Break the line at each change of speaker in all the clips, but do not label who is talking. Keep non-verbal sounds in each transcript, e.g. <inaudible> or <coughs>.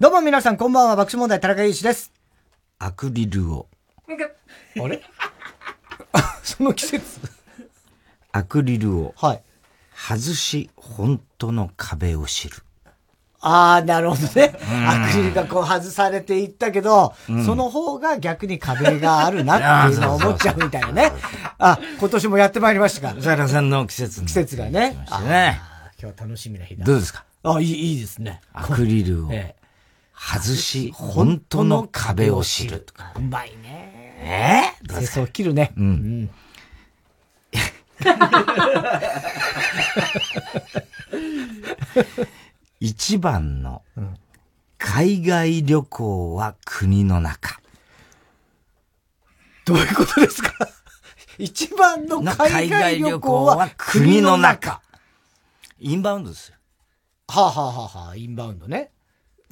どうも皆さん、こんばんは。爆笑問題、田中裕一です。
アクリルを。あ
<laughs>
れその季節。アクリルを。
はい。
外し、本当の壁を知る。
あー、なるほどね。
ん
アクリルがこう外されていったけど、
うん
その方が逆に壁があるなっていうのを思っちゃうみたいなね。あ、今年もやってまいりましたか。
さらさんの季節の。
季節がね。あ
ね。
今日は楽しみな日だ。
どうですか
あ、いい、いいですね。
アクリルを。
ええ
外し、本当の壁を知る。
うまいね。
ええ
清掃切るね。
うん
うん。
一番の、海外旅行は国の中。
どういうことですか一番の海外旅行は国の中。は
インバウンドですよ。
あ、はあはあはあ、インバウンドね。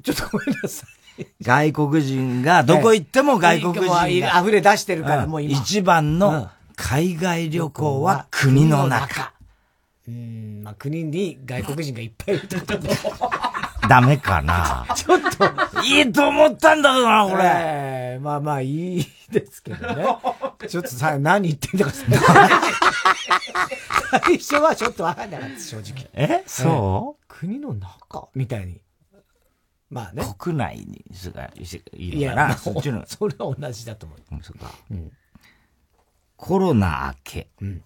ちょっとごめんなさい。
外国人が、どこ行っても外国人
もう
が。
溢れ出してるから、
うん
もう今。
一番
う
の
ん
海外旅行は国の中。。
うん、まあ国に外国人がいっぱいいるってことで。
ダメ
<laughs>
かな
ちょっと、
いいと思ったんだけどな、これ。
えーまあまあいいですけ
<laughs>
どね。ちょっとさ、何言ってんだか。最初はちょっとわかんなかったです、正直。
えそ
国の中みたいに。まあ
う
ね。
国内にすがい
い
いの
や、
か
ま
な
あ
そっちの。
それは同じだと思う。
うんそっか
うん
コロナ明け
うん。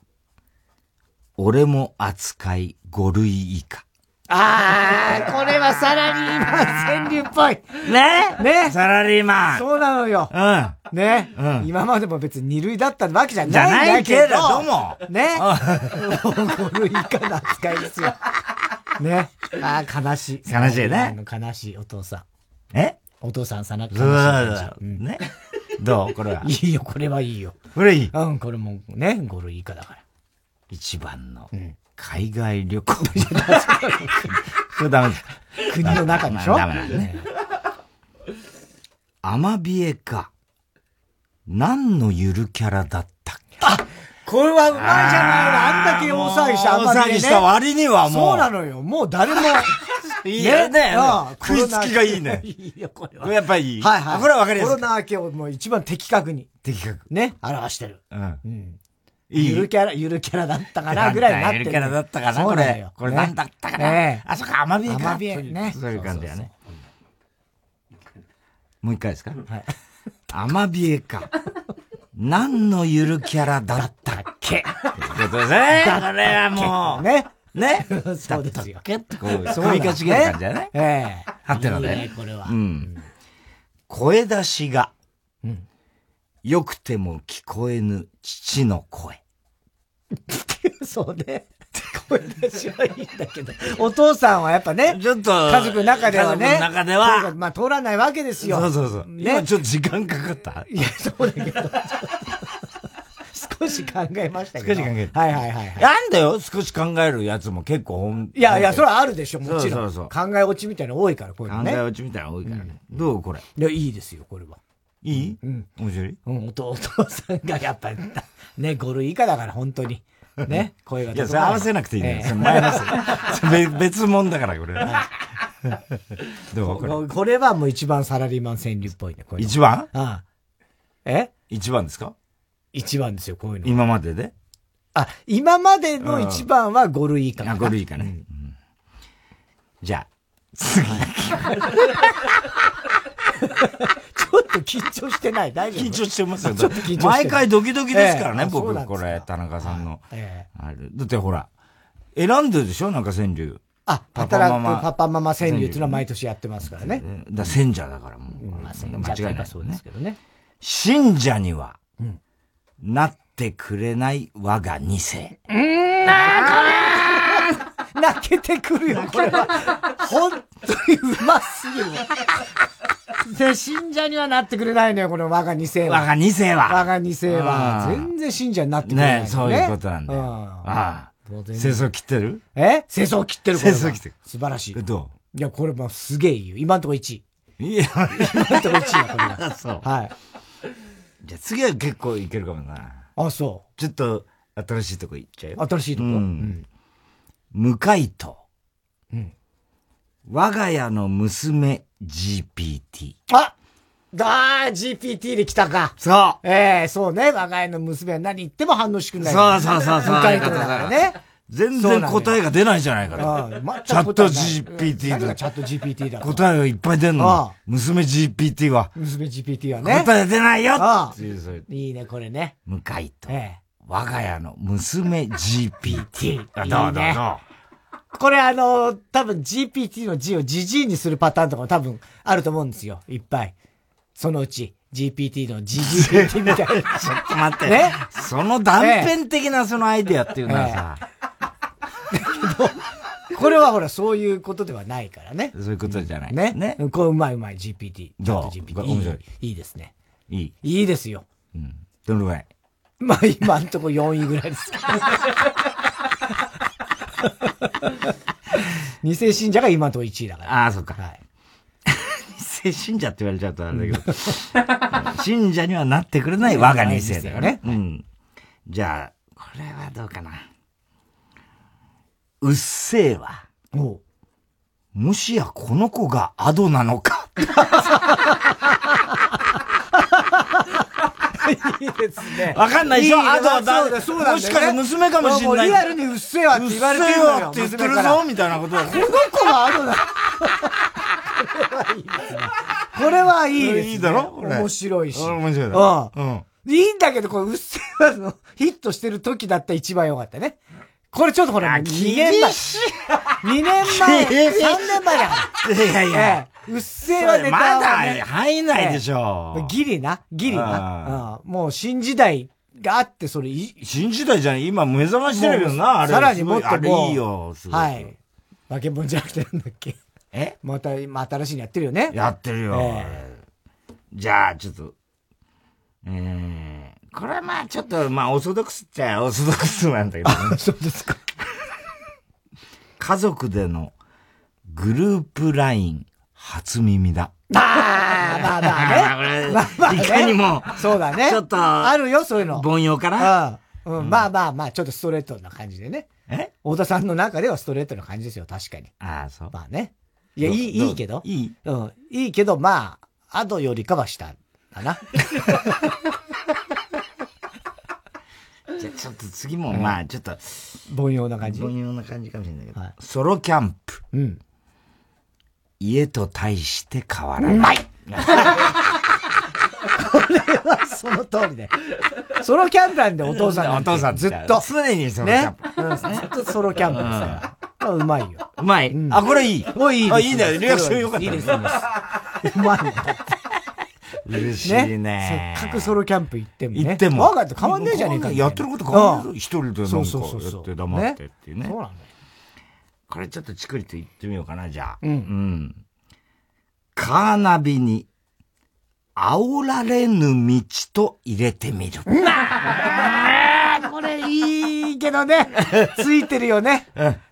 俺も扱い5類以下。
ああ、これはさらに今、川柳っぽい。
ね
ね
サラリーマンう
そうなのよ。
ん。
ね、
うん
今までも別に二類だったわけじゃ
じゃ
な
ない
んだ
い
けど。
けれど <laughs> も。
ね。5類以下の扱いですよ。ね。ああ、悲しい。
悲しいね。
悲しいお父さん。
え
お父さんさな悲しい
そう
感
だ
じ。うん
ね。どうこれは。
いいよ、これはいいよ。
これいい。
うん、これもね、5類以下だから。
一番の
ん
海外旅行。それダメです。
国の中でしょ
ダメだね。アマビエか。何のゆるキャラだったっけ
これはうまいじゃないの。あんだけ大騒ぎした、あんま
大騒
り
ぎ
ね。
した割にはもう。
そうなのよ。もう誰も。
<laughs> いいよね
ああ。
食いつきがいいね
コロナ。いいよ、これは。
やっぱりいい。
はいはい。
これはわかりやす
コ
い
ロ。ナ明けをもう一番的確に。
的確。
ね、表してる。
うん。
うん。
いい。
ゆるキャラ、ゆるキャラだったかな、ぐらいになって
ゆ
る。
るキャラだったかな、
そう
こ
の
れ
よ。
これ
ね
何だったか
ね
な。あ、そっか、アマビエか。
アマビエね
そういう感じだよね。
そう
もう一回ですか
はい。
アマビエか。何のゆるキャラだったっけってことですね。これはもう。
ね。
ね。
そうですよ。
こう、
そうだ
首かしげる感じだね。
ええ。
はてなだよ
いい
ね
ね。これは
う。ん。声出しが、
うん
良くても聞こえぬ父の声。
そうね。 <laughs> 声出しはいいんだけど。お父さんはやっぱね、
ちょっと、
家族の中ではね。
家族の中で
声が
は、
まあ通らないわけですよ。
そうそうそう。今
ね。
ちょっと時間かかった
いや、そうだけど。少し考えましたけど。
少し考え
た。はいはいはいはい。
なんだよ、少し考えるやつも結構ほん、
いやいや、それ
は
はあるでしょ、もちろん。
そうそう
考え落ちみたいなの多いから、こういうの
考え
ね。
落ちみたいなの多いからね。どうこれ。
いや、いいですよ、これは。
いい
うん。
面白い
うん、お父お父さんがやっぱり、ね、5類以下だから、本当に。ね、声が
いや、それ合わせなくていいんだよ。それマイ
<laughs>
ナス。それ別別物だから、これ。 <laughs> どう
<laughs>
こ
ここれはもう一番サラリーマン川柳っぽいね、こう
れ。
いうの。
一番
ああえ
一番ですか
一番ですよ、こういうの。
今までで
あ、今までの一番は5類以下か
あ、
な。
5類かね。うんじゃあ、次。
ちょっと緊張してない、大丈夫。
緊張してますよ。
ちょっと緊張してる
毎回ドキドキですから
ええ
ね、
あそう
僕
なん、で
こ
すか
れ、田中さんの。
ええ
あれだってほら、選んでるでしょなんか川柳。
あ、
パパマ
働
マ
くパパママ川柳っていうのは毎年やってますからね。
うんだ選者だからもう。
まあ、
間
千
違いない
といえばそうですけどね。
信者には
うん、
なってくれない我が二世。
泣けてくるよ、これは。 <laughs> 本当にうますぎる。 <laughs> で、信者にはなってくれないのよ、この我が二世
我
は。
が二世
我
は。
が二世は。
うん
全然信者になってくれないの、
ねそういうことなんだよ。
うん
ああ。
もう全
戦
然
争切ってる
え世相を切ってるこれは
世相を切ってる
素晴らしい。
ど
いや、これもうすげえいいよ。今んとこ1位。
ういや、
今んとこ1位よ、これが。
<laughs> そう。
はい。
じゃあ次は結構いけるかもな。
あ、そ
ちょっと、新しいとこ行っちゃう
う。
よ。
新しいとこ。
うん
うん
無回答。
うん
我が家の娘 GPT。
あだー、GPT で来たか。。
そう
ええそうね。我が家の娘は何言っても反応してくんない。
そうそうそうそう。
向かいとこだからね。
全然答えが出ないじゃないか
ああ全
ら。
く
チャット
何が
GPT
チャット GPT だから。
と答えがいっぱい出ん
あ
の
あ。
娘 GPT は、
娘 GPT はね。
答え出ないよ <laughs>
ああ
っていうそういう
いいね、これね。
向かいと、
え
我が家の娘 GPT。あ
<laughs> いいね
どうどうどう
え。これあの、多分 GPT の G をジジイにするパターンとかも多分あると思うんですよ。いっぱい。そのうち。GPT の GGPT みたいな。
<laughs> ちょっと待って。
ね
その断片的なそのアイデアっていうのはさ、
<laughs> これはほら、そういうことではないからね。
そういうことじゃない。
ね。
ね。
うんこれうまいうまい GPT。
どう
チャット
こ
GPT
れ面白い
いい。いいですね。
いい。
いいですよ。
うん。どのぐらい
まあ今んとこ4位ぐらいです <laughs> けど。二世信者が今んとこ1位だから。
ああ、そっか。 <laughs>
はい。
二世信者って言われちゃったんだけど。信者にはなってくれない我が二世だよね。うん。じゃあ、これはどうかな。うっせぇわ。
おう
もしやこの子がアドなのか。
いいですね。
わかんないでしょアドは
そう
誰
だ、そうだ、
もしかして娘かもしんない
もうリアルにうっせえわって言われてるのよ。
うっせぇわって言ってる
娘から
ぞみたいなことだよ
この子がアドだ。これはいいですね。
いいだろこれ
面白いし。
あ面白
う
いだ
ん
ろ。うん。
いいんだけど、このうっせぇわのヒットしてる時だったら一番良かったね。これちょっとほら、
あ
2年
厳
前。
し
2年前、3
<laughs> 厳しい
年前だか
い。いやい
ら。
や
え。えうっせぇわネタ
ま
は
だ
ね。
入んないでしょ。
ギリな、ギリな
あ。
うんもう新時代があって、それいい。
新時代じゃん。今、目覚ましテレビのな、あれ。
さらにもっ
す
と
ごいあ
もう
れいいよ。すご
はい。。化け物じゃなくてなんだっけ。
え
また、今新しいのやってるよね。
やってるよ。
え
じゃあ、ちょっと。えー、これはまあ、ちょっと、まあ、オーソドックスっちゃオーソドックスなんだけど、ね、
そうですか。
家族でのグループライン初耳だ。 <laughs>
まあまあまあね。
これ
まあまあね
いかにも、
そうだね。
ちょっと
あるよ、そういうの。
凡庸かな。
うんうん。まあまあまあ、ちょっとストレートな感じでね。
え
太田さんの中ではストレートな感じですよ、確かに。
ああ、そう。
まあね。いや、い
どう
い、
どう
いいけど。
いい。
うん。いいけど、まあ、アドよりかは下だな。
じゃあ、ちょっと次も、まあ、ちょっと、
凡庸な感じ
凡。庸な感じかもしれないけど、
はい
ソロキャンプ。
うん。
家と対して変わらない。 <laughs>
その通りで。ソロキャンプなんで、お父さんな
お
て
父さん
ずっと。
常にそのキャン
ね
プ。。
うんずっとソロキャンプですから。うまいよ。
うまい。あ、これいい。
もういいです。
あ、いいんだよ。リアクションよかった。
いいです、いいです。うまいよ。
嬉しい
ね。
ね。
せっかくソロキャンプ行ってもね。
行っても。
我が家と変わんねえじゃねえかみたいな。
やってること変わんない
うん
ぞ。一人でなんか
そうそうそうそう
やって黙ってっていうね
そう。なんだよ。
これちょっとチクリと言ってみようかな、じゃあ。うんん。カーナビに、煽られぬ道と入れてみる。
これいいけど
<laughs>
ね。ついてるよね。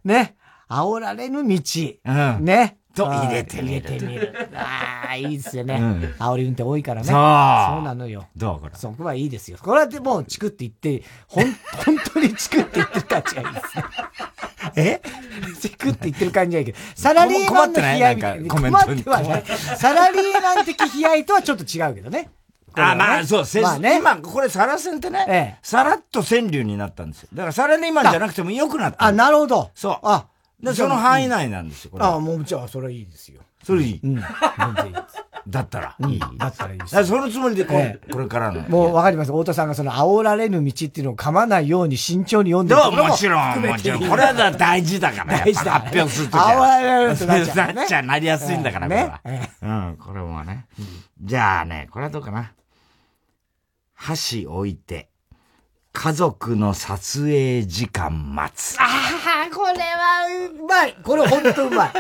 ね。煽られぬ道。
うん
ね。
と
あー
入れてみる
入れてみる。ああ、いいですよね。
ん
煽り運転多いからね。
そう
そうなのよ。
どうこれ。
そこはいいですよ。これはでも、チクって言って、ほん、本当にチクって言ってる感じがいいですね。
え
チクって言ってる感じがいいけど、サラリーマンの悲哀みたいな。
困ってないなんかコメントに
困ってはない。サラリーマン的悲哀とはちょっと違うけどね。
あ、まあ、そう、せ
まあね
今、これ、サラセンってね、
ええ
さらっと川柳になったんですよ。だから、サラリーマンじゃなくても良くなった。
あ、なるほど。
そう
あ、
でその
囲
範囲内なんですよ、これ。
あ、もう、じゃあ、それはいいですよ。
それいい。
うん。全然いいです。
だったら。いい。だ
だ
か
ったらいいです
ら、。そのつもりでこう、
え
これからの。
もうわかります。太田さんがその煽られぬ道っていうのを噛まないように慎重に読んで
で
る
も
ところ
もちろん、もちろん。これはだ大事だから、やっ
大事
ぱ
だ
発表するとき
あおられる
は。
ってなっちゃうね
なっちゃう、なりやすいんだから、これは。
ね
うん、これもね。じゃあね、これはどうかな。箸置いて、家族の撮影時間待つ。
ああ、これはうまい。これほんとうまい。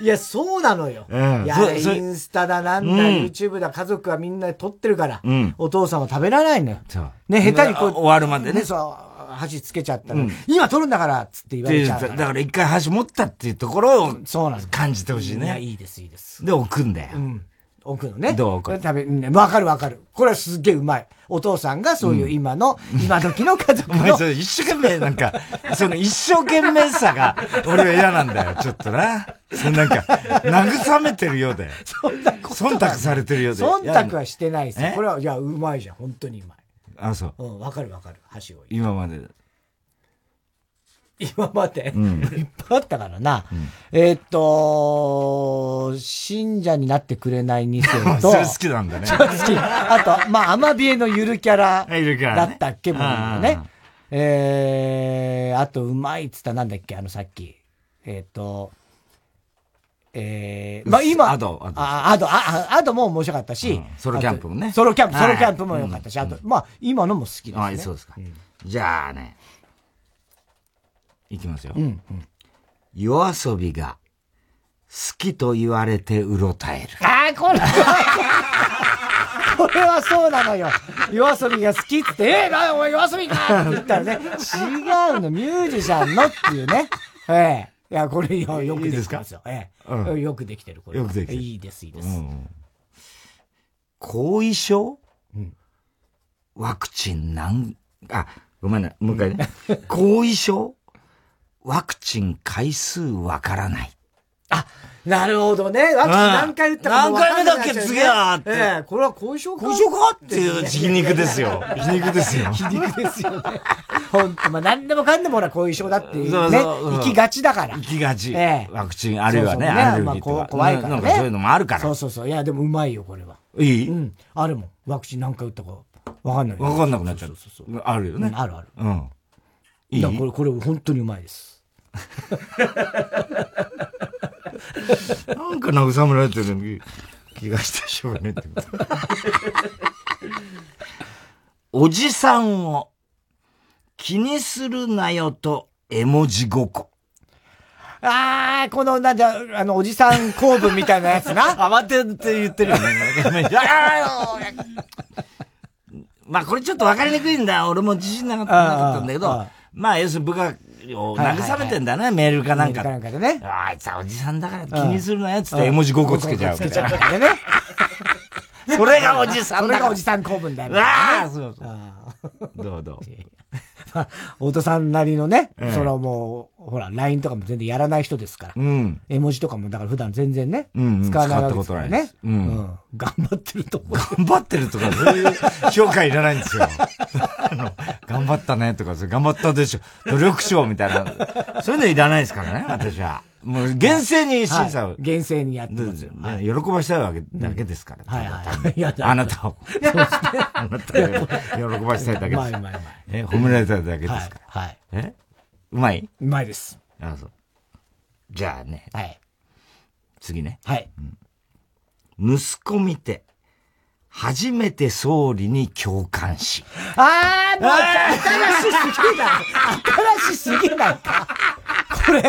いや、そうなのよ。
うん
いや
そ、う
イ
そう
ンスタだなんだ、
うん
YouTube だ、家族はみんな撮ってるから、
うん
お父さんは食べられないのよ。
そう
ね、下手にこう、
終わるまでね
ね、そう、箸つけちゃったら、今撮るんだから、つって言われちゃうか
だ
ら。
から一回箸持ったっていうところを
そうなんです。
感じてほし
い
い
や、
ね。
いいです、いいです。
で、置くんだよ。
うん。置くのね。
どう
こ
置
れ
く
食べ、うんわかるわかる。これはすっげえうまい。お父さんがそういう今の、今時の家族
お前
の
<laughs> それ一生懸
<laughs>
命なんか、その一生懸命さが、俺は嫌なんだよ、ちょっとな。そのなんか、慰めてるようで。
<laughs> そんなこと
忖度されてるようで。
忖度はしてないですよ
え
これは、いや、うまいじゃん。本当にうまい。
あ、そう。
うん、わかるわかる。箸を置いて。
今まで。
今まで、
ん
いっぱいあったからな。えーっと、信者になってくれない2世と、
<laughs> それ好きなんだね。
好きあと、まあ、アマビエのゆるキャラ
ゆるキャラね
だったっけもんね
ああ。
えー、あと、うまいっつったらなんだっけあのさっき。えーっと、えー、まあ、今、
アドアド
あ、アド、あ、あアドも面白かったし、
うんソロキャンプも
あ
ね
とソロキャンプ、
は
ソ
い
ロキャンプも良かったし、あと、まあ、今のも好きです
あ
ね。
そうですか。じゃあね。いきますよ。夜遊びが好きと言われてうろたえる。
ああ、これ <laughs> は、これはそうなのよ。夜遊びが好きって、えー、な、お前夜遊びか <laughs> って言ったらね、違うの、ミュージシャンのっていうね。 <laughs> ええいや、これよ、よくできてますよ。ええ
うん
よくできてる、これは。
よくできてる
いいです、いいで
う
す。
ん後遺症、ワクチン何、あ、ごめんな、もう一回ね。 <laughs> 後遺症ワクチン回数わからない。
あ、なるほどね。ワクチン何回打ったかもわかんなくなっちゃうね
何回目だっけ次はって
ええこれは後遺症か。
後遺症かっていう皮肉ですよ。皮肉ですよ。
<laughs> 皮肉ですよね。本当まあ何でもかんでもほら後遺症だっていうね、
そうそうそう
行きがちだから
行。きがち。
ええ
ワクチン、あるいはね、
そうそうね
アレルギ
まあ
ーと
こ
か。
う怖いからね
なんかそういうのもあるか
そう
ら。
そうそう。いや、でもうまいよ、これは。
いい、
うん。あるもん。ワクチン何回打ったかわかんない。
わかんなくなっちゃう。
そうそうそう
あるよ
う
ね
ん。あるある。
うん。い
い
い
や、これ、これ本当にうまいです。
なんか
<laughs>
慰められてる気がしてしょうがねえってこと。おじさんを気にするなよと絵文字5個。
あー、この、なんだ、あの、おじさん公文みたいなやつな。
<laughs> 慌てんって言ってる
<laughs>
よね。まあこれちょっと分かりにくいんだ。俺も自信なかったなかったんだけ
あああ
ど
あ、
まあ要するに部下を慰めてんだね、メールかなん
な
か
ん。かなんかでね。
あいつはおじさんだから気にするなよっつって絵文字5個つけちゃう
つけ
み
ち
たい
ゃう
な。
からね。
それがおじさ
そ
ん
れ
だ
が
か
お
ら
じ。さん公文だよ。
ああ、そうそう。
あー
どうどう。
太田さんなりのね、
<laughs> ええ
そのもう、ほら、LINE とかも全然やらない人ですから。
うん。
絵文字とかも、だから普段全然ね、
うんうん
使わないわけですから
使ったことないで
ね
す。うん
うん頑張ってると思う。
頑張ってるとか、そういう評価いらないんですよ。 <laughs> あの、頑張ったねとか、それ頑張ったでしょ。努力賞みたいな。そういうのいらないですからね、私は。もう、厳正に審査を。
はい厳正にやって
で
ます
で
よ。
喜ばしたいわけだけですから。
はいはい。いや、
あなたを。 <laughs> あなたを喜ばしたいだけ
うまいう
です。
まいう
え、褒められたいだけで
まい。は
す
い
か。
はい。
ら。えうまいう
まいです。
あ、そう。じゃあね、
はい。
次ね。
はい。
息子見て、初めて総理に共感し。
あー、もう新しすぎない。新しすぎないか。これ、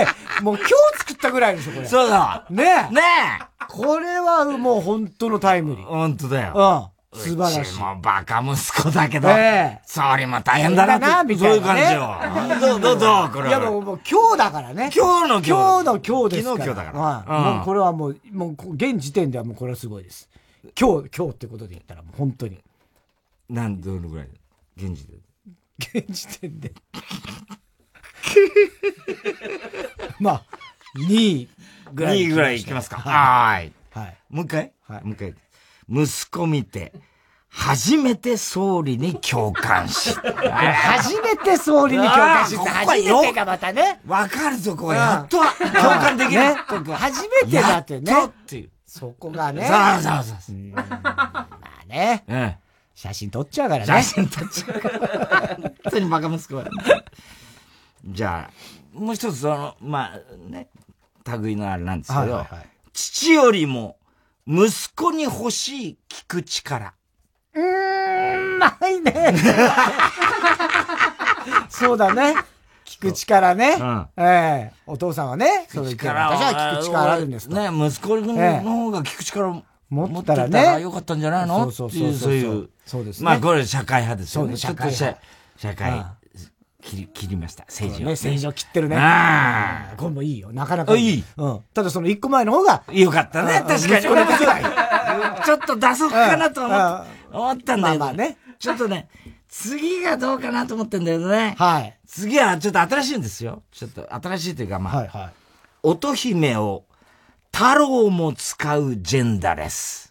もう今日作ったぐらいでしょ、これ。
そうだ
ねえ。
ねえ
これはもう本当のタイムリー。
本当だよ。
うん。素晴らし
う
い
ち。もバカ息子だけど
ええ、
総理も大変だなって、
大変だ
そういう
なみたい
感じよ。どうどうどうこ
い
れ
やもうもう今日だからね。
今日
今
の今日
日の今日ですから。
昨日今日だから
はい
うん
もうこれはもう、もうこ現時点ではもうこれはすごいです。今日、今日ってことで言ったらもう本当に。
なん、どのぐらい現時で。
現時点で。まあ、2位ぐらい。
2位ぐらいいきますか。
は
はーい。
い。はい。
もう一回
はい
もう一回。息子見て、初めて総理に共感
<laughs>
し。
初めて総理に共感して
うわー
初めてがまたね。
わかるぞ、ここやっとは共感できる
ね。初めてだってね
や。っとっていう。
そこがね。ま
そうそうそうそう。
あね。
うん。
写真撮っちゃうから
写
ね。
真撮っちゃう
<laughs>
から。本当にバカ息子は。じゃあ、もう一つその、まあね、類のあれなんですけど、
はいはいはい
父よりも息子に欲しい聞く力。
うーん、ないね。 <laughs> そうだね。聞く力ね。
うん
ええお父さんはね、それ
力を
私は聞く力あるんですと。
ね、息子の
ええ
方が聞く力を
持
持
っ
って
た
て
ら
た
ね
らよかったんじゃないの
そうそう
って
そ
いうう、
そ
そ
そうそ
うういう。
うですね
まあこれ社会派ですよ
そう
ね。
です
ちょっと
社会
社社会
ああ
聞切り、切りました。政治を。
ね、政治を切ってるね。
ああ
これもいいよ。なかなかいい。
いい
うん。ただその一個前の方が、
よかったね、
うん
確かに。
うん
俺もちょっと出そうかなと思っ思ったんだ
まあ
け
まあ
ど
ね。
ちょっとね、次がどうかなと思ってんだけどね。
はい。
次はちょっと新しいんですよ。ちょっと新しいというか、まあ、
はいはい。
乙姫を太郎も使うジェンダーレス。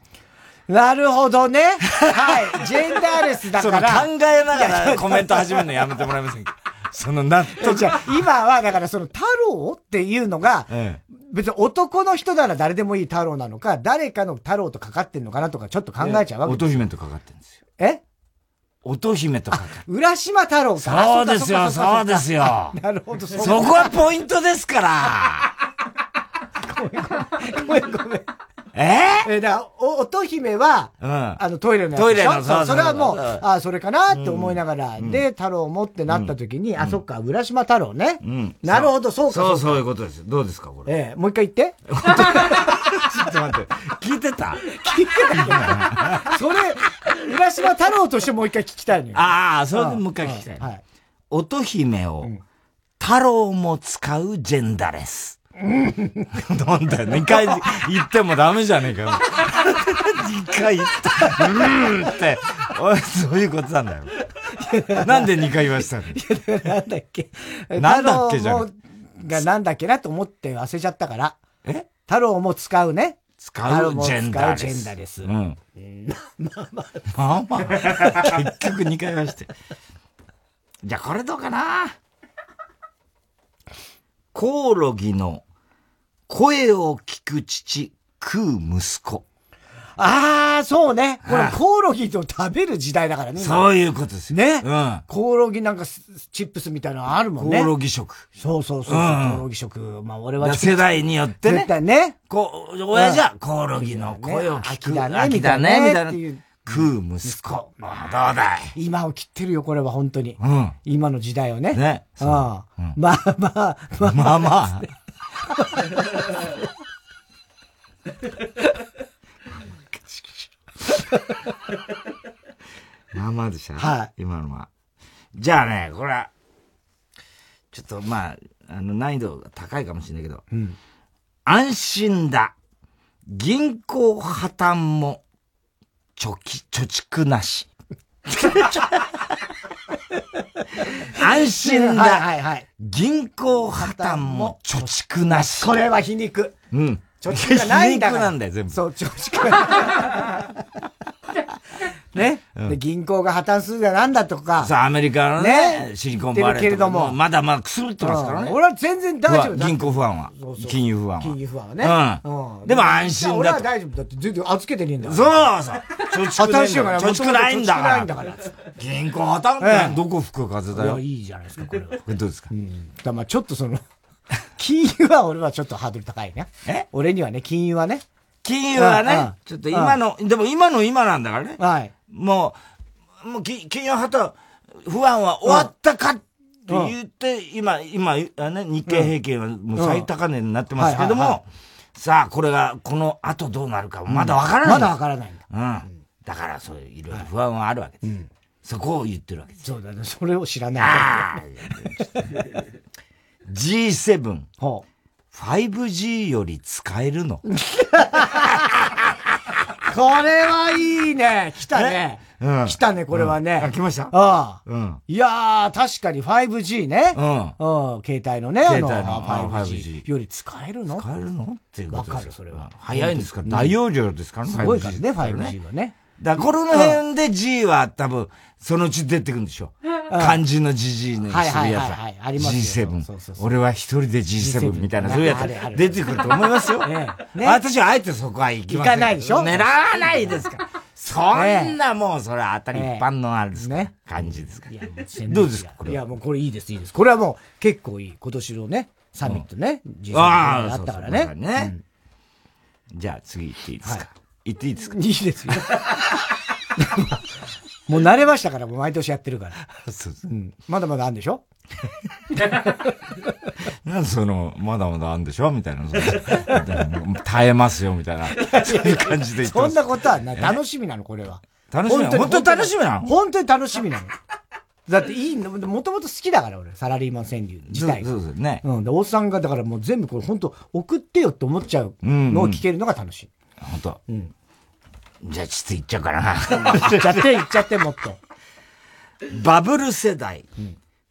なるほどね。はい。ジェンダーレスだ
そ
か
の考
ら。
えながらコメント始めるのやめてもらえませんかその納
え
得。
じゃあ今は、だからその太郎っていうのが、
ええ
別に男の人なら誰でもいい太郎なのか、誰かの太郎とかかってんのかなとかちょっと考えちゃうわけ。
乙姫とかかってるんですよ。
え
乙姫とかかってる。
浦島太郎か。
そうですよ、
あっか
そう
っか
で
っか
すよ。
<laughs> なるほど、そう
そこはポイントですから。
ごめんごめん。
え
えーだから、お乙姫は、
うん。あ
あの、トイレのやつでしょ
トイレのそうそう
それはもう、
うん
ああ、それかなって思いながら、で、太郎もってなった時に、あ、そっか、浦島太郎ね。
ん
なるほど、そうか。
そう
そうか
そういうことですよ。どうですか、これ。
ええもう一回言って。
ちょっと待って。 <laughs> 聞いてた
それ、浦島太郎としてもう一回聞きたいのよ。
ああ、それ
う
で
ん、
もう一回聞きたい。
はい。
乙姫を、太郎も使うジェンダーレス。なんだよ、2回言ってもダメじゃねえかよ。2回言った。うーんって。おい、そういうことなんだよ。なんで2回言わしたの
なんだっけ。
<laughs> なんだっけじゃん
太郎もがなんだっけなと思って忘れちゃったから。
え
太郎も使うね。
使うジェンダーレス。
使うジェンダーレス
うん。まあまあ。まあまあ。結局2回はして。じゃあこれどうかなコオロギの声を聞く父、食う息子。
ああ、そうね。これ
あ、あ
コオロギと食べる時代だからね。
そういうことですよ
ね
うん。
コオロギなんかスチップスみたいなのあるも
コ
んね
オ。ロギ食。
そうそうそうそう、
うん
コオロギ食。まあ俺
だか
は
ら
ちょっ
世代によっ
と
て
絶
ね。
対ね。
こう、親父はコオロギの声を聞く。
秋だね
秋だ
み
ね、み
たい
たい
なね
な
っていう。
食う息子。あどうだい
今を切ってるよ、これは本当に。
うん。
今の時代をね。
ね
うん。まあまあ、まあ、
まあまあ。まあまあでしたね。
はい
今のは。じゃあね、これは、ちょっとまあ、あの、難易度が高いかもしれないけど、安心だ。銀行破綻も、貯き、貯蓄なし。安心だ。
はいはいはい。
銀行破綻も貯蓄なし。
これは皮肉。
うん。
貯蓄がないんだから。
<laughs> 皮肉なんだよ全部
そう、貯蓄が。 <laughs> ね、で銀行が破綻するだなんだとか。
さあ、アメリカのね、
ね
シリコンバレー
言ってるけれ
と
ど
か
も
も、まだまだくすぶってますから
う
ね。
ん俺は全然大丈夫
不安
だ。
銀行不安は
そうそう。
金融不安は。
金融不安はね。
うん
う
でも安心だと
俺は大丈夫だって、全然預けてねえんだ
そう
う
そう。貯
<laughs>
蓄ない
貯蓄なん
んだ貯蓄ないいん
だか
だからら。銀行破綻
ええ
ってどこ吹く風だ
いや、
よ。
いいじゃないですか、これは。だか
これどうですか
らまあちょっとその、 <laughs> 金融は俺はちょっとハードル高いね。
え
俺にはね、金融はね。
金融は
うんうん
ね、ちょっと今の、でも今の今なんだからね。
はい。
もう、もうき金融破綻、不安は終わったかって言って、今、今、あね、日経平均はもう最高値になってますけど
うんはいはい
も、さあ、これが、この後どうなるか、まだわからない。
まだわからないんだ。
うん。だから、そういう、いろいろ不安はあるわけです。そこを言ってるわけです。
そうだね。それを知らない。
ああ !G7、
ほう。
5G より使え
<laughs>
るの。
これはいいね。来たね。
うん
来たね、これはね。
あ、来ました
ああ。
うん。
いやー、確かに 5G ね。
うん
うん。携帯のね、あの、
携帯の
あ 5G
5G
より使えるの
使えるのっていうことです
わ
よ
かるそれは
うん早いんですから、大容量ですからね、
すごいからね、
5G です
5G はね。
だからこの辺で G は多分、そのうち出てくるんでしょ。漢字の GG にするやつ
はいはいはいはいありますよそうそうそ
G7
う。
俺は一人で G7 みたいな、
G7
そういうやつ
あるある
出てくると思います <laughs> よ。
ね <laughs> えね
私はあえてそこは行きません
行かないでしょ
狙わないですから。そんなもう、それは当たり一般のあれですから
ね
感じですから。
ど
どうですかこれはい
や、もうこれいいです、いいです。これはもう結構いい。今年のね、サミットね、実際
あ
あ
あ、
っ
そう
た
そう
から
まさに
ね。
ね。じゃあ次行っていいですか。行っていいですか
いいですよ。 <laughs> もう慣れましたから、もう毎年やってるから。
<laughs> そうそう
うん。まだまだあるんでしょ
なんでその、まだまだあんでしょみたいな。その耐えますよ、みたいな。そういう感じで言って
そ
ま
ん
す。
なことはない。楽しみなの、これは。
楽しみなの本当に楽しみなの
本当に楽しみなの。だっていいの、もともと好きだから俺、サラリーマン川柳自体が。
そうそうそうね
うん。で、大津さんがだからもう全部これ本当送ってよって思っちゃうのを聞けるのが楽しい。
本当。
うん。
じゃあちょっと言っちゃおうかな。
言っちゃって、言っちゃって、もっと。
バブル世代、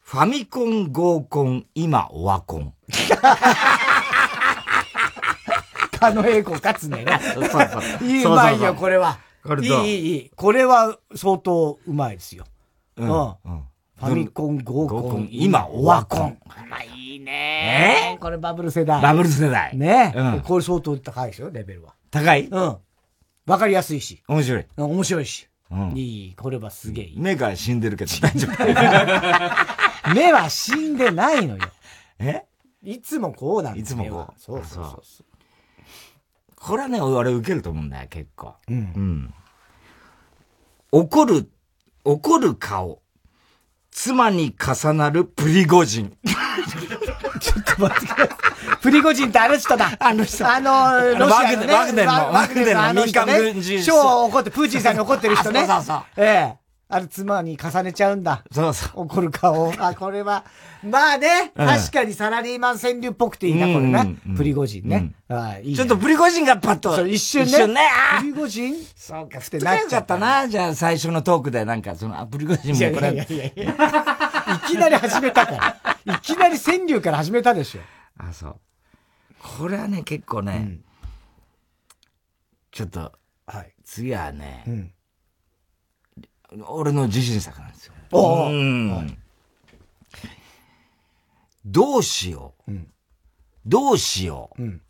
ファミコン、合コン、今、オワコン。
狩野英孝勝つねな。
そうそうそう
いい、うまいよ、これは。
これ
いい、
どう
いい、いい。これは相当うまいですよ。
う
うん
ん。
フ
うん
ァミコン、合
合
コ
コ
ン
ン、、今、オワコン。。
まあいいね。これバブル世代。
バブル世代。
ねえ、
うん。
これ相当高いですよ、レベルは。
高い
うん。わかりやすいし、
面白い。
うん面白いし。
うん
いい、これはすげえいい。
目が死ん
<laughs>
でるけど大丈 <laughs> 夫。
目は死んでないのよ。
え
いつもこうなんだよ
いつもこう
目はそうそうそうそ
これはね、俺受けると思うんだよ、結構。
う。うん。
うん。怒る、怒る顔。妻に重なるプリゴジン。
プリゴジンってあの人だ。あの人。あの、ロシアの、ね。
ワグネルの
ワ
ワグネルの
あ人ね
民間軍事
賞を怒って、プーチンさんに怒ってる人ね。
そうそうそう
ええ。あれ、妻に重ねちゃうんだ。
そうそう。
怒る顔。あ、これは。まあね、
うん
確かにサラリーマン川柳っぽくていいな、これな
うんうん。
プリゴジンね。ああいいね
ちょっとプリゴジンがパッと。
それ一瞬ね。
一瞬ね。あー
プリゴジン
そうか、振
て
って
な
な
っ
っ
ち
ち
ゃ
ゃ
っ
ったた
な
な。じゃあ、最初のトークで、なんか、その、アプリゴジン
いや
も
い
こ
やいや
れ。
いやいや。いきなり始めたから。いきなり川柳から始めたでしょ。
<laughs> あ、そう。これはね、結構ね、
ん
ちょっと、
はい。
次はね、
うん。
俺の自信作なんですよ。
おー
うんどうしよう。
うん
どうしよう。
うん。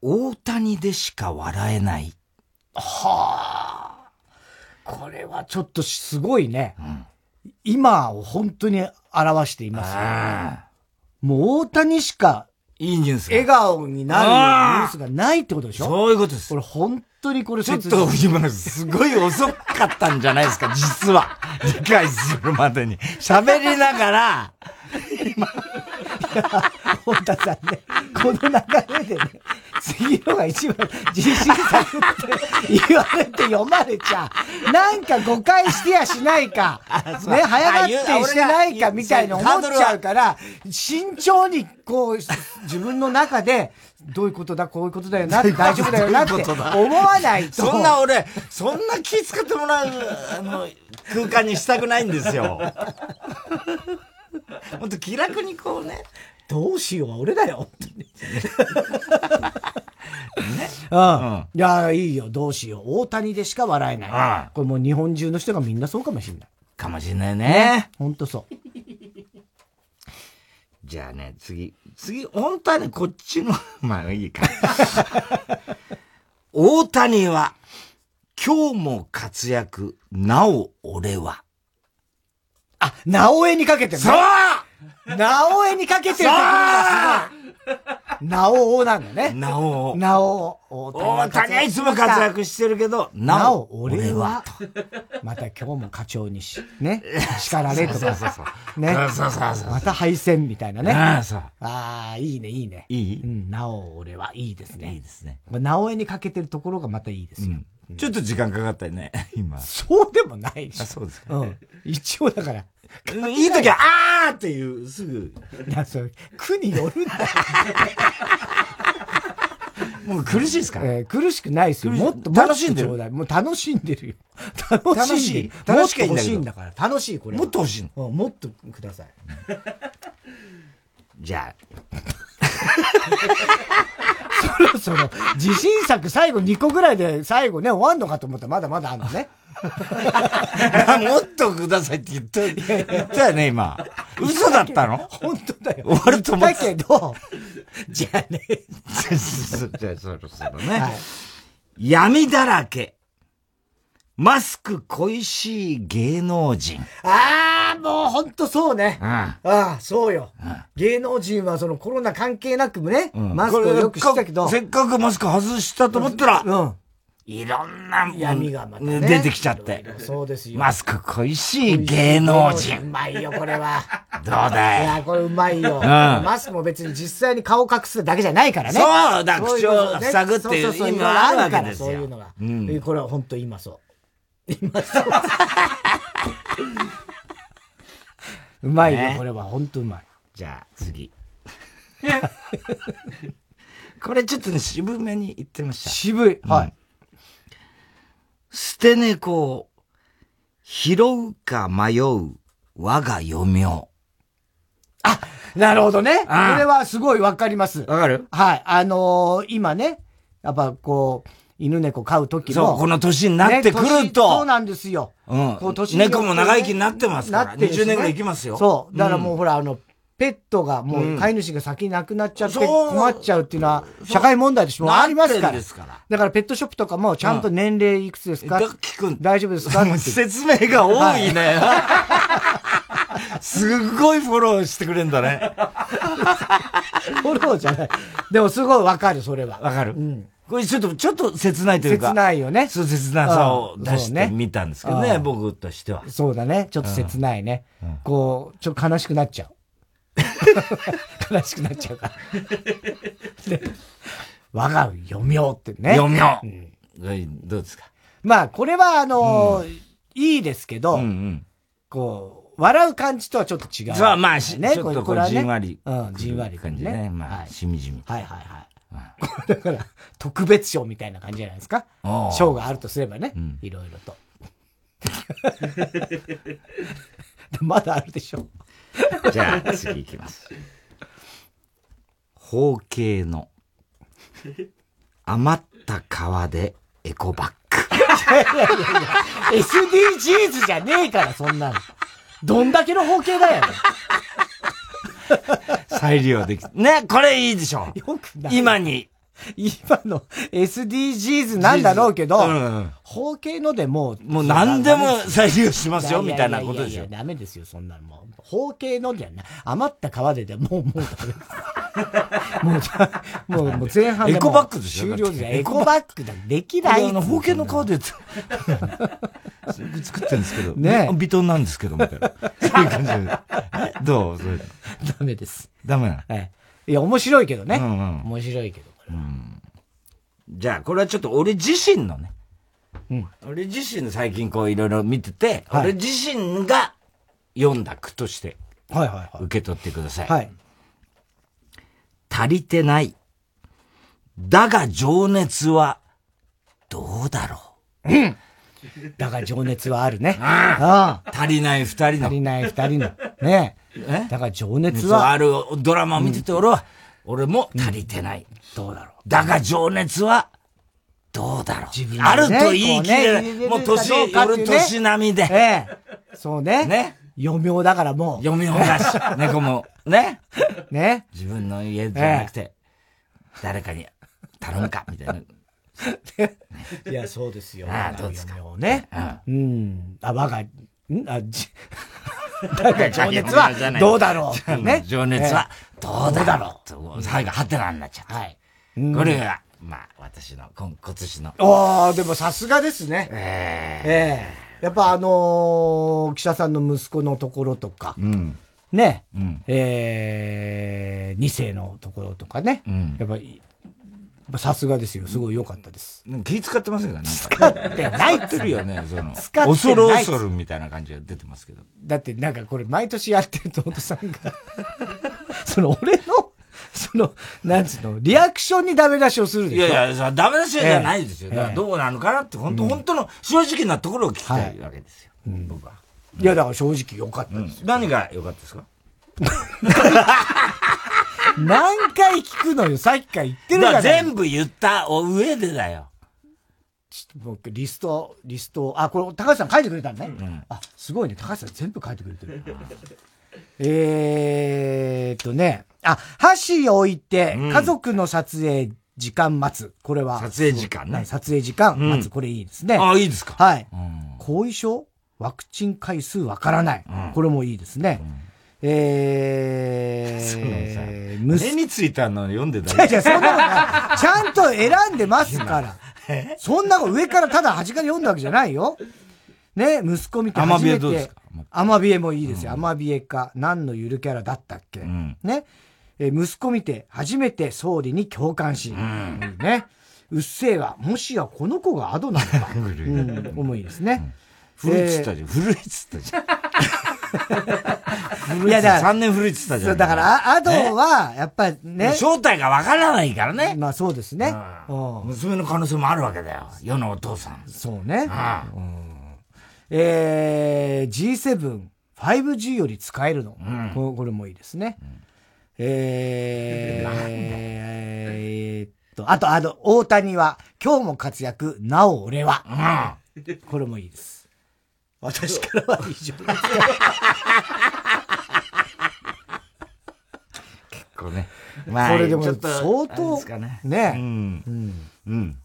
大谷でしか笑えない。
はあ。これはちょっとすごいね。今を本当に表していますよ。
ああ。
もう大谷しか
いいニュースが。
笑顔になるようなニュースがないってことでしょ
そういうことです
こ。れ本当にこれ
ちょっ
切実
と今、すごい遅かったんじゃないで
<laughs>
すか、実は。理解するまでに。喋りながら、
本田さんね、この流れでね、次のが一番自信作って言われて読まれちゃう。なんか誤解してやしない
<laughs>
か、ね、早がってしてないかみたいな思っちゃうから、慎重にこう、自分の中で、どういうことだ、こういうことだよな、大丈夫だよなって
どういう
思
ことだ
わないと。
<laughs> そんな俺、そんな気使ってもらう、あの、空間にしたくないんですよ。 <laughs> ほんと気楽にこうね。
どうしようは俺だよ、
<laughs>
本当に。うん。いや、いいよ、どうしよう。大谷でしか笑えな
あ
い。これもう日本中の人がみんなそうかもしれない。
かもしれないね。
ほんとそう。
じゃあね、次。次、本当はね、こっちの、まあいいか。
<laughs>
大谷は、今日も活躍、なお俺は。
あ、直江にかけてる
そう
ね。直江にかけてるところがすごい。直江なんだね。
なお、
直江。
大谷はいつも活。躍してるけど、な
な
お
お、
俺
俺は
は。。
また今日も課長にし、
<laughs>
ね。叱られと
そうそう
か。
そう。
ね。
そうそうそうそう。
また敗戦みたいなね。
ああ、そう。
ああ、いいね、いいね。
いい
うん、なお俺はいいですね。
いいですね。
まあ直江にかけてるところがまたいいですよ。
ちょっと時間かかったよね、 <laughs> 今。あ、
そうでもないし。
そうですか。
うん。一応だから、
<laughs> いい時は、あーっていう、すぐ、
なそう苦によるんだよ、
もう苦しいですから。
えー苦しくないですよ。
苦しい
もっと
楽しんでる
もっとちょうだいもう楽しんでるよ。楽しんでる。
<laughs> 楽しい
もっと欲しいんだから。楽しい、これは。
もっと欲しいの。
うん、もっとください。
<laughs> じゃあ、
<laughs> そろそろ、自信作最後2個ぐらいで最後ね、終わんのかと思ったらまだまだあんの
<laughs>
ね。
あ <laughs> もっとくださいって言った、言ったよね、今。嘘だったの
本当だよ。
終わると思っ
だ
てた
けど、じゃあね。
じゃあ、そろそろね。
はい
闇だらけ。マスク恋しい芸能人。
ああ、もう本当そうね。
うん。
ああ、そうよ。芸能人はそのコロナ関係なくもね、マスクをよくしてたけど、
せっかくマスク外したと思ったら、
うん。
いろんな
闇がまたね。
出てきちゃっ
い
て
ろい。ろそうですよ。
マスク恋しい芸能人。
うまいよ、これは。
<laughs> どう
い
だい
や、これうまいよ。マスクも別に実際に顔隠すだけじゃないからね。
そうだ、
そうい
口
うの
を
ね
塞ぐってい
そうそそ
意味があ
いろ
る
いろか
わけ
ら
です
そういう
よ
の。が。
うん <laughs>
これは本当今そう。 <laughs> うまいよ
ね、
これは。ほんとうまい。
じゃあ、次。これちょっとね、渋めに言ってみました。
渋い。はい。
捨て猫を拾うか迷う我が余命。わ
なるほどね。これ
ああ
はすごいわかります。
かる
はい。あのー今ね、やっぱこう、犬猫飼う時
そう、
の。
この年になってく
ね
る
年そう
と、
なんですよ。
うん
こう年によって
猫
ね
も長生きになってますから、
なってるしね
20年ぐらい生きますよ。
そう。だから
ん
もうほら、あの、ペットがもう飼い主が先に亡くなっちゃって
そう
困っちゃうっていうのは社会問題でしょ。もうありますか
なって
ら
んで。すから。
だからペットショップとかもちゃんと年齢いくつですか
ダッキー君
大丈夫ですかって
説明が多いね。すっごいフォローしてくれんだね。
<laughs> フォローじゃない。でもすごいわかる、それは。
わかる、これちょっと、ちょっと切ないというか。
切ないよね
そう、切なさを出
う
し
んそう
て
ね
みたんですけどね、僕としては。
そうだね。ちょっと切ないね。こう、ちょっと悲しくなっちゃう。悲しくなっちゃうから。で我が余命ってね。
読みよう、はいどうですか
まあ、これはあのーいいですけど、
うんうん。
こう、笑う感じとはちょっと違う。
そう、まあ、し
ね
ちょっとこ
れ
う、
は
じ
ね
んわり。
うん、じんわりくる
感じね。ま
は
あ、
い
しみじみ。
はいはいはい。
まあ
これだから、特別賞みたいな感じじゃないですか
おう。
賞があるとすればね
ん、
いろいろと。まだあるでしょ。
じゃあ、次行
<laughs>
きます。方形の余った皮でエコバッグ。
SDGs じゃねえから、そんなの。どんだけの方形だよ。
再利用できね、これいいでしょ。
よくない。
今に。
今の SDGs なんだろうけど、
うんうん
方形のでもう、
もう何でも再利用しま
ます
よ、みたいなことでしょ。
ダメですよ、そんなのもう。方形のじゃな、余った皮ででもう、もうダメです。 <laughs> もう、もう、もう前半でもう
エコバッグでしょ
終了です
だって
エコバッグだ。できないっつ
あ
うの
の、方形の皮でつ作ってるんですけど、
ねえ
微糖なんですけど、みた
<laughs>
いな。そういう感じで。えどうそれ
ダメです。
ダメなの
ええいや、面白いけどね。
うんうん
面白いけど。これは
じゃあ、これはちょっと俺自身のね。俺自身の最近こういろいろ見てて、
はい
俺自身が読んだ句として
はいはいはい。
受け取ってください。
はい。
足りてない。だが情熱はどうだろ
だが情熱はあるね。ああ。
う。足りない二人の
足りない二人の。ね
え
だから情熱
そう
は
あるドラマを見てて俺は、俺も足りてない。
どうだろう。
だが情熱は、どうだろう。
自分でね
あると言い切れ
こうね
ない。もう年、
言えるかどうかっていうね
夜年並みで、
ええ。そうね。
ね。
余命だからも
読みをだ
<laughs>
し、猫も、ね。
う。ね。
自分の家じゃなくて、誰かに頼むか、みたいな。
いや、そうですよ。
ああどうですか
余命ね。
うん
うん。あ、我が、んあ、 <laughs> じ、
だから情
熱は <laughs> どうだろうっていう <laughs> ね。
情熱はどう
どう
だ
だ
ろ
ろ
う。最後、ハテナになっちゃった。
はい。
これが、まあ、私の、今今年の、
ああ、でもさすがですね。
え
ええやっぱあのー記者さんの息子のところとか、
ーうん。
ね、
うん
ええ二世のところとかね、
うん
やっぱり、さすがですよ。すごい良かったです。
なんか気使ってますよね。
使ってないっ
って
て
る
るよ
よ
ね。
ね、その。
使ってない
恐る恐るみたいな感じが出てますけど。
だってなんかこれ毎年やってると、お父さんが、 <laughs> その俺の、その、なんつうの、リアクションにダメ出しをするで
い
しょ。
やいや、それはダメ出しじゃないですよ。
ええ
だからどうなのかなって、本当、本当の正直なところを聞きたいわけですよ。僕は。
いやだから正直良かったですよ。
何が良かったですか
何回聞くのよ、さっきから言って
だ
る
か
じゃな
ら
い
全部言った上でだよ。
ちょっともうリスト、リスト、あ、これ、高橋さん書いてくれたんね。あ、すごいね。高橋さん全部書いてくれてる。えーっとね。あ、箸を置いて、
うん
家族の撮影時間待つ。これは。
撮影時間ね
はい撮影時間待つ。
うん
これいいですね。
あ、いいですか
はい。
うん
後遺症ワクチン回数わからない、
うん
これもいいですね。えー、
そうなん
息
さ。
子
目についたの読んでた
いやいや、そんなことない。ちゃんと選んでますから。そんなこと上からただ端から読んだわけじゃないよ。ね、息子見て初め
アマビエ
て。
どうですかもう
アマビエもいいですよ。アマビエか。何のゆるキャラだったっけ、
ん
ね。えー息子見て初めて総理に共感し。ね。うっせぇわ。もしやこの子がア
<laughs>
ドなのか。うん、重いですね。 <laughs>
古いっつったじゃん。古いっつったじゃん。いや、だから。3年古いって言ったじゃ
そ
ん。
うだから、ああとは、やっぱりね。
正体がわからないからね。
まあそうですね。
うん娘の可能性もあるわけだよ。世のお父さん。
そうね。
あ
えー、G7、5G より使えるの。
ん
ここれもいいですね。えー、えーっと、あと、あの、大谷は、今日も活躍、なお俺は。
あ。
これもいいです。私からは以上です。
結構ね。ま
それでも
ちょっと
相当
あれですかね。
ね
うん。うん。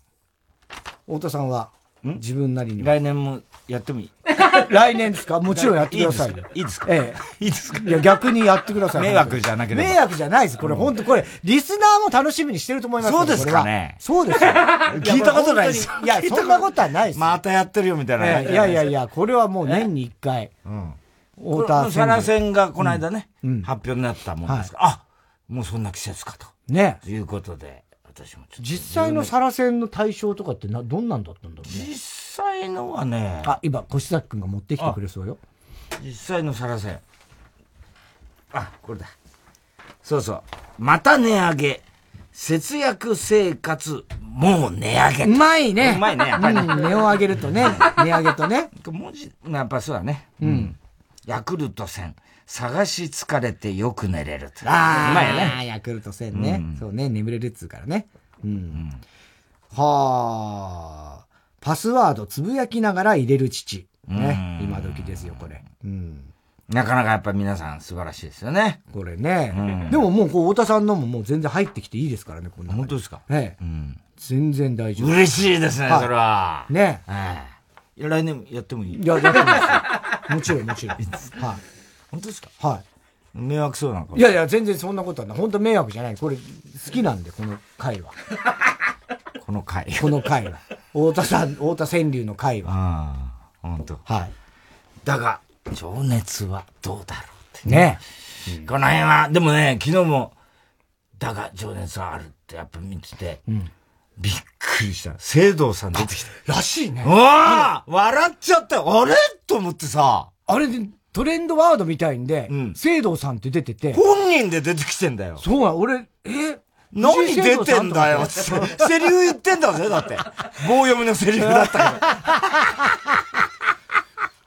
太田さんは、自分なりには。
来年もやってもいい
<laughs> 来年ですかもちろんやってください。
いいですか
ええ。
いいですか
いや、逆にやってください。
迷惑じゃなければ
迷惑じゃないです。これ、本当これ、リスナーも楽しみにしてると思いますよ
そうですかね
これはそうですよ。
<laughs> 聞いたことないです
いや、そんなことはないです。
またやってるよみたいな。
ええいやいやい
や。
や、これはもう年に一回、
うん。
太
この
田
サラ
さん。
線がこの間ね、
うん
発表になったもんですから、あもうそんな季節か
ね。
ということで、私もちょっと。
実際のサラセンの対象とかってな、どんなんだったんだろうね。
実際のはね、
あ、今、越崎くんが持ってきてくれそうよ。
実際のサラ線。あ、これだ。そうそう。また値上げ。節約生活、もう値上
う
げ。
まいね。
うまいねやっぱりね
うん値を上げるとね、値上げとね。
文字、やっぱそうだね。うん。ヤクルト1000。探し疲れてよく寝れると。うまいよね。
あ、ヤクルト1000ね、そうね、眠れるっつうからね。うん。はあ。パスワードつぶやきながら入れる父。ね。
うん
今時ですよ、これ。うん。
なかなかやっぱ皆さん素晴らしいですよね。
これね。
うん
でももう、こう、太田さんのももう全然入ってきていいですからね、こんな。
本当ですか
ね、
うん。
全然大丈夫。
嬉しいですね、
はい
それは。
ね。
ええ。いや来年やってもいい
いや、だってもちろん、もちろん。はい。
本当ですか
は
迷惑そうなのか
い。いやいや、全然そんなことはない。本当迷惑じゃない。これ、好きなんで、この回は。
<laughs> この回。
この回は。太田さん、太田川柳の回は。
ああ、本当。
はい。
だが、情熱はどうだろうって。
ね
この辺は、でもね、昨日も、だが、情熱はあるってやっぱ見てて、びっくりした。聖堂さん出
<laughs>
てきた。
らしいね
う。わあ笑っちゃったよあれと思ってさ、
あれでトレンドワードみたいんで、
うん
聖堂さんって出てて、
本人で出てきてんだよ。
そうなの俺、え
何出てんだよっ。つって。セリフ言ってんだぜ、だって。棒読みのセリフだった <laughs> けど。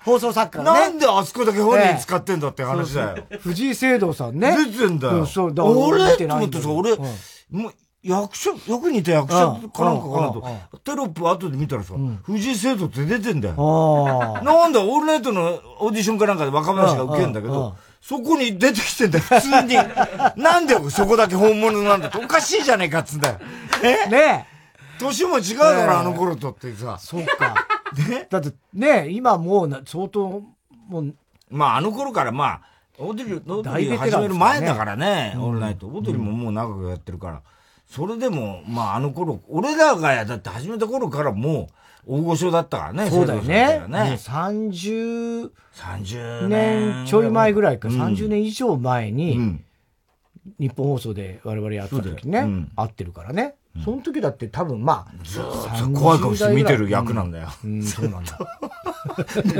放送作家
な
が
ん
ね。
であそこだけ本人使ってんだって話だよ。
藤井聖堂さんね。
出てんだ
う
よ。
そうだ
俺
見
って
てな
思
い
っ
んだ
て
け
さ、
ど
俺、
うん
もう役者、役にいた役者かなんかか
うんうん
なと。テロップ後で見たらさ、藤井生徒って出てんだよ。
あ
なんだ、オールナイトのオーディションかなんかで若林が受けるんだけ
うんうんうん
ど、そこに出てきてんだよ、普通に。 <laughs> なんでそこだけ本物なんだっておかしいじゃねえかっつうんだよ。
あ。
え
ね
年も違うだ
ねえ
ろ、あの頃とってさ。
そうか。
<laughs> ね
だってね、今もうな相当、もう、
まあ、あの頃から、まあ、オードリー、オードリー
大ベテランですからね
始める前だからね、オールナイト。オードリーももう長くやってるから。それでも、まあ、あの頃、俺らが、だって始めた頃からもう、大御所だったからね、
そうだよね。
生徒さんだ
ね
よね
30
30
年ちょい前ぐらいか、
うん
30年以上前に、
うん。
日本放送で我々やってた時ね、
そうだようん
会ってるからね。その時だって多分まあ、
ずーっと怖い顔して見てる役なんだよ。
うん、そうなん
<laughs>
だ。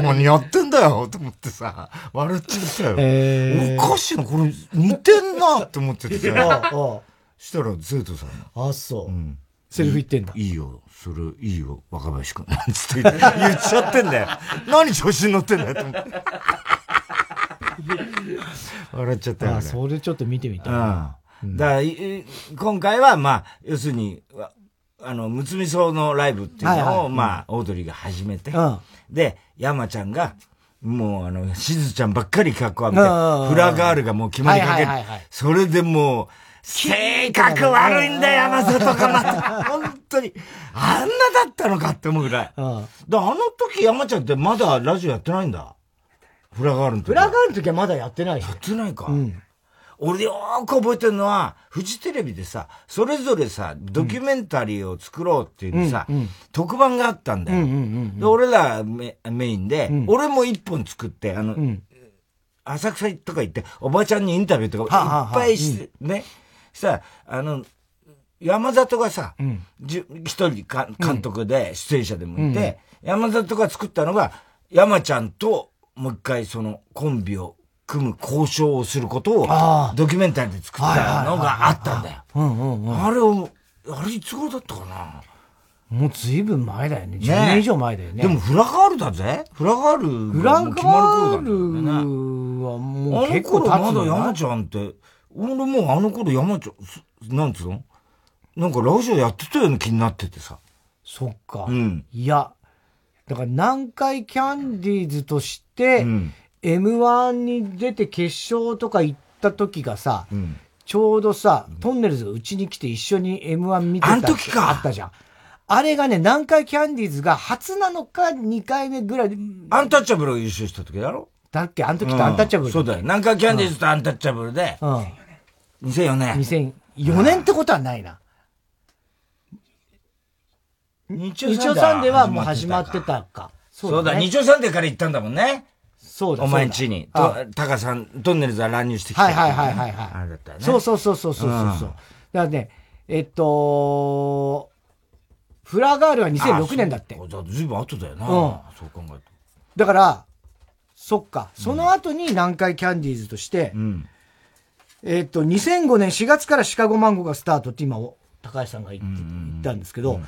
何やってんだよ、と思ってさ、笑っちゃったよ。
え
おかしいな、これ、似てんな、って思ってて
ー、
さ。
あ
したら、生徒さんが、
あ、あそう、
うん。
セリフ言ってんだ。
いいよ、それいいよ、若林くん。なんつって言っちゃってんだよ。何調子に乗ってんだよ、と思って。笑っちゃったよ、
ああ、
俺
それちょっと見てみたい。
うん。だからい、い今回は、まあ、要するに、わあの、むつみそうのライブっていう
はい
の
は
を、まあ、オードリーが始めて
うん、
で、山ちゃんが、もう、あの、しずちゃんばっかり格好浴びて、
うんうんうん
フラガールがもう決まりかける
はいはいはいはい。
それでもう、性格悪いんだよ、山里かな。本当に。あんなだったのかって思うぐらい。
う
だ
ん
あの時山ちゃんってまだラジオやってないんだ。フラガールの時。
フラガールの時はまだやってないよ。
やってないか。俺よーく覚えてるのは、フジテレビでさ、それぞれさ、ドキュメンタリーを作ろうっていうさ、特番があったんだよ。で、俺らメメインで、俺も一本作って、あの、浅草とか行って、おばちゃんにインタビューと
はあはあ
か
はい
っぱいして、ね、さ、あの、山里がさ、じゅ一、人か監督で出演者でもいて、山里が作ったのが、山ちゃんと、もう一回そのコンビを組む交渉をすることを
ああ
ドキュメンタリーで作ったのがあったんだよ。
うんうんうん。
あれを、あれいつ頃だったかな、
もう随分前だよね。10
ね
年以上前だよね。
でも、フラガールだぜフラガール
フラ
が
ガ
もう決まる頃
ー
だったんだよ
ル
ね。
は
あ
もう
の
結構
頃ま
経つ
だ
よ
山ちゃんって、俺もうあの頃山ちゃんす、なんつうのなんかラジオやってたような気になっててさ。
そっか。
うん
いや、だから南海キャンディーズとして、
うん
M1 に出て決勝とか行った時がさ、
うん。
ちょうどさ、トンネルズがうちに来て一緒に M1 見てた
あん時か
あったじゃん。あれがね、南海キャンディーズが初なのか2回目ぐらい
アンタッチャブルが優勝した時だろ
だっけあの時とアンタッチャブル、
うんそうだよ。南海キャンディーズとアンタッチャブルで、
うん。
2004年。
2004年ってことはないな。
日
日曜サンデーはもう始まって。たか。
そうだ、
ね
日曜サンデーから行ったんだもんね。
そうだ
お前んちに。
そうだ
と
あ、
タカさん、トンネルズは乱入してきた。
はいはいはいはいはい。
あれだったよね。
そうそうそうそうそうそう。
うん
だからね、えっと、フラガールは2006年だって
あ。。そうだずいぶん後だよな。
ん
そう考える
だから、そっか。その後に南海キャンディーズとして、
と。うん。
えっと、2005年4月からシカゴマンゴーがスタートって今、お高橋さんが言って
うんうん
言ったんですけど、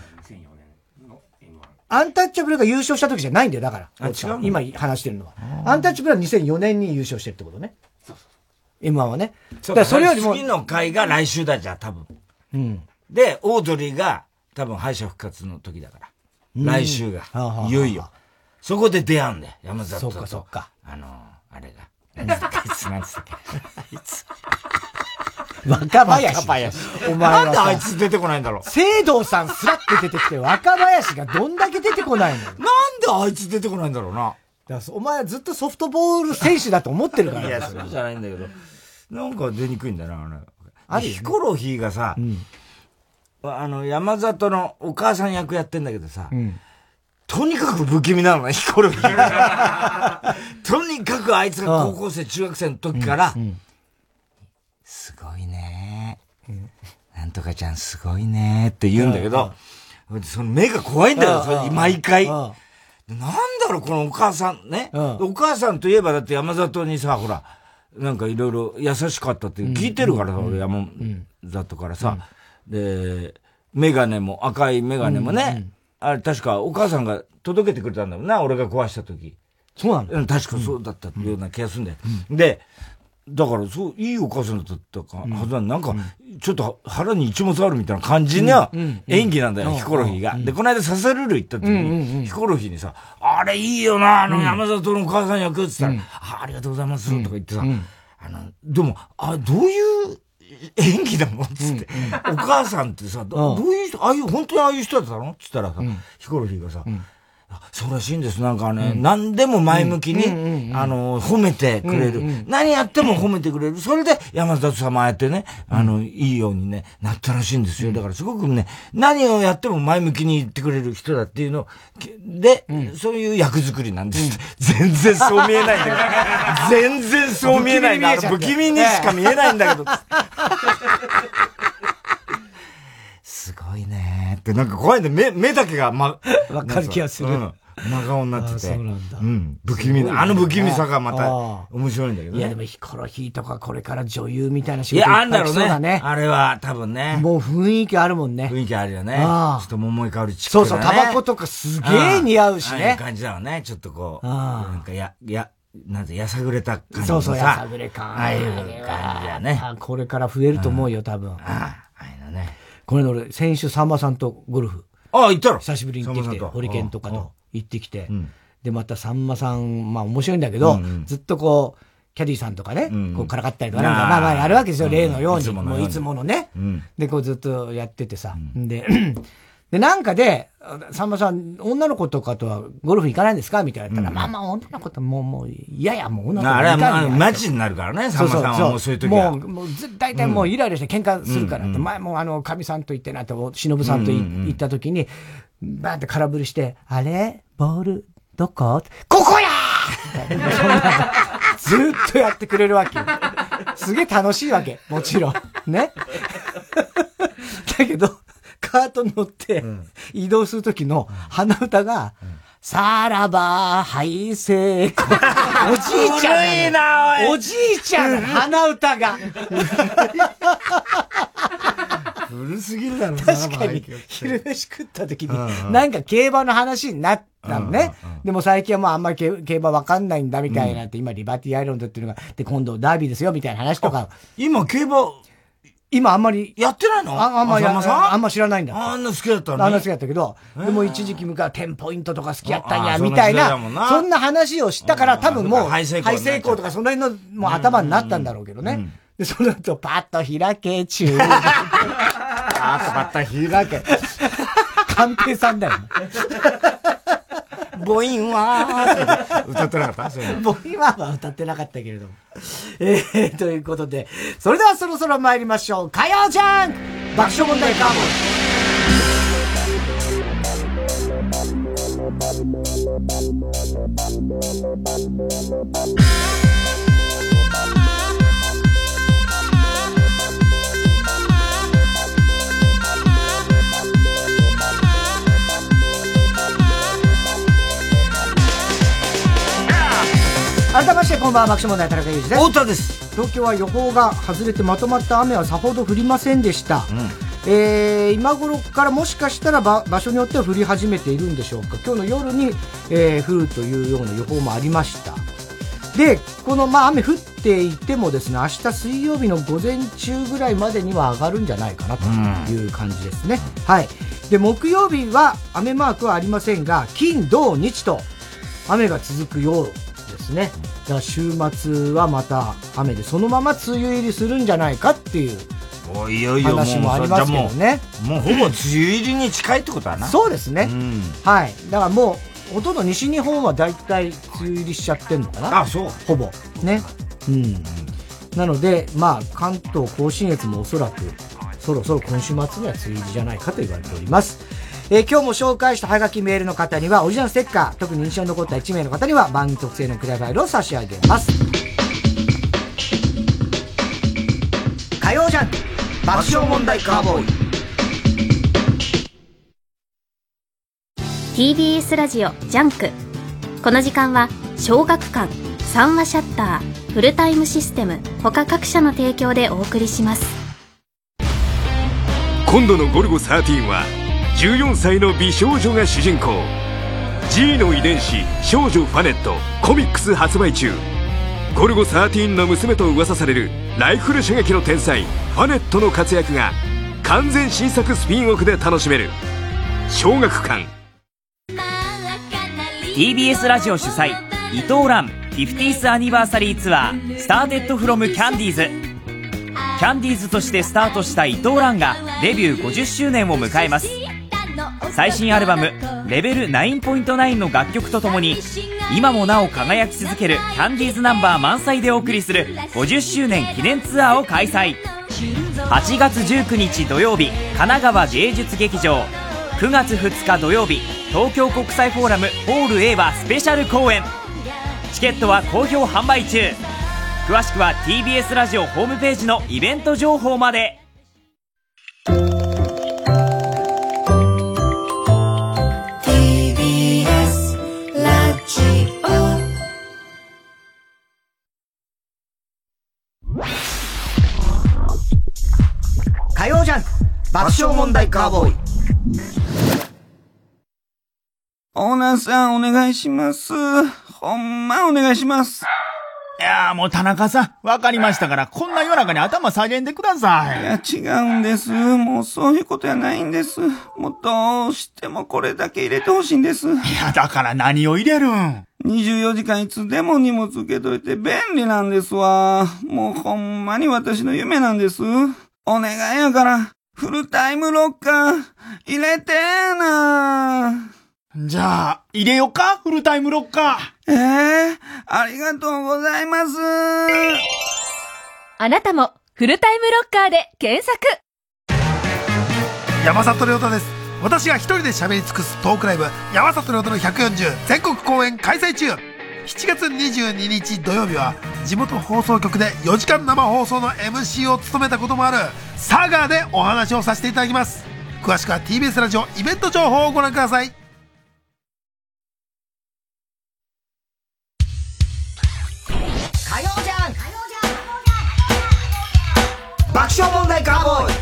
アンタッチャブルが優勝した時じゃないんだよ、だから。
あ違うの
今話してるのは。アンタッチャブルは2004年に優勝してるってことね。M1 はね。だか
う
らそれよりも、
次の回が来週だじゃん、多分。
うん。
で、オードリーが、多分敗者復活の時だから。来週が
あはあは。あ
いよいよ。そこで出会うんだよ、山里と。
そうかそうか。
あのー、あれが。なんだっけあいつなんつったっけあいつ。
<laughs> 若林。
若林
お前
なん
は
であい
さ。
つ出てこないんだろう。
聖堂さんスラッて出てきて、若林がどんだけ出てこないのよだか
なんであいつ出てこないんだろうな。
らそお前はずっとソフトボール選手だと思ってるから。
いや、そうじゃないんだけど。なんか出にくいんだな、あれ。
あるよね
ヒコロヒーがさ、あの、山里のお母さん役やってんだけどさ、
ん
とにかく不気味なのね、ヒコロヒーが。 <laughs> とにかくあいつが高校生、中学生の時から、すごいねなんとかちゃんすごいねって言うんだけど、その目が怖いんだよ、それ毎回。
うん
なんだろう、このお母さんね、
うん
お母さんといえばだって山里にさ、ほら、なんかいろいろ優しかったって聞いてるからさ、俺山里からさ、で、メガネも、赤いメガネもね、あれ確かお母さんが届けてくれたんだもんな、俺が壊した時。
そうなんだ。
うん、確かそうだったような気がするんだよ。で、だから、そう、いいお母さんだったかはずなのになんか、ちょっと腹に一物あるみたいな感じの演技なんだよ、ヒコロヒーが。で、この間、ササルール行った時に、ヒコロヒーにさ、あれいいよな、あの、山里のお母さん役って言ったら、あありがとうございます、とか言ってさ、あの、でも、あ、どういう、演技だもんっつって、お母さんってさ、どどういう人、ああいう、本当にああいう人だったのっつったらさ、ヒコロヒーがさ、あそうらしいんです。なんかね、何でも前向きに、あの、褒めてくれる。何やっても褒めてくれる。それで、山里様やってね、あの、いいようにね、なったらしいんですよ。だからすごくね、何をやっても前向きに言ってくれる人だっていうのをきで、そういう役作りなんです。 <laughs> 全然そう見えないんだ <laughs> けど。全然そう見えない
<laughs>
んだけど。不
不
気
気味
味に
に見え
し
ちゃ
か
って
見えないんだけど。すごいねーって、なんか怖いね。目、目だけが、ま、
わかる気がする
うん真顔になってて。
あそうなんだ
ん不気味な、あの不気味さがまた
あ、
面白いんだけど
いやで
ね。
もヒコロヒーとかこれから女優みたいな仕
い
事
や、あ
い
ん
っ
だ
ぱい来
ろう
そうだ
ね
ね。。
あれは、多分ね。
もう雰囲気あるもんね。
雰囲気あるよね。ち
あ
ょ
あ
っと桃井かおりチック
そ
な
う
ね
そう、タバコとかすげえ似合うし
ああいう
ね。
感じだよね。ちょっとこう、
ああ
なんかや、や、なんて、やさぐれた感じ
そ
の
う
さ。
そう、やさぐれ感。
ああいう感じだね
あこれから増えると思うよ、多分。
ああ、ああいうのね。
これの俺、先週さんまさんとゴルフ、
ああ、行ったろ
久しぶりに行ってきて、
さんまさん
ホリケンとかと行ってきて
ん、
で、またさんまさん、まあ面白いんだけど、ずっとこう、キャディーさんとかね、
ん
こうからかったりとか、なん
あ
か
あ
まあまあやるわけですよ、例のよう
いつ
に。
ものよ
も
う
う
に
いつものね。
ん
で、こうずっとやっててさ。で、 <clears throat> で、なんかで、さんまさん、女の子とかとはゴルフ行かないんですかみたいな言ったら、まあまあ女の子ともう、もう、いやいや、もう女の
な
子
あれは、
いかん
まあ、
やん
マジになるからね、さんまさんはもうそういう時は。
もう、もうず大体もうイライラして喧嘩するからって、前もあの、かみさんと行ってなって、お忍さんとい行った時に、バーって空振りして、あれボール、どこここやーってそんなのずーっとやってくれるわけよ。すげえ楽しいわけ。もちろん。ね。だけど、カートに乗って、移動する時の鼻歌が、さらば、はい、成功。おじいちゃん
古いなおい
おじいちゃんの鼻歌が。
古すぎるだろ、
確かに
生、
昼飯食った時
うんう
に、
ん
なんか競馬の話になったのね。でも最近はもうあんまり競競馬わかんないんだみたいなって、今リバティアイランドっていうのが、で、今度ダービーですよみたいな話とか、
今、競馬、
今あんまり、
やってないの
ああんまり、
浅間さん
あんま知らないんだって。
あんな好きだったの
あ
に
の好きだったけど、でも一時期向かう10ポイントとか好きやったん
あ
や、
ー
みたい
そんな時代だもんな
な、そんな話をしたから多分もう、
ハイセイコーになっちゃう
ハイセイコーとかその辺のもう頭になったんだろうけどね。で、その後、パッと開け中。
<laughs> あー、また開け。
寛平さん <laughs> だよね。
母音はーって歌ってなかったそういうの
もう今は歌ってなかったけれども。えー、ということで、それではそろそろ参りましょう。火曜じゃん爆笑問題カーボン。改めましてこんばんは、爆笑問題田中裕二です。
太田です。
東京は予報が外れてまとまった雨はさほど降りませんでした。えー今頃からもしかしたらば場所によっては降り始めているんでしょうか今日の夜に、えー降るというような予報もありましたでこの、まあ、雨降っていてもですね明日水曜日の午前中ぐらいまでには上がるんじゃないかなという感じですね、はいで木曜日は雨マークはありませんが金土日と雨が続くようですねだから週末はまた雨でそのまま梅雨入りするんじゃないかっていう
おいよいよ、もう、
話もありますけどね
じゃあもう、もうほぼ梅雨入りに近いってことだな。
そうですね、
うん。
はいだからもうほとんど西日本は大体梅雨入りしちゃってんのかな
あ、そう。
ほぼねうんなのでまあ関東甲信越もおそらくそろそろ今週末には梅雨入りじゃないかと言われておりますえー今日も紹介したハガキメールの方にはオリジナルステッカー特に印象に残った1名の方には番組特製のクラファイルを差し上げます火曜じゃん爆笑問題カーボーイ
TBS ラジオジャンクこの時間は小学館三話シャッターフルタイムシステム他各社の提供でお送りします
今度の「ゴルゴ13」は14歳の美少女が主人公 G の遺伝子少女ファネットコミックス発売中「ゴルゴ13」の娘と噂されるライフル射撃の天才ファネットの活躍が完全新作スピンオフで楽しめる小学館
TBS ラジオ主催伊藤蘭 50th アニバーサリーツアー「スターテッドフロムキャンディーズ」キャンディーズとしてスタートした伊藤蘭がデビュー50周年を迎えます最新アルバム「レベル9.9」の楽曲とともに今もなお輝き続けるキャンディーズナンバー満載でお送りする50周年記念ツアーを開催8月19日土曜日神奈川芸術劇場9月2日土曜日東京国際フォーラムホール A はスペシャル公演チケットは好評販売中詳しくは TBS ラジオホームページのイベント情報まで
火曜ジャンク爆笑問題カーボーイ
オーナーさん、お願いします。ほんま、お願いします。
いやーもう田中さん、わかりましたから、こんな夜中に頭下げんでくだ
い
さい。
や、違うんです。もう、そういうことやないんです。もう、どうしてもこれだけ入れてほしいんです。
いや、だから何を入れるん
24時間いつでも荷物受けといて便利なんですわ。もう、ほんまに私の夢なんです。お願いやから、フルタイムロッカー、入れてーな
じゃあ、入れよかフルタイムロッカ
え
ー。
えー、ありがとうございます。
あなたもフルタイムロッカーで検索
山里亮太です私が一人で喋り尽くすトークライブ「山里亮太の140」全国公演開催中7月22日土曜日は地元放送局で4時間生放送の MC を務めたこともあるサガーでお話をさせていただきます詳しくは TBS ラジオイベント情報をご覧ください
証問題カーボーイ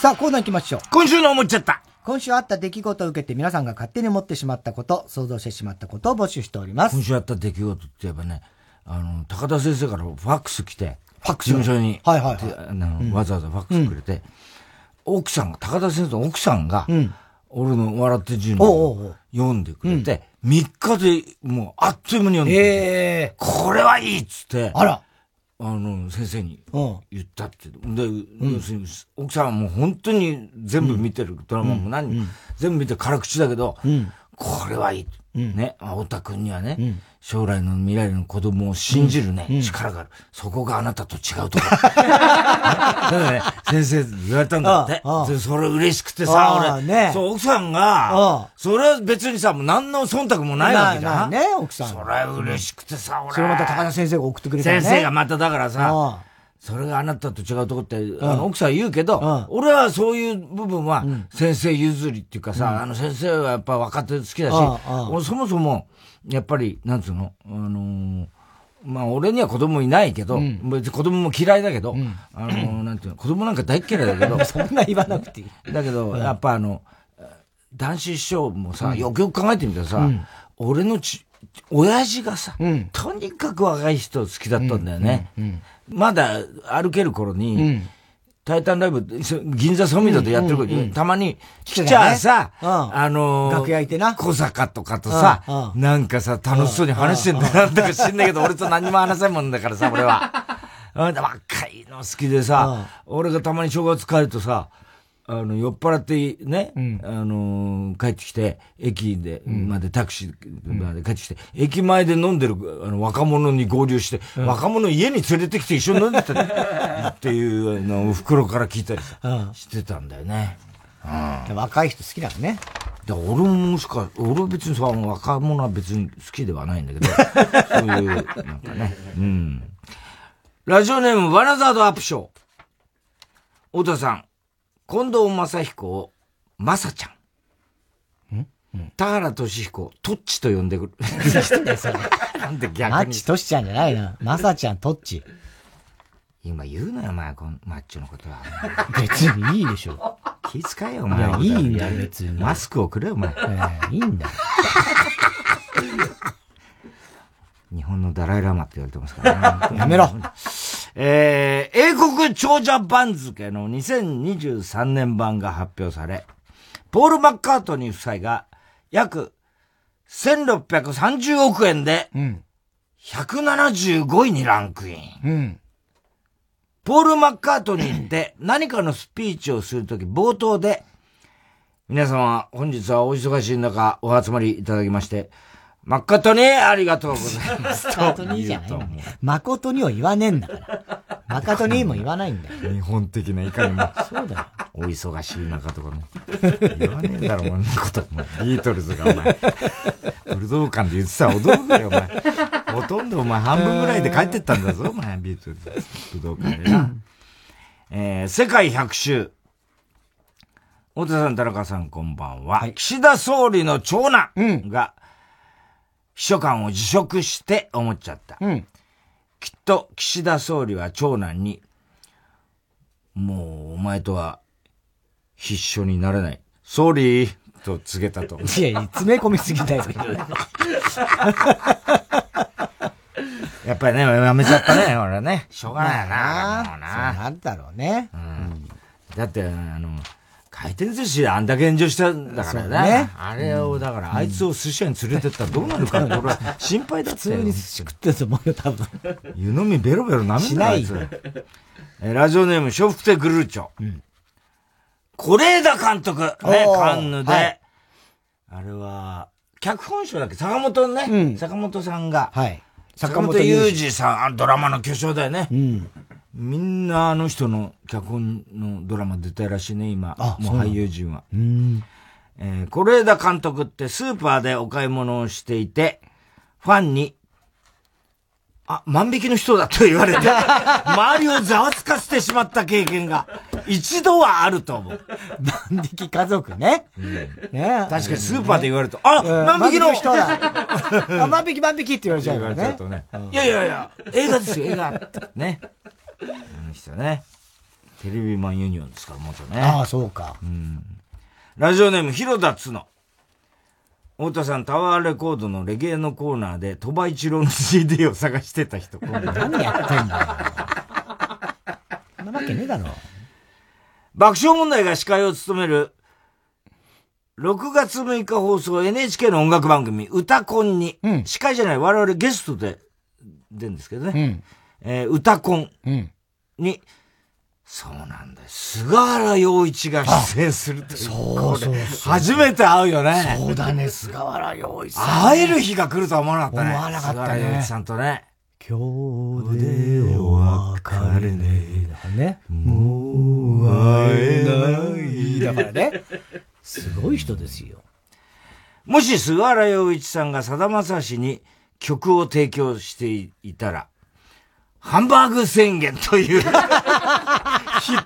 さあ、コーナー行きましょう。
今週の思っちゃった。
今週あった出来事を受けて皆さんが勝手に思ってしまったこと、想像してしまったことを募集しております。
今週あった出来事って言えばね、あの、高田先生からファックス来て、
ファックス
事務所に、
はいはいはい
であのわざわざファックスくれて、奥さんが、高田先生の奥さんが、俺の笑って自由の
おうおうおう
読んでくれて、3日でもうあっという間に読んでくれて、
ええ
これはいいっつって、
あら。
あの、先生に
うん
言ったって。で、要するに、奥さんはもう本当に全部見てる、ドラマも何も、全部見て辛口だけど、これはいい。ね、青田君にはね、将来の未来の子供を信じるね、力がある。そこがあなたと違
<laughs>
うところ。だからね、先生言われたんだって
ああああ。
でそれ嬉しくて
あ
さ
あ、ね
俺、そう、奥さん
ああ
が、それは別にさ、もう何の忖度もないわけ
な
だ
いないね奥さん
それは嬉しくてさ、俺。
それまた高田先生が送ってくれたね。
先生がまただから
あ
さ
あ、
それがあなたと違うとこって、あの奥さんは言うけど、
ん
俺はそういう部分は先生譲りっていうかさ、あの先生はやっぱ若手好きだし
ああああ、
俺そもそも、やっぱり、なんつうの、あのーまあ俺には子供いないけど、別に子供も嫌いだけど、あのーなんていうの、子供なんか大っ嫌いだけど、
<laughs> そんな言わなくていい。
だけど、やっぱあの、男子師匠もさ、よくよく考えてみたらさ、俺のち、親父がさ、とにかく若い人好きだったんだよね。まだ歩ける頃に、タイタンライブ、そ銀座ソミダでやってる頃に、たまに、来ちゃあさ、
うん
あのー
楽屋いてな
小坂とかとさ、
うんう
なんかさ、楽しそうに話してんだな、とか知んないけど、俺と何も話せんもんだからさ、俺は。うん若いの好きでさ、俺がたまに正月帰るとさ、あの、酔っ払ってね、あのー帰ってきて、駅で、までタクシーまで帰ってきて、駅前で飲んでるあの若者に合流して、若者家に連れてきて一緒に飲んで
<laughs>
たっていうのを袋から聞いたりさしてたんだよね。
若い人好きだからね。
で俺ももしか、俺は別にさ、若者は別に好きではないんだけど、そういう、なんかね。うん。ラジオネーム、ワナザードアップショー。太田さん、近藤正彦を、まさちゃん。田原俊彦を、トッチと呼んで
<laughs>
くる。なんで
マ
逆
ッ
に。
チトシちゃんじゃないな。マサちゃん、トッチ。
今言うなよ、お前、このマッチョのことは。
別にいいでしょ。
気遣えよ、お
い
前
や、。いいんだよ、別に。
マスクをくれよ、お前。
ええいいんだよ。
日本のダライラマって言われてますから
<laughs>
ね。
やめろ。
えー、英国長者番付の2023年版が発表され、ポール・マッカートニー夫妻が約1630億円で
うん。
175位にランクイン。
うん。
ポール・マッカートニーって何かのスピーチをするとき冒頭で、皆様本日はお忙しい中お集まりいただきまして、マッカートニーありがとうございます。
誠にいいじゃないの。誠には言わねえんだから。誠にも言わないんだよ。
日本的ないかにも。
そうだよ。
お忙しい中とかね。言わねえだろ、こんなこと。ビートルズがお前、武道館で言ってたら驚くよ、お前。ほとんどお前半分ぐらいで帰ってったんだぞ、お前、ビートルズ。武道館でな。えー、世界百周。太田さん、田中さん、こんばんは。岸田総理の長男が、秘書官を辞職して思っちゃった。
ん
きっと、岸田総理は長男に、もう、お前とは、必勝になれない。総理と告げた <laughs> と。
いやいや、詰め込みすぎだよ。
やっぱりね、やめちゃった <laughs> ね、俺ね。しょうがないよ
あ
な、も
そう
な。
なんだろうね。
だって、あの、回転寿司であんだけ炎上したんだから
そう
ね。
ね
あれを、だから、あいつを寿司屋に連れてったらどうなる
<laughs>
かって、俺は <laughs> 心配だっ
普
た
通
よ
に寿司食ってると思うよ、多分。
<laughs> 湯飲みベロベロ舐めんなあい
し
つ
な。
えーラジオネーム、笑福亭グルーチョ。是枝監督。ね、
おー
カンヌで。
はい
あれは、脚本賞だっけ坂本ね、
うん
坂本さんが。
はい。
坂本
二。
雄二さん、あのドラマの巨匠だよね。
うん。
みんなあの人の脚本のドラマ出たらしいね、今。
あ
も
そう
う
なん
俳
だ
優陣は。
うん。
えー、是枝監督ってスーパーでお買い物をしていて、ファンに、あ、万引きの人だと言わ
<laughs>
れて、周りをざわつかせてしまった経験が、一度はあると思う。
万引き家族ね。ね確
確かにスーパーで言われると、あ、万引きの人
人
だ
だ。あ万引き万引きって言われちゃう
言
か
わ
ら
れちゃう
ね。
とね。いやいやいや、映画ですよ、映画。ね。あの人ね。テレビマンユニオンですから、元ね。
ああ、そうか。
うん。ラジオネーム、広田つの。太田さん、タワーレコードのレゲエのコーナーで、鳥羽一郎の CD を探してた人。何やってんだ
そんなわけねえだろ。
爆笑問題が司会を務める、6月6日放送 NHK の音楽番組、歌コンに、司会じゃない、我々ゲストで出るんですけどね、えー歌コンに、そうなんだよ。菅原洋一が出演するという。
そうそう
これ
そう
初めて会うよね。
そうだね、菅原洋一さん。
会える日が来るとは思わなかったね。
思わなかったね
菅原洋一さんとね。
今
日でお別れね。
ね。
もう会えない。
だからね。すごい人ですよ。
もし菅原洋一さんがさだまさしに曲を提供していたら、ハンバーグ宣言という <laughs> ヒッ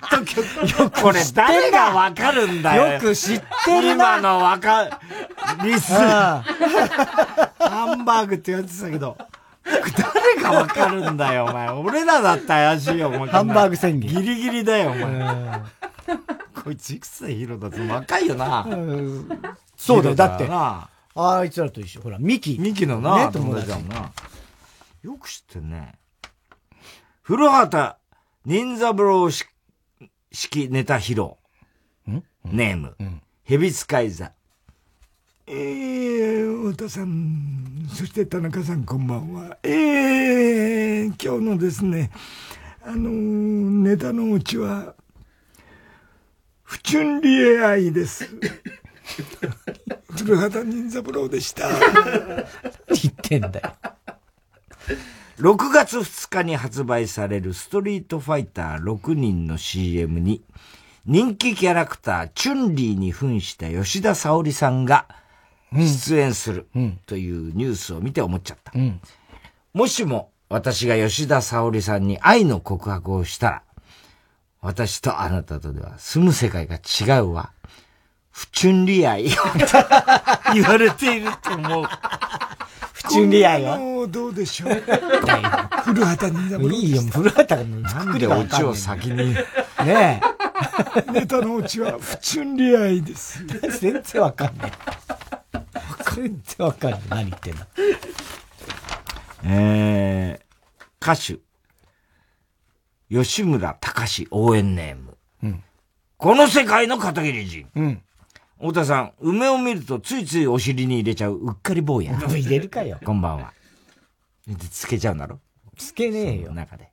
ト曲。これ誰がわかるんだよ。
よく知ってるな
今のわか、リス。
あ
<laughs> ハンバーグって言われてたけど、誰がわかるんだよ、お前。俺らだったら怪しいよ、お前。
ハンバーグ宣言。
ギリギリだよ、お前。こいついくつだ、ヒロだと若いよな。
そうだよ、
ヒロ
だって。
な
あいつらと一緒。ほら、ミキ。
ミキのな、
ね
友
友
達
達
だもんな。よく知ってんね。古畑任三郎式式ネタ披露。ネーム。蛇使い座。えー、太田さん、そして田中さんこんばんは。えー、今日のですね、あのーネタのうちは、不純理エ愛 <laughs> です。古畑任三郎で <laughs> した。
言ってんだよ。
6月2日に発売されるストリートファイター6人の CM に、人気キャラクター、チュンリーに扮した吉田沙保里さんが出演するというニュースを見て思っちゃった。
ん
もしも私が吉田沙保里さんに愛の告白をしたら、私とあなたとでは住む世界が違うわ。不チュンリ愛を <laughs> 言われていると思う。
不純利愛は。
もうどう
<laughs>
でしょう。
古畑にいいよ、古畑の
なんでオチを先に。
ね
<laughs> ネタのうちは不純利愛です。
え。 <laughs> 全然わかんない。全然わかんない。何言ってんだ。
えー、歌手、吉村隆史応援ネーム。この世界の片桐仁。
うん。
太田さん、梅を見るとついついお尻に入れちゃううっかり坊や。
入れるかよ。
こんばんは。でつけちゃうんだろ
つけねえ
の
よ。
中で。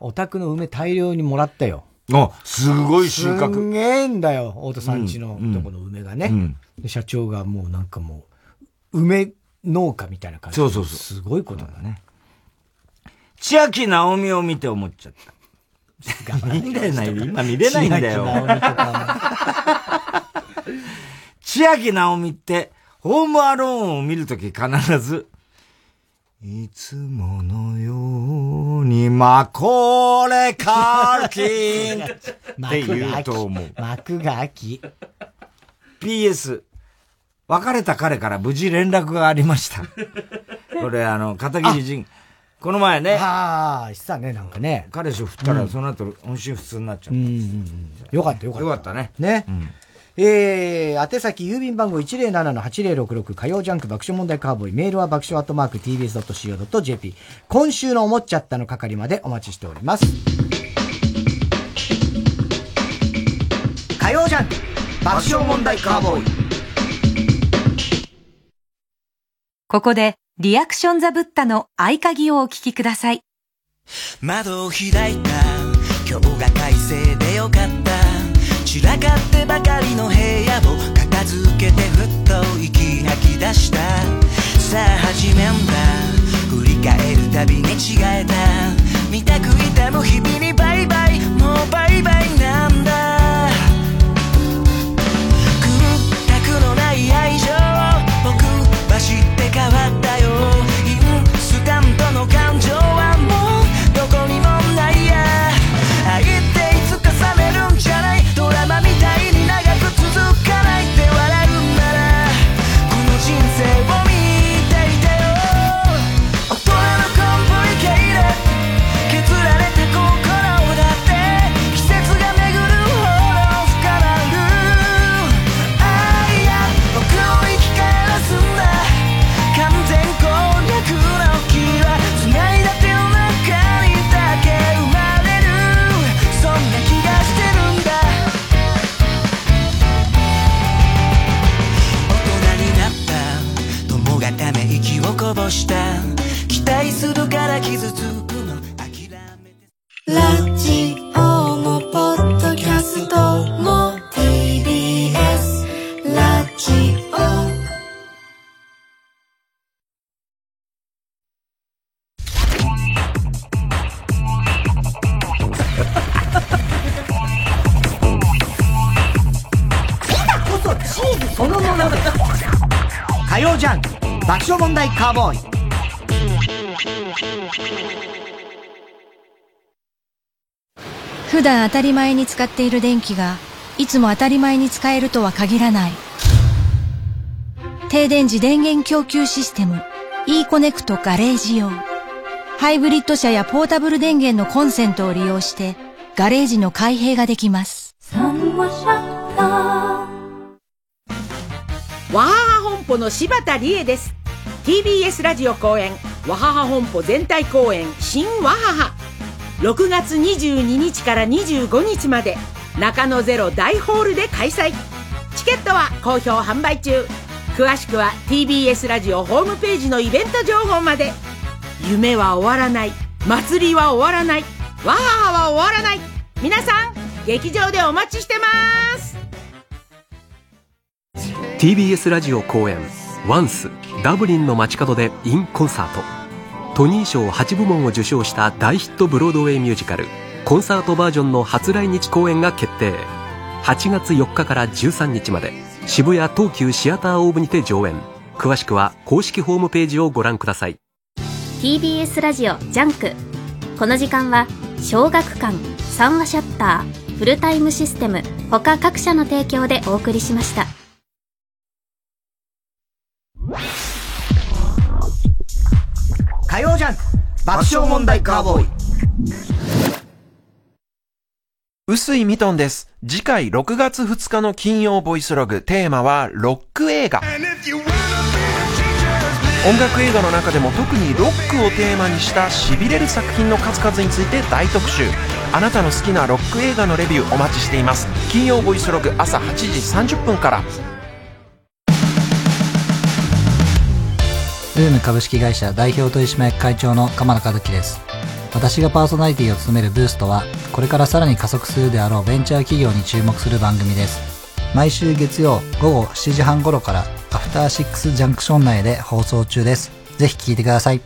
お宅の梅大量にもらったよ。
あ、すごい収
すん
穫。
げえんだよ、太田さんちのとこの梅がね。
うん
で社長がもうなんかもう、梅農家みたいな感じで
そうそうそう
すごいことだね。
千秋直美を見て思っちゃった。見れない、今見れないんだよ。
千秋直美とか
千秋直美って、ホームアローンを見るとき必ず、いつものように、まこれかき
<laughs>
ん
も
って
幕が
言う
秋
と思う。
幕が秋。
PS、別れた彼から無事連絡がありました。これ、あの、片桐仁。この前ね、
ああ、したね、なんかね。
彼氏を振ったら、その後、音信不通になっちゃっ
うんうんうん。よかったよかっ
た。
た。
よかったね。
ね。
ん
えー、宛先郵便番号107-8066火曜ジャンク爆笑問題カーボーイメールは爆笑アットマーク tbs.co.jp 今週の思っちゃったの係までお待ちしております火曜ジャンク爆笑問題カーボーイ
ここで、リアクションザブッダの合鍵をお聞きください。
窓を開いた今日が快晴でよかった散らかってばかりの部屋を片付けてふっと息吐き出したさあ始めんだ振り返るたびに違えた見たくいたの日々にバイバイもうバイバイなんだ「屈託のない愛情」「僕走って変わったよ」「インスタントの感情はもうどこにもないや」「愛っていつか冷めるんじゃない」「ドラマみたいに長く続かない」って笑うんならこの人生を見ていてよ大人のコンプリケイレ削られた心
ラジオもポッドキャストも TBS ラジオ
こそチーズそのものだ火曜ジャンク爆笑問題カーボーイ
普段当たり前に使っている電気がいつも当たり前に使えるとは限らない停電時電源供給システム e コネクトガレージ用ハイブリッド車やポータブル電源のコンセントを利用してガレージの開閉ができます
わはは本舗の柴田理恵です TBS ラジオ公演わはは本舗全体公演新わはは6月22日から25日まで中野ゼロ大ホールで開催チケットは好評販売中詳しくは TBS ラジオホームページのイベント情報まで夢は終わらない祭りは終わらないわははは終わらない皆さん劇場でお待ちしてます
TBS ラジオ公演「ワンスダブリンの街角で in コンサート」トニー賞8部門を受賞した大ヒットブロードウェイミュージカルコンサートバージョンの初来日公演が決定8月4日から13日まで渋谷東急シアターオーブにて上演詳しくは公式ホームページをご覧ください
TBS ラジオジャンクこの時間は小学館三話シャッターフルタイムシステム他各社の提供でお送りしました
火曜ジャンク爆笑問題カーボーイ
薄井ミトンです。次回6月2日の金曜ボイスログ、テーマはロック映画。音楽映画の中でも特にロックをテーマにした痺れる作品の数々について大特集。あなたの好きなロック映画のレビューお待ちしています。金曜ボイスログ朝8時30分から。
ルーム株式会社代表取締役会長の鎌田和樹です。私がパーソナリティを務めるブーストは、これからさらに加速するであろうベンチャー企業に注目する番組です。毎週月曜午後7時半頃から、アフターシックスジャンクション内で放送中です。ぜひ聞いてください。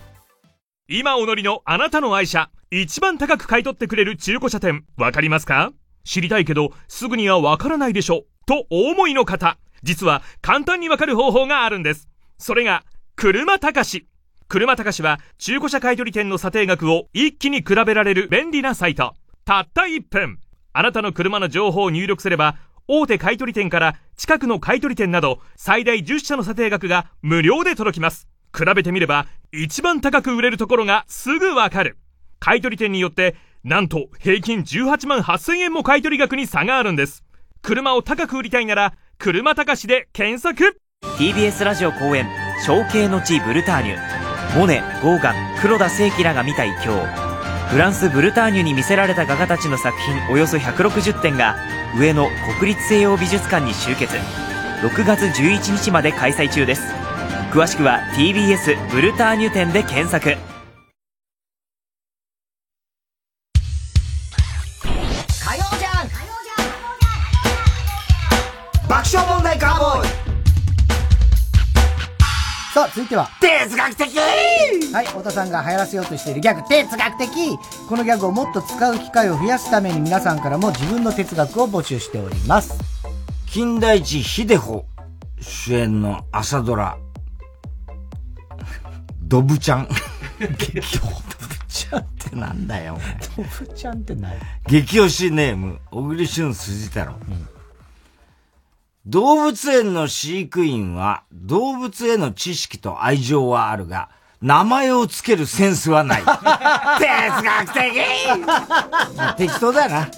<laughs> 今お乗りのあなたの愛車、一番高く買い取ってくれる中古車店、わかりますか知りたいけど、すぐにはわからないでしょとお思いの方、実は簡単にわかる方法があるんです。それが、車高し。車高しは、中古車買取店の査定額を一気に比べられる便利なサイト。たった1分。あなたの車の情報を入力すれば、大手買取店から近くの買取店など最大10社の査定額が無料で届きます。比べてみれば一番高く売れるところがすぐわかる。買取店によってなんと平均18万8000円も買取額に差があるんです。車を高く売りたいなら車高しで検索
TBS ラジオ公演「象形の地ブルターニュ」モネゴーガン黒田清輝らが見た異郷フランスブルターニュに魅せられた画家たちの作品およそ160点が上野国立西洋美術館に集結6月11日まで開催中です詳しくは TBS ブルターニュ展で検索
火曜ジャンク爆笑問題カーボーイ
さあ、続いては。
哲学的
はい、太田さんが流行らせようとしているギャグ、哲学的このギャグをもっと使う機会を増やすために皆さんからも自分の哲学を募集しております。
金
<laughs>
田一秀穂主演の朝ドラ、 <laughs> ドブちゃん。 <laughs> 激ドブちゃんってなんだよ、お前
ふちゃんってない。
激推しネーム、小栗旬辻太郎。動物園の飼育員は動物への知識と愛情はあるが、名前をつけるセンス
<laughs>
はない。哲学 <laughs> 的適当だよな。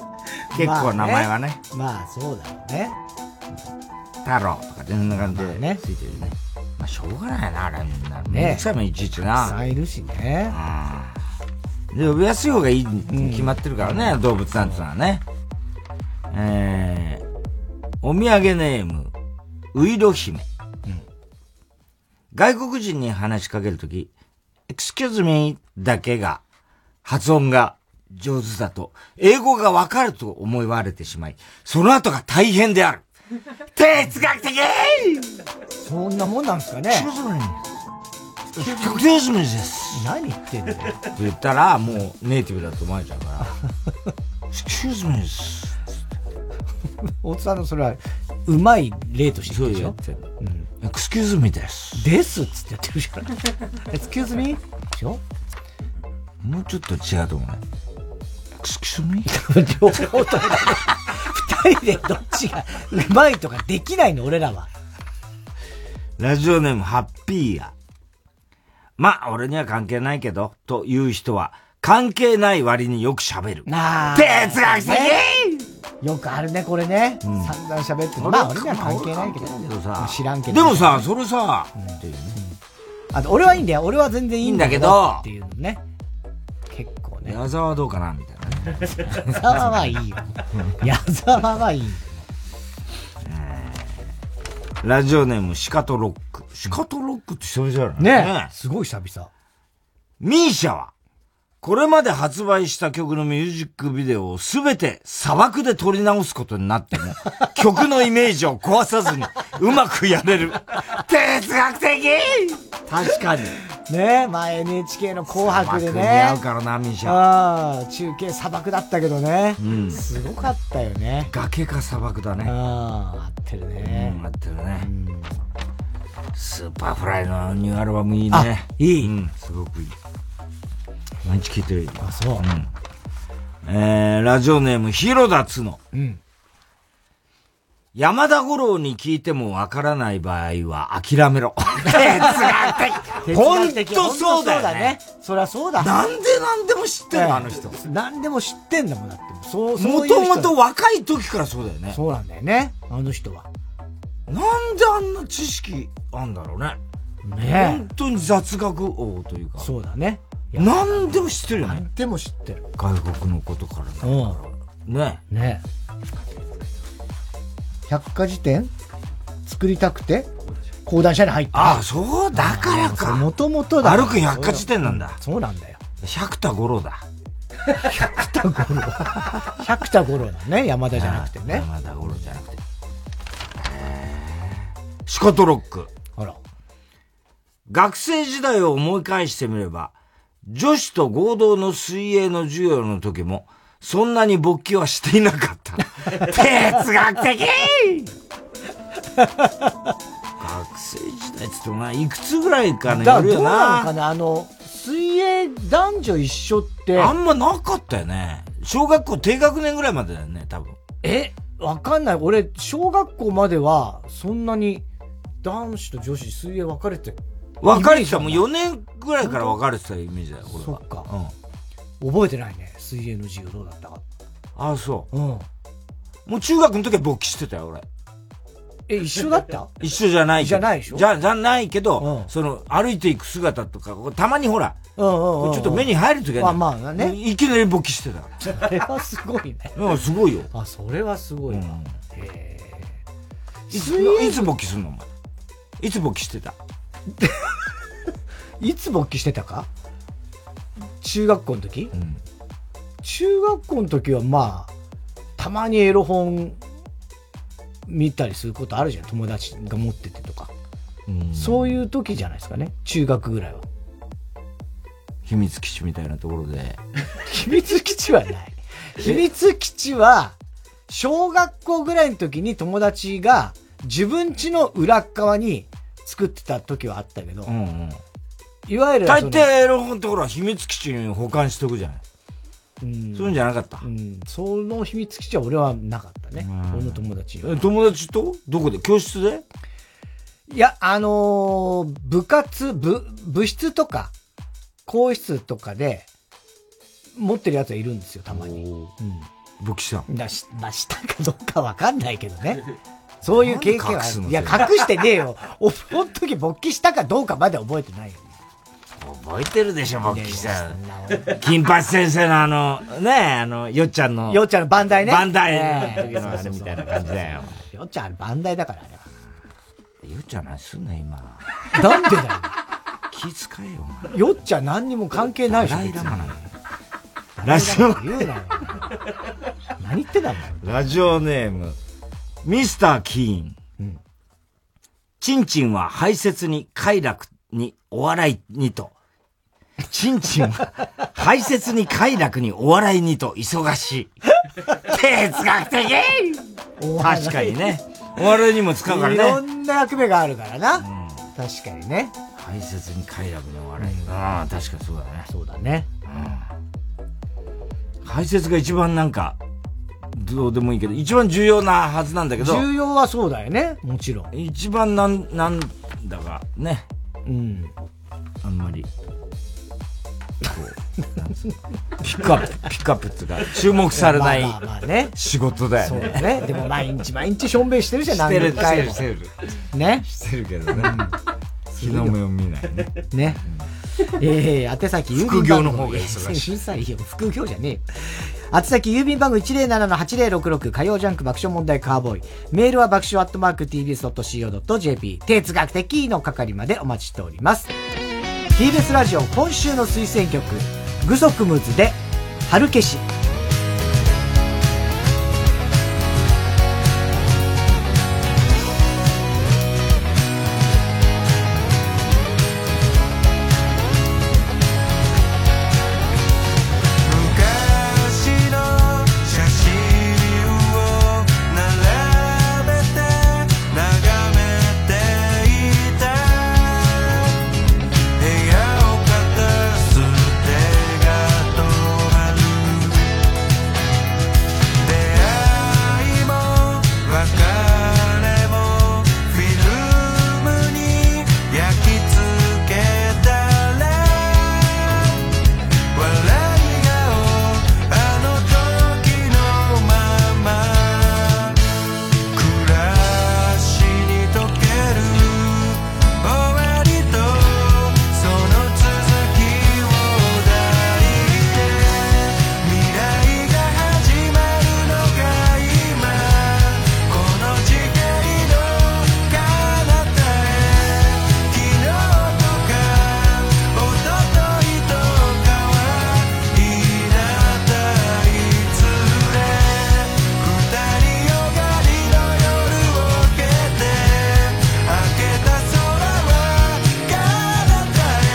結構名前はね。。
まあ、そうだよ
<laughs>
ね。
太郎とかそんな感じでついてるね。まあしょうがないな、あれみんな。
ね
めんどくさいもんいちいちな。
たくさんいるしね。
で、呼びやすい方がいいに決まってるからね、動物なんてのはね。えー、お土産ネーム、ウイロ姫。外国人に話しかけるとき、excuse me だけが、発音が上手だと、英語がわかると思われてしまい、その後が大変で
<laughs>
ある。哲学的
そんなもんなんですかね。
極上無理です。
何言ってんの
って言ったら、もうネイティブだと思われちゃうから。Excuse me.
大津さんのそれは、うまい例として言ってるでしょ。
エクスキューズミです。
ですっつってやってるじゃない。エクスキューズミでしょ
もうちょっと違うと思うね。Excuse me?
両方とも二人でどっちがうまいとかできないの、俺らは。
ラジオネームハッピーや。まあ、俺には関係ないけど、という人は、関係ない割によく喋る。
なあ。
哲学的
よくあるね、これね。散々喋ってる。まあ、俺には関係ないけど。知らんけど。
でもさ、それさ、っていうね
あと、俺はいいんだよ。俺は全然い
い
い
いん
ん
だ
だ
け
け
ど
ど。、っていうのね。結構ね。
矢沢はどうかなみたいな。
矢沢はいいよ。矢沢はいい。
ラジオネームシカトロック。シカトロックって久々だよね。
ねすごい久々。
ミーシャは、これまで発売した曲のミュージックビデオをすべて砂漠で撮り直すことになっても、
<laughs>
曲のイメージを壊さずにうまくやれる。哲学的確かに。
ねまあ NHK の紅白で
砂漠似合
ね
う。からな、ミーシャ。
ああ、中継砂漠だったけどね。
うん
すごかったよね。
崖か砂漠だね。
ああ、合ってるね。
合ってるね。スーパーフライのニューアルバムいいね。いい、うん、すごくいい。毎日聴いてるよ。あ、
そう。
ん、えー、ラジオネーム、広田つの。
うん。
山田五郎に聞いてもわからない場合は諦めろ。
本
<laughs> 本
当
当
そ
そうう
だ
だ
よね
よね。
そりゃそうだ。
なんでなんでも知ってんの
ええ
あの人。
なんでも知ってんだもんだって。そう、そ
も
ういう人
ともと若い時からそうだよね。
そうなんだよね。あの人は。
なんであんな知識あんだろうね。
ねえ
本当に雑学王というか。
そうだね。
なんでも知ってるよね。
でも知ってる。
外国のことから
う
ね。
ん。
ね
ね百科事典作りたくて、講談社に入った。
ああ、そう、だからか。
もともとだ。
歩く百科事典なんだ。
そうなんだよ。
百田五郎だ。
百田五郎だね。山田じゃなくてね。
山田五郎じゃなくて。シカトロック。
あら。
学生時代を思い返してみれば、女子と合同の水泳の授業の時も、そんなに勃起はしていなかった。 <laughs> 哲学的学生時代っつってもな、いくつぐらいか
だ
ね、
か
や
ら
る
どう
よ
なの
な。
かなあの、水泳男女一緒って。
あんまなかったよね。小学校低学年ぐらいまでだよね、多分。
えわかんない。俺、小学校までは、そんなに、男子と女子水泳分かれて、
分かれてた、もう4年ぐらいから分かれてたイメージだよ、俺
そ
は。
っか。覚えてないね。水泳の授業どうだったか。
ああ、そう。
うん。
もう中学の時は勃起してたよ、俺。
え、一緒だ
<laughs>
った
一緒じゃないけど
じゃないでしょ
じゃ、じゃないけど、その、歩いていく姿とか、たまにほら、
うんうんうんうん
こうちょっと目に入る時
まあまあね
いきなり勃起してたから。
それはすごいね。
うん、すごいよ。
あ、それはすごいな。
いつ、
水泳
いつ勃起すんのお前。いつ勃起してた
<laughs> いつ勃起してたか中学校の時、中学校の時はまあ、たまにエロ本見たりすることあるじゃん。友達が持っててとか。そういう時じゃないですかね。中学ぐらいは。
秘密基地みたいなところで。
秘密基地はない。秘密基地は、小学校ぐらいの時に友達が自分家の裏っ側に作ってた時はあったけど、いわゆるそ
大
の、
抵エロ本ってほら、秘密基地に保管しておくじゃない。
うん
そういうんじゃなかった。
その秘密基地は俺はなかったね。俺の友達は
え友達とどこで教室で
いや、あのー部活、部、部室とか、更衣室とかで、持ってるやつはいるんですよ、たまに。うん。
勃起したの
だし、まあ、したかどうかわかんないけど
<laughs>
ね。そういう経験は
隠すの
いや、隠してねえよ。お、その時勃起したかどうかまで覚えてないよ。
覚えてるでしょ、勃起したの。金八先生のあの、ねえ、あの、よっちゃんの。
よっちゃんの番台ね。
バンダ
え
イ
え
の時のあれみたいな感じだよ。
よっちゃんあれ番台だから、あれは。
よっちゃん何すんの今。
なんでだよ。
<laughs> 気遣えよ。
よっちゃん何にも関係ないでしょ。
ダライラマな
別に
ラジオ
言うなよ。何言ってたの
ラジオネーム、ミスター・キーン。チンチンは排泄に快楽にお笑いにと。チンチンは排泄に快楽にお笑いにと忙しい。哲学的確かにね。お笑いにも使うか
いろ
らね。
んな役目があるからな。確かにね。
排泄に快楽にお笑い。ああ、確かにそうだね。そうだ
ね。
排泄が一番なんか、どうでもいいけど、一番重要なはずなんだけど。
重要はそうだよね。もちろん。
一番なん、なんだか、ね。うん。あんまり。こう、なんつうのピックアップ、ピックアップっていうか、注目されない
まあまあまあね
<laughs> 仕事だよ
そう
ね。
だね。でも毎日毎日しょんべんしてるじゃん、
してる
何回も。
してるして
ね。
してるけどね。日の目を見ないね。
ね。え
<laughs>
え宛先郵
副
便
業
番
の
号
方が忙しい。
うるさいよ副業じゃねえよ宛先郵便番号107-8066火曜ジャンク爆笑問題カーボーイメールは爆笑アットマーク TBS.CO.JP 哲学的の係までお待ちしております TBS ラジオ今週の推薦曲「グソクムズ」で「春消し」
昔の写真を並べて眺めていた部屋を片捨てが止まる出会いも別れもフィルムに焼き付けたら笑い顔あの時のまま暮らしに溶ける終わりとその続きを抱いて未来が始まるのが今この時代の彼方へ昨日とか「おとといとかは言いなったいつも」「二人よがりの夜を受けて」「明けた空は彼方へ」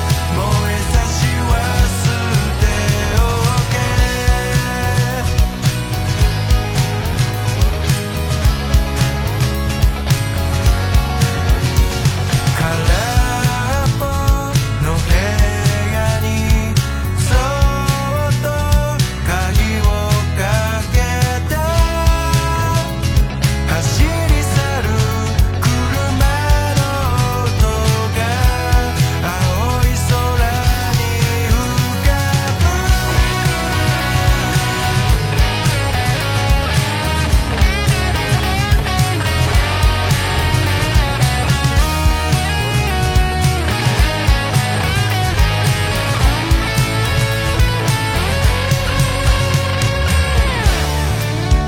「燃えさしは捨ておけ」空っぽの部屋にそっと鍵をかけて走り去る車の音が青い空に浮かぶ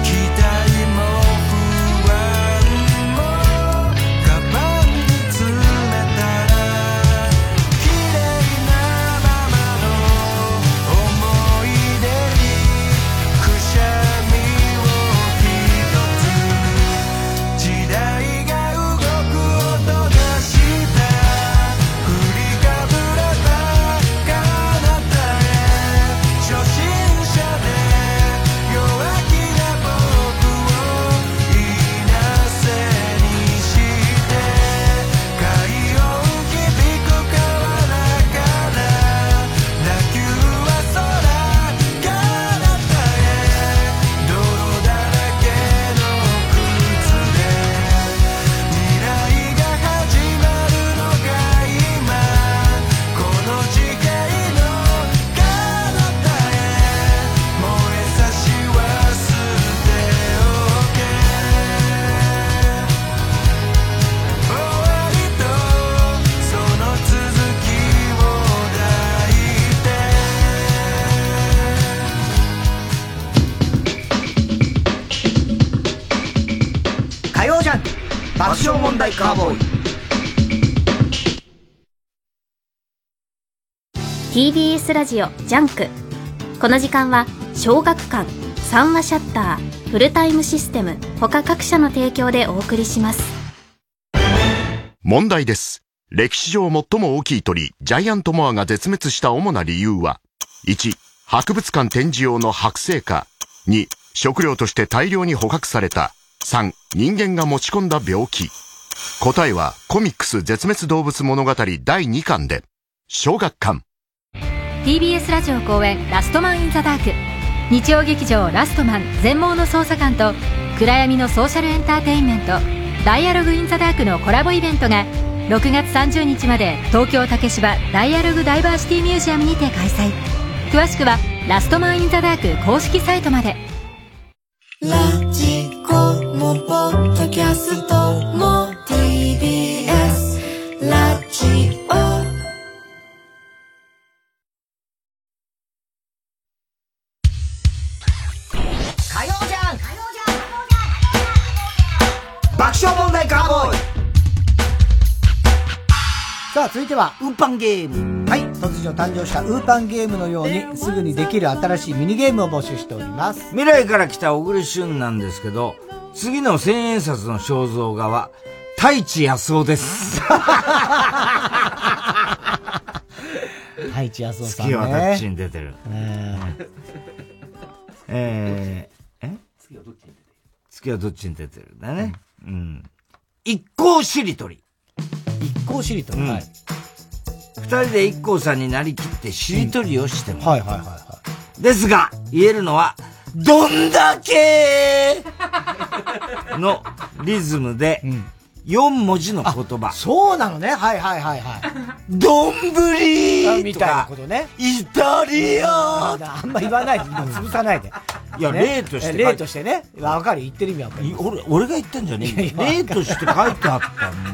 期待も不安もカバンに詰めたら綺麗なままの思い出にくしゃみをひとつ時代が動く音がした振りかぶれた彼方へ初心者で弱気な僕をいなせにして快音響く川だから打球は空からへ泥だらけの靴で未来が始まるのが今この時代の彼方へ「燃えさしは捨ておけ」「終わりとその続きを抱いて」
火曜ジャンク爆笑問題カーボーイ
TBS ラジオジャンクこの時間は小学館三話シャッターフルタイムシステム他各社の提供でお送りします
問題です。歴史上最も大きい鳥、ジャイアントモアが絶滅した主な理由は、1、博物館展示用の剥製化、2、食料として大量に捕獲された、3、人間が持ち込んだ病気。答えは、コミックス絶滅動物物語第2巻で、小学館。
TBS ラジオ公演「ラストマン・イン・ザ・ダーク」日曜劇場「ラストマン全盲の捜査官」と暗闇のソーシャルエンターテインメント「ダイアログ・イン・ザ・ダーク」のコラボイベントが6月30日まで東京竹芝ダイアログ・ダイバーシティミュージアムにて開催詳しくは「ラストマン・イン・ザ・ダーク」公式サイトまで
ラジコもポッドキャストも TBS ラジオ
火曜じゃん爆笑問題カーボーイ
さあ、続いては、
ウーパンゲーム。
はい、突如誕生したウーパンゲームのように、すぐにできる新しいミニゲームを募集しております。
未来から来た小栗旬なんですけど、次の千円札の肖像画は、太一康
<laughs>
夫です。
はい、千代さん、
月
ね。
はどっちに出てる。
うん
えー、え月はどっちに出てる月はどっちに出てるんだね。うん。一行しりとり。
一行しりとり、はい。
二人で一行さんになりきってしりとりをしてもらう。
はいはいはいは
ですが、言えるのは、どんだけーのリズムで、4文字の言葉。
そうなのね。はいはいはいはい。
どんぶりー
みたいなことね。
イタリア
ーあんま言わないで、もう潰さないで。
いや例として書いて
例としてね。わかる、言ってる意味はわかる。
俺、俺が言ったんじゃねえんだよ例として書いてあったの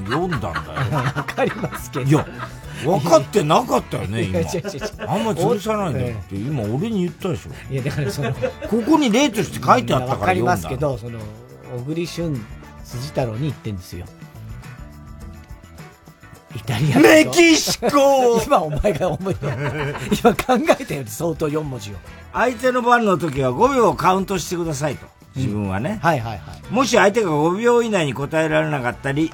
読んだんだよ。わ
かりますけど。
いや、分かってなかったよね、今。
いや違う違う違う
あんま潰さないでって、今俺に言ったでしょ。
いや、だからその、
ここに例として書いてあ
わ
ったから読んだ。
かりますけど、その、小栗旬、辻太郎に言ってんですよ。イタリア
メキシコ
今お前が思い出 <laughs> 今考えたより相当4文字を。
相手の番の時は5秒カウントしてくださいと。自分はね。
はいはいはい。
もし相手が5秒以内に答えられなかったり、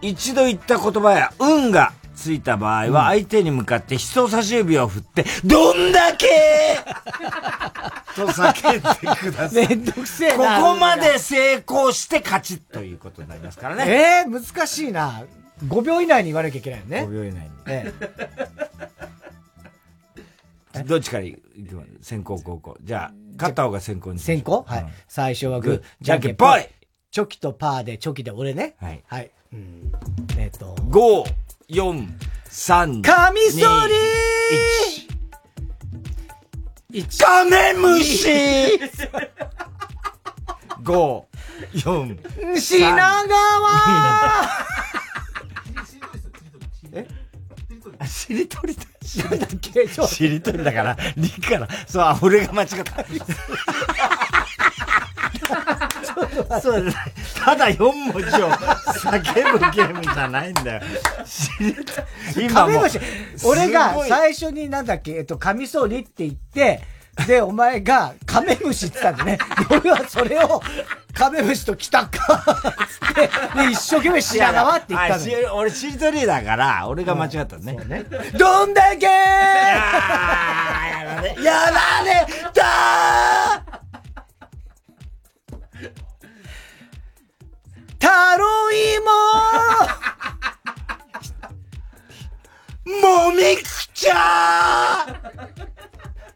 一度言った言葉や運がついた場合は相手に向かって人差し指を振って、どんだけと叫んでください。
めんどくせえな
ここまで成功して勝ちということになりますからね。
ええ難しいな。5秒以内に言わなきゃいけないよね。
5秒以内に。
え
どっちから行くの先行後攻。じゃあ、勝った方が先行に。
先行はい。最初はグー、
じゃんけんぽい
チョキとパーで、チョキで俺ね。
はい。
はい。うん。えっと。
5、4、3、
カミソ
リーカメムシ !5、4、
品川
えしりとりだ。し
りとりだ。
しりとりだから、リから、そう、あ俺が間違った。そうただ4文字を叫ぶゲームじゃないんだよ。しりとり。
カ
も
メ
う
ムシ。俺
す
が
ごい
最初になんだっけ、えっと、カミソリって言って、で、お前がカメムシって言ったんでね。
<laughs>
俺はそれを、カメムシと来たか、つって、で、一 <laughs> 生懸命品川って言った
あ
の
し
よ。
俺、しりとりだから、俺が間違ったね。
どんだけ
<laughs> やられた <laughs>
タロイ
もみくちゃ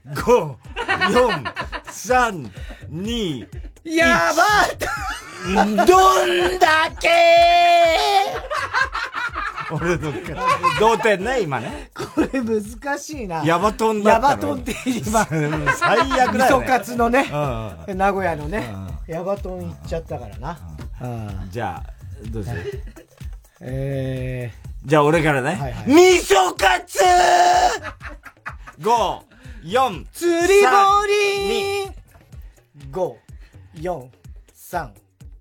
ー !5、4、3、2、
や
ばどんだけー俺のか、同点ね、今ね。
これ難しいな。
ヤバトンだった
ヤバトンって言いま
最悪だよね
味噌カツのね、
う
名古屋のね、ヤバトン行っちゃったからな。
じゃあ、どうする
え
じゃあ、俺からね。
ー、
味噌カツ5、4、
釣り堀5、4、3、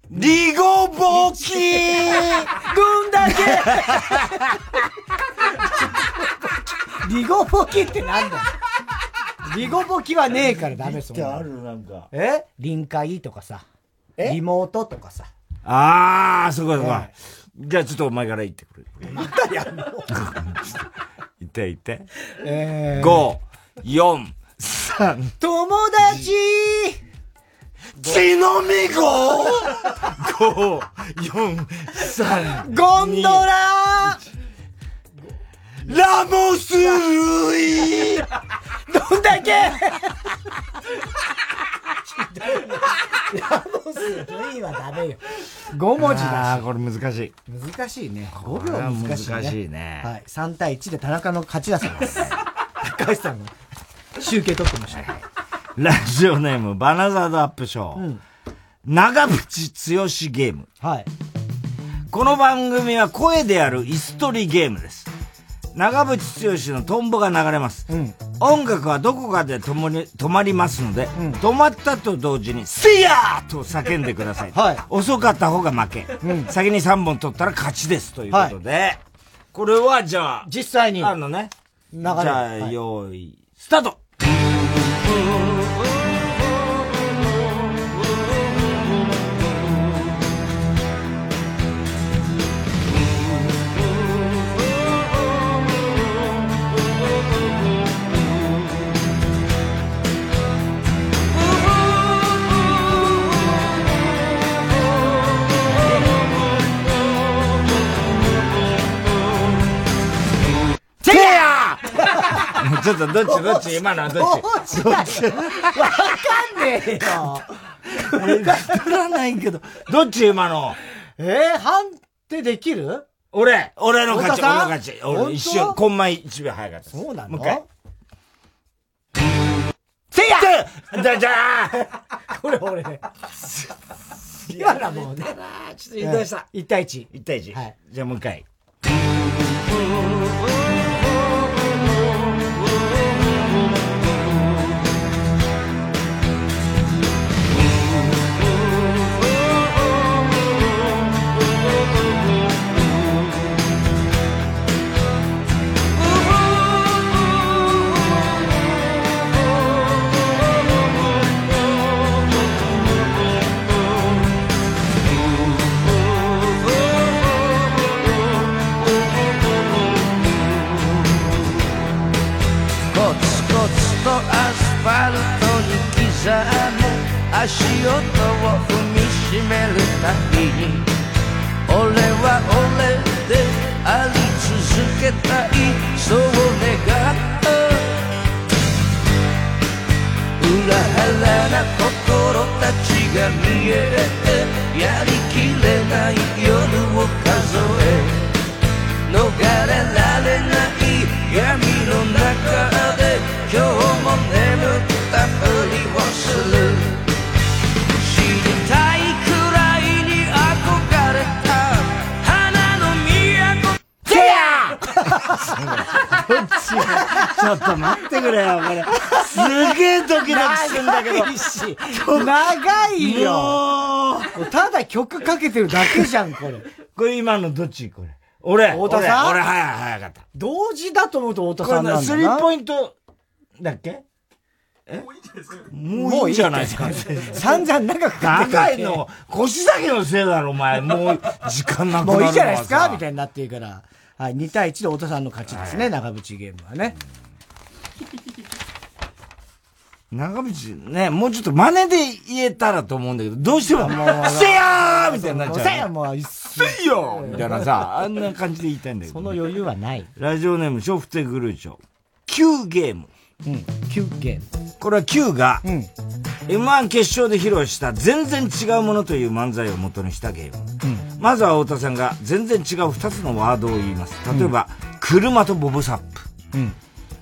リゴボキ
どんだけリゴボキってなんだよリゴボキはねえからダメですもん。
あるなんか。
え臨界とかさ。リモートとか
<laughs>
さ。
ああ、そこそこ。じゃあちょっとお前から言ってくれ。 <laughs> 言ってやんの言って言って。五四三
友達
血のみご五四三ゴンドララモスルイ
どんだけ <laughs> ラモスルイはダメよ。5文字だ
あーこれ難しい。
し。難しいね。
こ
5
れ
秒
は
難しいね。
難しいね
はい。3対1で田中の勝ちだそうです。高橋さんの集計取ってました。
ラジオネーム、バナザードアップショー。長渕剛しゲーム。この番組は声である椅子取りゲームです。長渕剛のトンボが流れます。音楽はどこかで止まり止まりますので、止まったと同時に、せやーと叫んでく
<laughs>
ださい。遅かった方が負け、先に3本取ったら勝ちです。ということで、これはじゃあ、
実際に。
あのね、
流れ。
じゃあ、
はい
用意、スタートせやーちょっとどっちどっち今のはどっち
どっちだよわかんねえよ。
俺作らないけど。どっち今の
えー、判定できる
俺、俺の勝ち、
太
俺
田さ
の
ん
勝ち。
本当
俺一瞬、コンマ一秒早かった。そうなのもう一回。せやじゃじゃー
これ俺ね。今のはもうね。
ちょっと移動した。
1対1。
1対1。じゃあもう一回。
コツコツとアスファルトに刻む足音を踏みしめるたびに俺は俺であり続けたいそう願った裏腹な心たちが見えてやりきれない夜を数え逃れられない闇の中で今日も眠ったふりをする知りたいくらいに憧れた花の都
せやどっちちょっと待ってくれよ、これ。すげえドキドキするんだけど。
長いし長いよ
も
うただ曲かけてるだけじゃん、これ。
これ今のどっちこれ。俺、
太田さん
俺、俺早い早かった。
同時だと思うと太田
こ
さ
れ
んなんだな。
スリーポイントだっけもういいんじゃないですか。
散々長くかけて
長いの、腰先のせいだろ、お前。もう、時間なくな
も
るのはさ
ういいじゃないですかみたいになっていいから。はい、2対1で太田さんの勝ちですね、長渕ゲームはね。
長渕、ね、もうちょっと真似で言えたらと思うんだけど、どうしても、
もう
せやーみたいになっちゃう、ね。
せやもう、
せいよみたいな
<laughs>
さ、あんな感じで言いたいんだけど。その
余裕はない。
ラジオネーム、ショフテグルーチョ。9ゲーム。
うん、9ゲー
ム。これは9が、M1 決勝で披露した全然違うものという漫才を元にしたゲーム。まずは太田さんが全然違う2つのワードを言います。例えば、車とボブサップ。
うん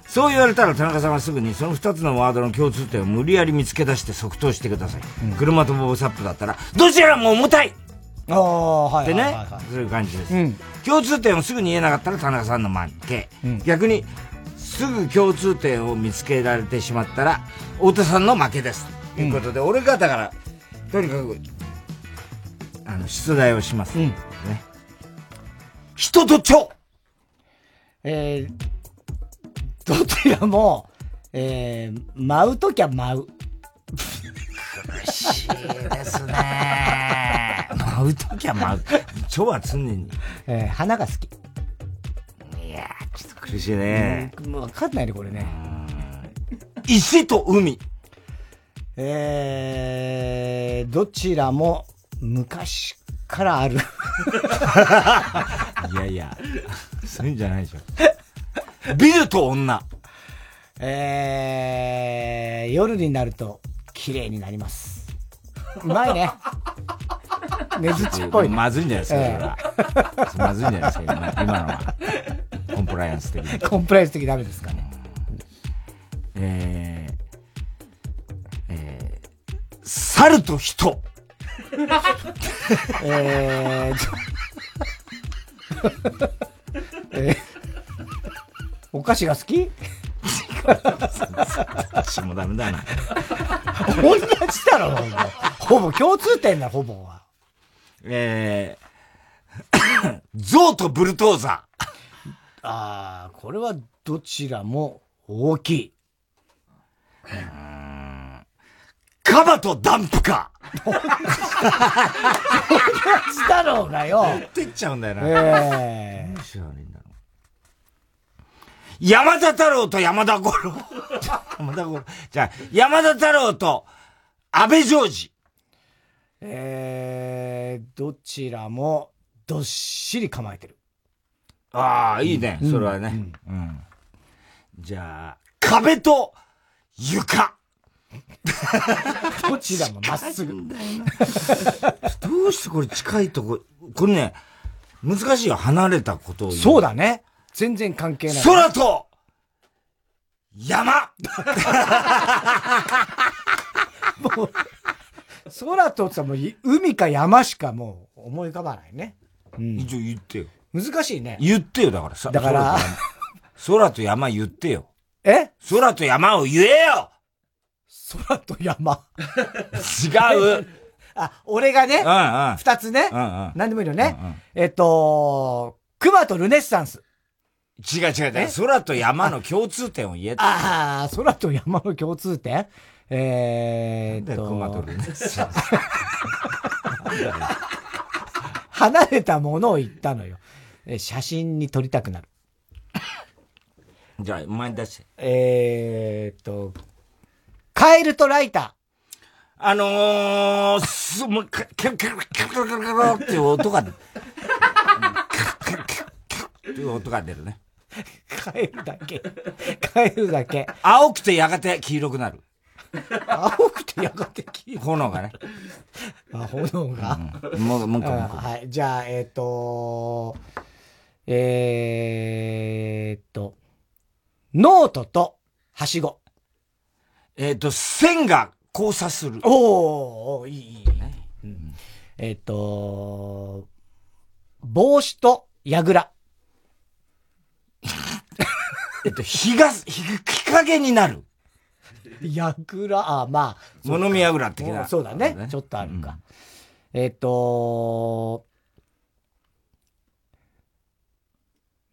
そう言われたら田中さんはすぐにその2つのワードの共通点を無理やり見つけ出して即答してください。車とボブサップだったら、どちらも重たい
ああ、はい。
で
はい
ね
はいはい、
そういう感じです。
うん
共通点をすぐに言えなかったら田中さんの負け、逆にすぐ共通点を見つけられてしまったら太田さんの負けですということで、俺がだからとにかくあの出題をします、ね、人と蝶
えー、どちらも、えー、舞うときは舞う。
苦しいで
<laughs>
すね。舞うときは <laughs> 舞う。蝶は常に。
えー、花が好き。
いやー、ちょっと苦しいね。
うんもう分かんないね、これね。
石と海。
えー、どちらも昔からある。
いやいや、そういうんじゃないでしょ。ビルと女。
えー、夜になると綺麗になります。うまいね。ねずっちっぽいね
まずいんじゃないですか、
え
それはまずいんじゃないですか、今今のは。コンプライアンス的に。
コンプライアンス的ダメですかね。
えー、えー、猿と人。
えー、ちょえーお菓子が好き <laughs>
私もダ
<laughs>
メだな。
同じだろ、ほぼ。ほぼ共通点だ、ほぼは。
えー、 <coughs> 象とブルトーザ
あー、これはどちらも大きい。
カバとダンプカ
したろうがよ。
ー。ってっちゃうんだよな。
え
どうしたらいいんだろう。山田太郎と山田五郎。山田五郎。じゃあ、山田太郎と安倍ジョージ。
えー、どちらもどっしり構えてる。
ああ、いいね、
うん
それはね。うん。じゃあ、
<laughs>
壁と床。
どちらもまっすぐ。
どうしてこれ近いとこ、これね、難しいよ。離れたことを言う。
そうだね。全然関係ない。
空と山
空とってさ、もうい海か山しかもう思い浮かばないね。
一応言ってよ。
難しいね。
言ってよ、だからさ。
だから
空と山、空と山言ってよ。
え
空と山を言えよ
空と山。
違う
あ、俺がね、
うんうん
二つね、
うんうん
何でもいいよね。えっと、熊とルネッサンス。
違う違う違う。空と山の共通点を言えって。
ああ、空と山の共通点えー、っと。
熊とルネッサンス。
離れたものを言ったのよ。え写真に撮りたくなる。
じゃあ、前に出して。
えーっと、カエルとライタ
あのー、す、もう、カカカカカカカカっていう音が、カカカカっていう音が出るね。
ー。カエルだけ。カエルだけ。
青くてやがて黄色くなる。
青くてやがて黄
色炎がね。
<laughs> あ、炎が。
もう、もう一個、もう
あ
一個
はい。じゃあ、えーっと、えーっと、ノートと、はしご。
えっ、と、線が交差する。
<laughs> おー、いい、いい。えーっと、帽子と、やぐら。
<laughs> えっと、日が、日、日陰になる。
やぐら、あ、まあ。
物見やぐら的な
おそうだね。ちょっとあるか。えっと、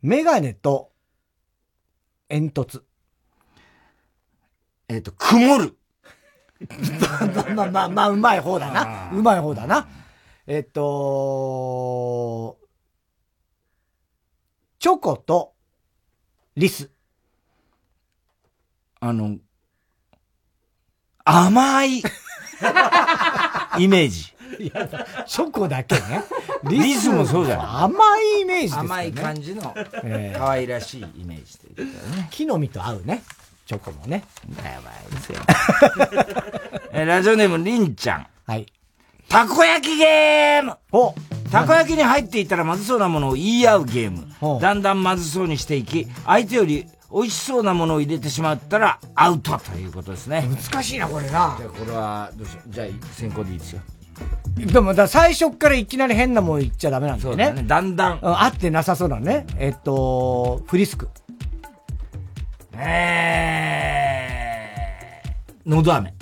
メガネと煙突。
えっと、曇る。
<laughs> まあまあまあ、うまい方だな。うまい方だな。えっと、チョコとリス。
あの、甘い、イメージ。
いやチョコだけね。
リスもそうじゃない
甘いイメージですよね。
甘い感じの
ええ
可愛らしいイメージというかね。
木の実と合うね。チョコもね。
やばいですよ。 <laughs> えーラジオネーム、りんちゃん。
はい。
たこ焼きゲーム
お
たこ焼きに入っていたらまずそうなものを言い合うゲーム。だんだんまずそうにしていき、相手より美味しそうなものを入れてしまったらアウトということですね。
難しいな、これな
じゃ。あこれはどうしようじゃあ先行でいいですよ
でも、だから最初っからいきなり変なもん言っちゃダメなんだよね。
そうだねだんだん
合ってなさそうだね。えっと、フリスク。
えー、のど飴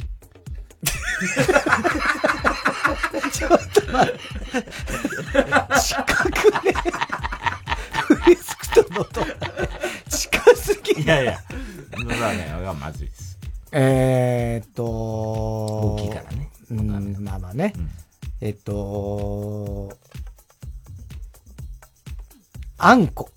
ちょっと
<laughs>
待って。近くね。フリスクとのと。近すぎ
いやいや
のラーメンはまずいです。
えーっと、大
きいからね。
うん、まあまあね。えっと、あんこ。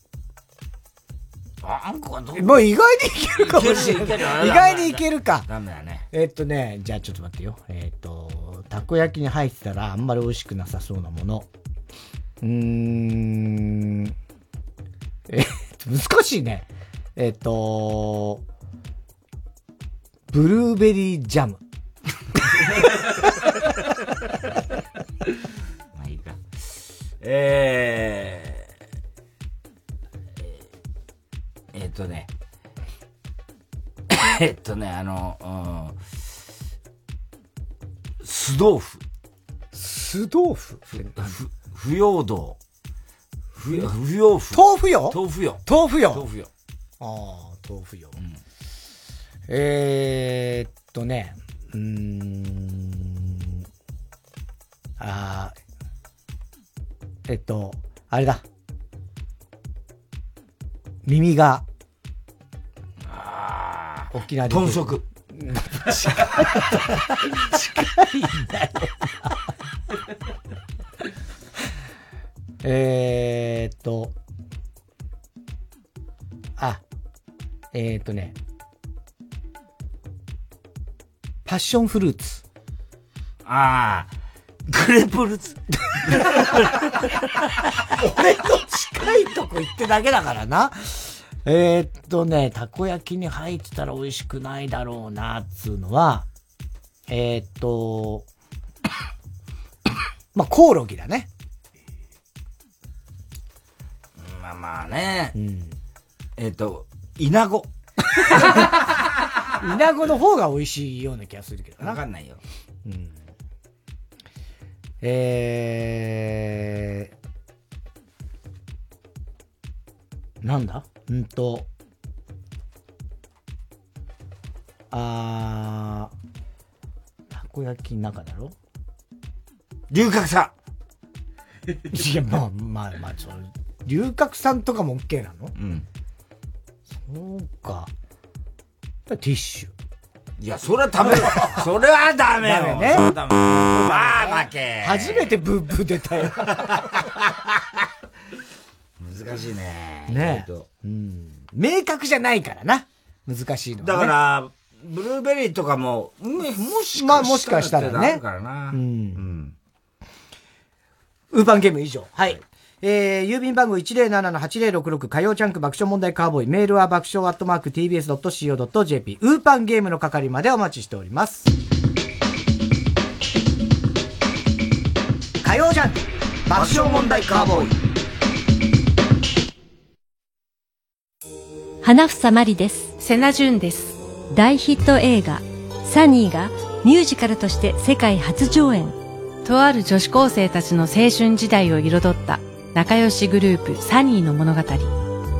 あんこはどう
もう意外にいけるかもしれ
いけるい
な
け
い。
る
意外にいけるか。
ダメだね。
えっとね、じゃあちょっと待ってよ。えっと、たこ焼きに入ってたらあんまり美味しくなさそうなもの。うーん。えっと、難しいね。えっと、ブルーベリージャム。
<laughs> まあいいか。えー、えーえーっとね、 <laughs> えーっとね、あの、うん、素豆腐。
素豆腐
ふ不要道。不要不要腐。
豆腐よ
豆腐よ。
豆腐よ
豆腐よ。
ああ、豆腐よ。えー、っとね、うーん。あーえっと、あれだ。耳が、沖縄で。
豚足。
<laughs> 近いんだよ。えーっと、あ、えーっとね、パッションフルーツ。
ああ、グレープフルーツ。
俺の近いとこ行ってだけだからな。えーっとね、たこ焼きに入ってたら美味しくないだろうな、っつうのは、えーっと、まあ、コオロギだね。
まあまあね。えっ、と、イナゴ。
イナゴの方が美味しいような気がするけどな。
わかんないよ。
うん。えー、なんだうんと、あー、たこ焼きの中だろ
龍角散
いや、まあまあまあ、そう龍角散とかも OK なの
うん。
そうか。ティッシュ。
いや、それは食
<laughs>
べる。それはダメよ。
ダメね
それはダメまあ、負け。
初
<laughs>
めてブーブー出たよ。
難しいね。
ね
意外と
うん。明確じゃないからな。難しいのは、ね。
だから、ブルーベリーとかも、うんもし
まあ
か
もしか
し
したた
ら
ら
って
ね
なるからな。。
うんウーパンゲーム以上。はい。えー、郵便番号107-8066火曜チャンク爆笑問題カーボーイメールは爆笑アットマーク tbs.co.jp ウーパンゲームの係までお待ちしております火曜ジャンク爆笑問題カーボーイ
花房まりです瀬名純です大ヒット映画「サニー」がミュージカルとして世界初上演
とある女子高生たちの青春時代を彩った仲良しグループサニーの物語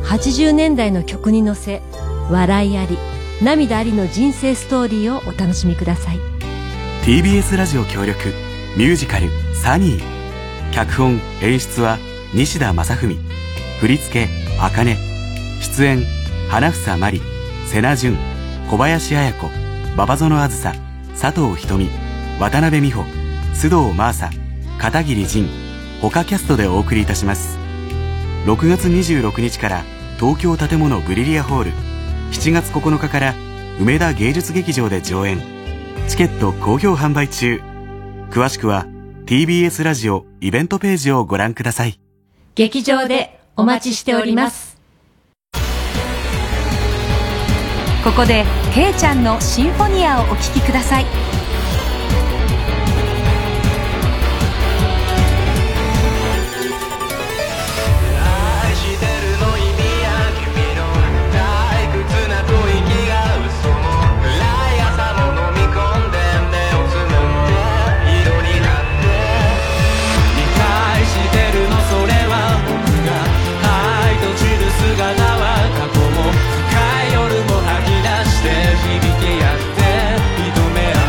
80年代の曲に乗せ笑いあり涙ありの人生ストーリーをお楽しみください
TBS ラジオ協力ミュージカル「サニー」脚本演出は西田正文振り付け「あかね」出演花房真理瀬名淳小林綾子馬場園あずさ佐藤瞳渡辺美穂須藤真麻片桐仁他キャストでお送りいたします6月26日から東京建物グリリアホール7月9日から梅田芸術劇場で上演チケット好評販売中。詳しくは TBS ラジオイベントページをご覧ください。
劇場でお待ちしております
ここでケイちゃんのシンフォニアをお聴きください
愛してるの意味や君の退屈な吐息が嘘も暗い朝も飲み込んで目をつむって色になって理解してるのそれは僕が愛と散る姿は過去も深い夜も吐き出して響き合って認め合って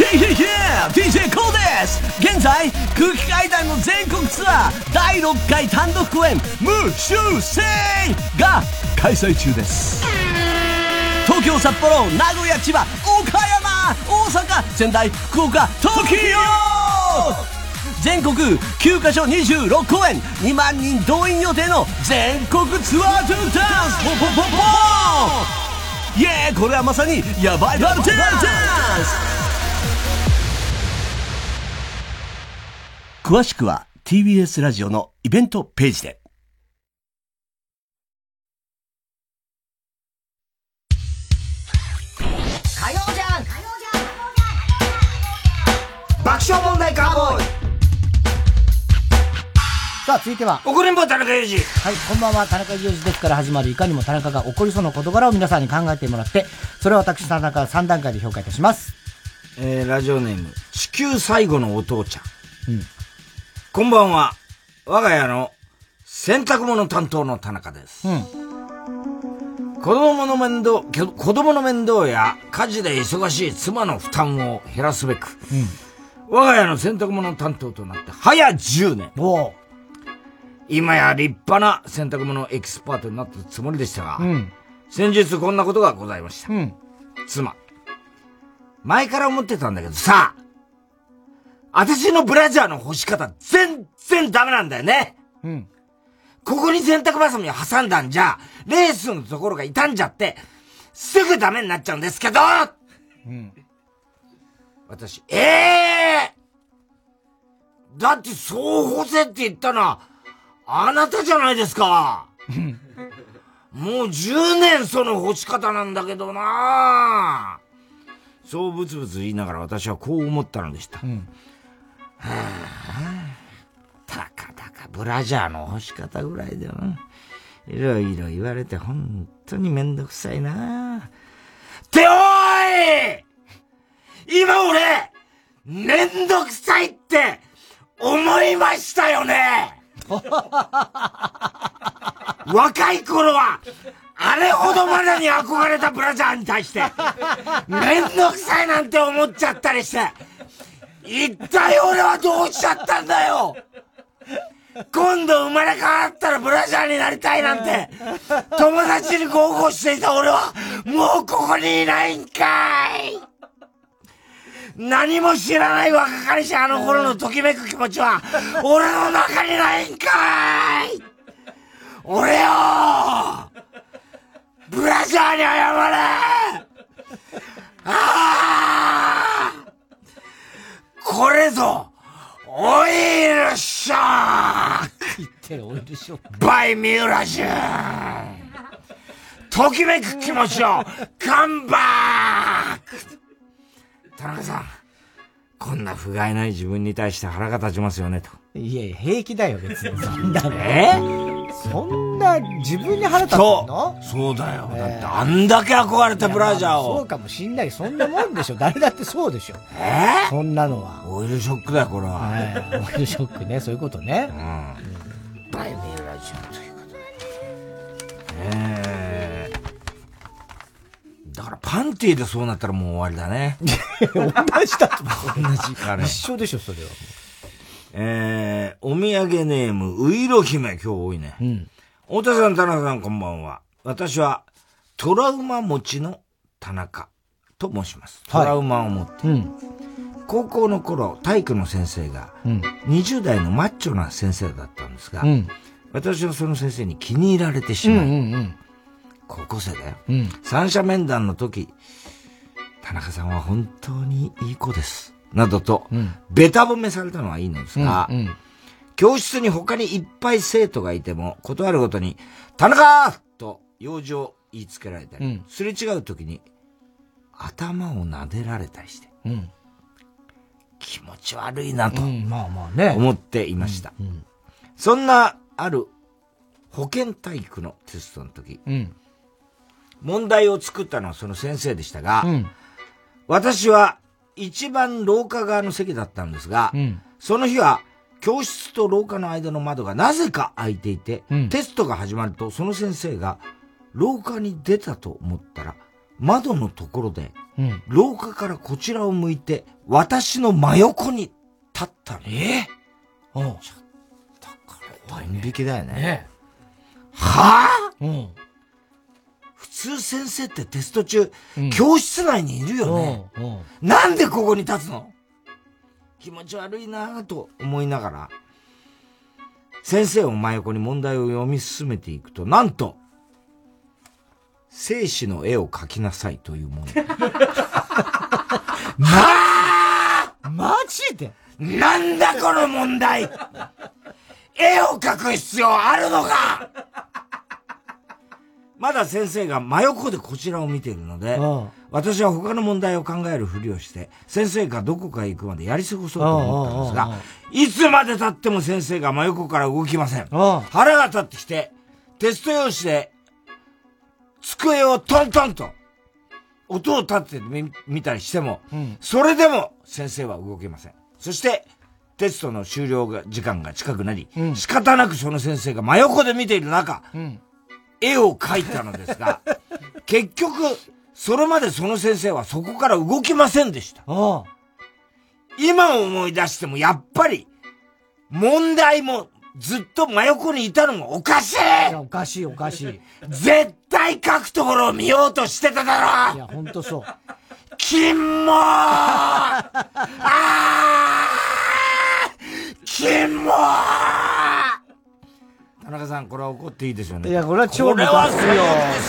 DJ コーです現在空気階段の全国ツアー第6回単独公演「無修正」が開催中です東京札幌名古屋千葉岡山大阪仙台福岡東京全国9カ所26公演2万人動員予定の全国ツアートゥダンスポポポポーンイエーこれはまさにヤバいバルテンダンス詳しくは TBS ラジオのイベントページで
火曜じゃん爆笑問題カーボーイ
さあ、続いては。
怒りんぼ田中裕二。
はい、こんばんは、田中裕二ですから始まる、いかにも田中が怒りそうな事柄を皆さんに考えてもらって、それを私、田中が3段階で評価いたします。
えーラジオネーム、地球最後のお父ちゃん。こんばんは。我が家の洗濯物担当の田中です。
うん
子供の面倒、きょ子供の面倒や家事で忙しい妻の負担を減らすべく、我が家の洗濯物担当となって早10年。今や立派な洗濯物エキスパートになったつもりでしたが、
うん。
先日こんなことがございました。
うん。
妻。前から思ってたんだけどさ、私のブラジャーの干し方全然ダメなんだよね。
うん。
ここに洗濯バサミを挟んだんじゃ、レースのところが傷んじゃって、すぐダメになっちゃうんですけど
うん。
私、ええだってそう干せって言ったのは、あなたじゃないですか。もう10年その干し方なんだけどなあそうブツブツ言いながら私はこう思ったのでした。はあ、たかたかブラジャーの干し方ぐらいでないろいろ言われて本当にめんどくさいなあっておーい今俺、めんどくさいって思いましたよね
<laughs>
若い頃は、あれほどまでに憧れたブラジャーに対して、めんどくさいなんて思っちゃったりして、一体俺はどうしちゃったんだよ今度生まれ変わったらブラジャーになりたいなんて、友達に豪語していた俺は、もうここにいないんかい何も知らない若かりしあの頃のときめく気持ちは、俺の中にないんかい俺よブラジャーに謝れああこれぞオイルショック
言ってる、オイルショック。
バイミューラジュときめく気持ちをカンバック田中さん、こんな不甲斐ない自分に対して腹が立ちますよね、と。
いやいや、平気だよ、別
<laughs>
に。そんなの
え
そんな、自分に腹立つ
そ
の
うそうだよ。だってあんだけ憧れたブラジャ
い
ー
やまあそ
を
う。かもしんない。そんなもんでしょ。誰だってそうでしょ。
え
そんなのは。
オイルショックだよ、これは。
オイルショックね、そういうことね。
うん。バイミューラジオということで。えーだからパンティーでそうなったらもう終わりだね。同じだと同じかね。
一緒でしょ、それは。
えー、お土産ネーム、ういろ姫、今日多いね。太田さん、田中さん、こんばんは。私は、トラウマ持ちの田中と申します。トラウマを持って、高校の頃、体育の先生が、
うん。
20代のマッチョな先生だったんですが、
うん
私はその先生に気に入られてしまい、高校生だよ。三者面談の時、田中さんは本当にいい子です。などと、ベタ褒めされたのはいいのですが、教室に他にいっぱい生徒がいても、断るごとに、田中と用事を言いつけられたり、
うん
すれ違う時に、頭を撫でられたりして、
うん。
気持ち悪いなと、
まあまあね。
思っていました。そんな、ある、保健体育のテストの時、
うん。
問題を作ったのはその先生でしたが、
うん
私は一番廊下側の席だったんですが、
うん。
その日は教室と廊下の間の窓がなぜか開いていて、テストが始まるとその先生が廊下に出たと思ったら、窓のところで、
うん。
廊下からこちらを向いて、私の真横に立ったの。え
おう
ドン引きだよね。
ね
は
ぁ、うん。
普通先生ってテスト中、教室内にいるよね。
うん。
なんでここに立つの気持ち悪いなぁと思いながら、先生を真横に問題を読み進めていくと、なんと、生死の絵を描きなさいというもの。
マジで
なんだこの問題絵を描く必要あるのか <laughs> まだ先生が真横でこちらを見ているので、私は他の問題を考えるふりをして、先生がどこかへ行くまでやり過ごそうと思ったんです
うんうん
が
うん、
いつまで経っても先生が真横から動きません。腹が立ってきて、テスト用紙で、机をトントンと、音を立ててみ見たりしても、それでも先生は動けません。そして、テストの終了が時間が近くなり、仕方なくその先生が真横で見ている中、
うん。
絵を描いたのです
<laughs>
が、結局、それまでその先生はそこから動きませんでした。今思い出してもやっぱり、問題もずっと真横にいたのもおかしい
いや、おかしいおかしい。
絶対書くところを見ようとしてただ
い
ろ
や、ほんとそう。
キモーあーキモー田中さん、これは怒っていいですよね。
いや、これは超
これ
ム
は
カつ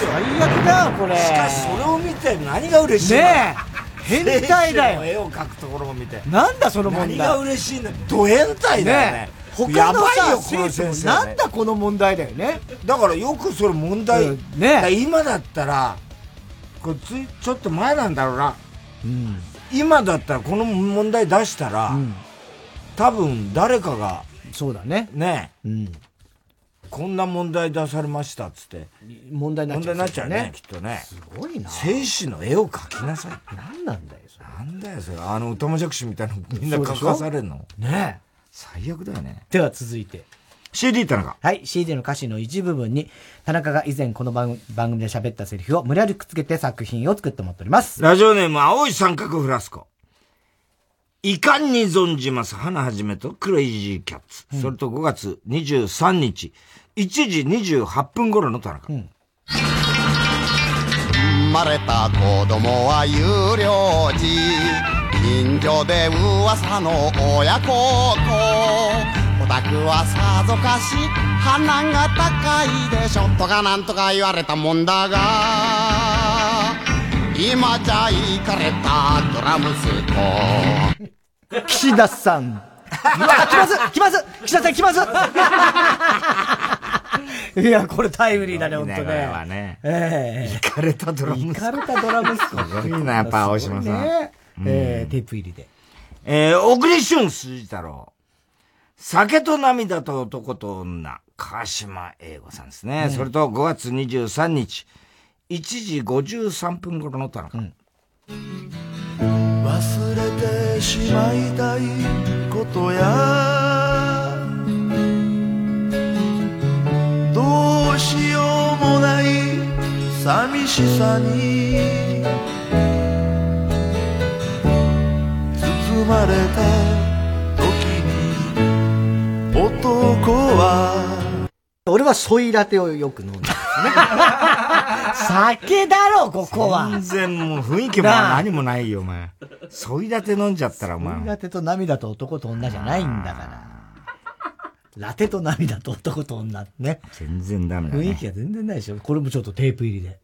最
くよ
悪で
最
すよ。
悪だよ、これ。
しかし、それを見て何が嬉しいの
ねえ変態だよ
選手の絵を描くところを見て。
なんだその問題
何が嬉しいんだド変態だよね。
他の
やばい
さ
よ、この
生
先
徒
生、
もなんだこの問題だよね
だからよくそれ問題、だから今だったらこれついちょっと前なんだろうな、今だったらこの問題出したら、多分誰かが
そうだね
ねこんな問題出されましたっつって
問題になっ
問
ちゃ
題
う
になっちゃうねきっとねす
ごいな
生死の絵を描きなさい
何なんだよそれ
なんだよそれあのおたまじゃくしみたいなのみんな
そうでし
描
ょ
かされるの
ねえ
最悪だよね
では続いて
CD 田中
はい CD の歌詞の一部分に田中が以前この番番組で喋ったセリフを無理やりくっつけて作品を作って持っております
ラジオネーム、青い三角フラスコ。遺憾に存じます、花はじめとクレイジーキャッツ。それと5月23日、1時28分頃の田中。
生まれた子供は有料児近所で噂の親孝行お宅はさぞかし鼻が高いでしょとかなんとか言われたもんだが今じゃいかれたドラムスコ
岸田さんうわ来ます来ます岸田さん来ますいやこれタイムリーだね本当
これは
ね
ね。
ええ
イカれたドラム
イカれたドラムスコ
すごいな、やっぱ青島さん。
ねええ
テープ入りで。えー、小栗旬辻太郎。酒と涙と男と女。川島英吾さんですね。
うん
それと5月23日、1時53分頃の田中。
忘れてしまいたいことやどうしようもない寂しさに包まれた時に男は
俺はソイラテをよく飲んでますね。酒だろ、ここは。
全然もう雰囲気も
なあ
何もないよ、お前。ソイラテ飲んじゃったら、お前
ソイ。ラテと涙と男と女じゃないんだから。ラテと涙と男と女ね。
全然ダメだね。
雰囲気が全然ないでしょ。これもちょっとテープ入りで。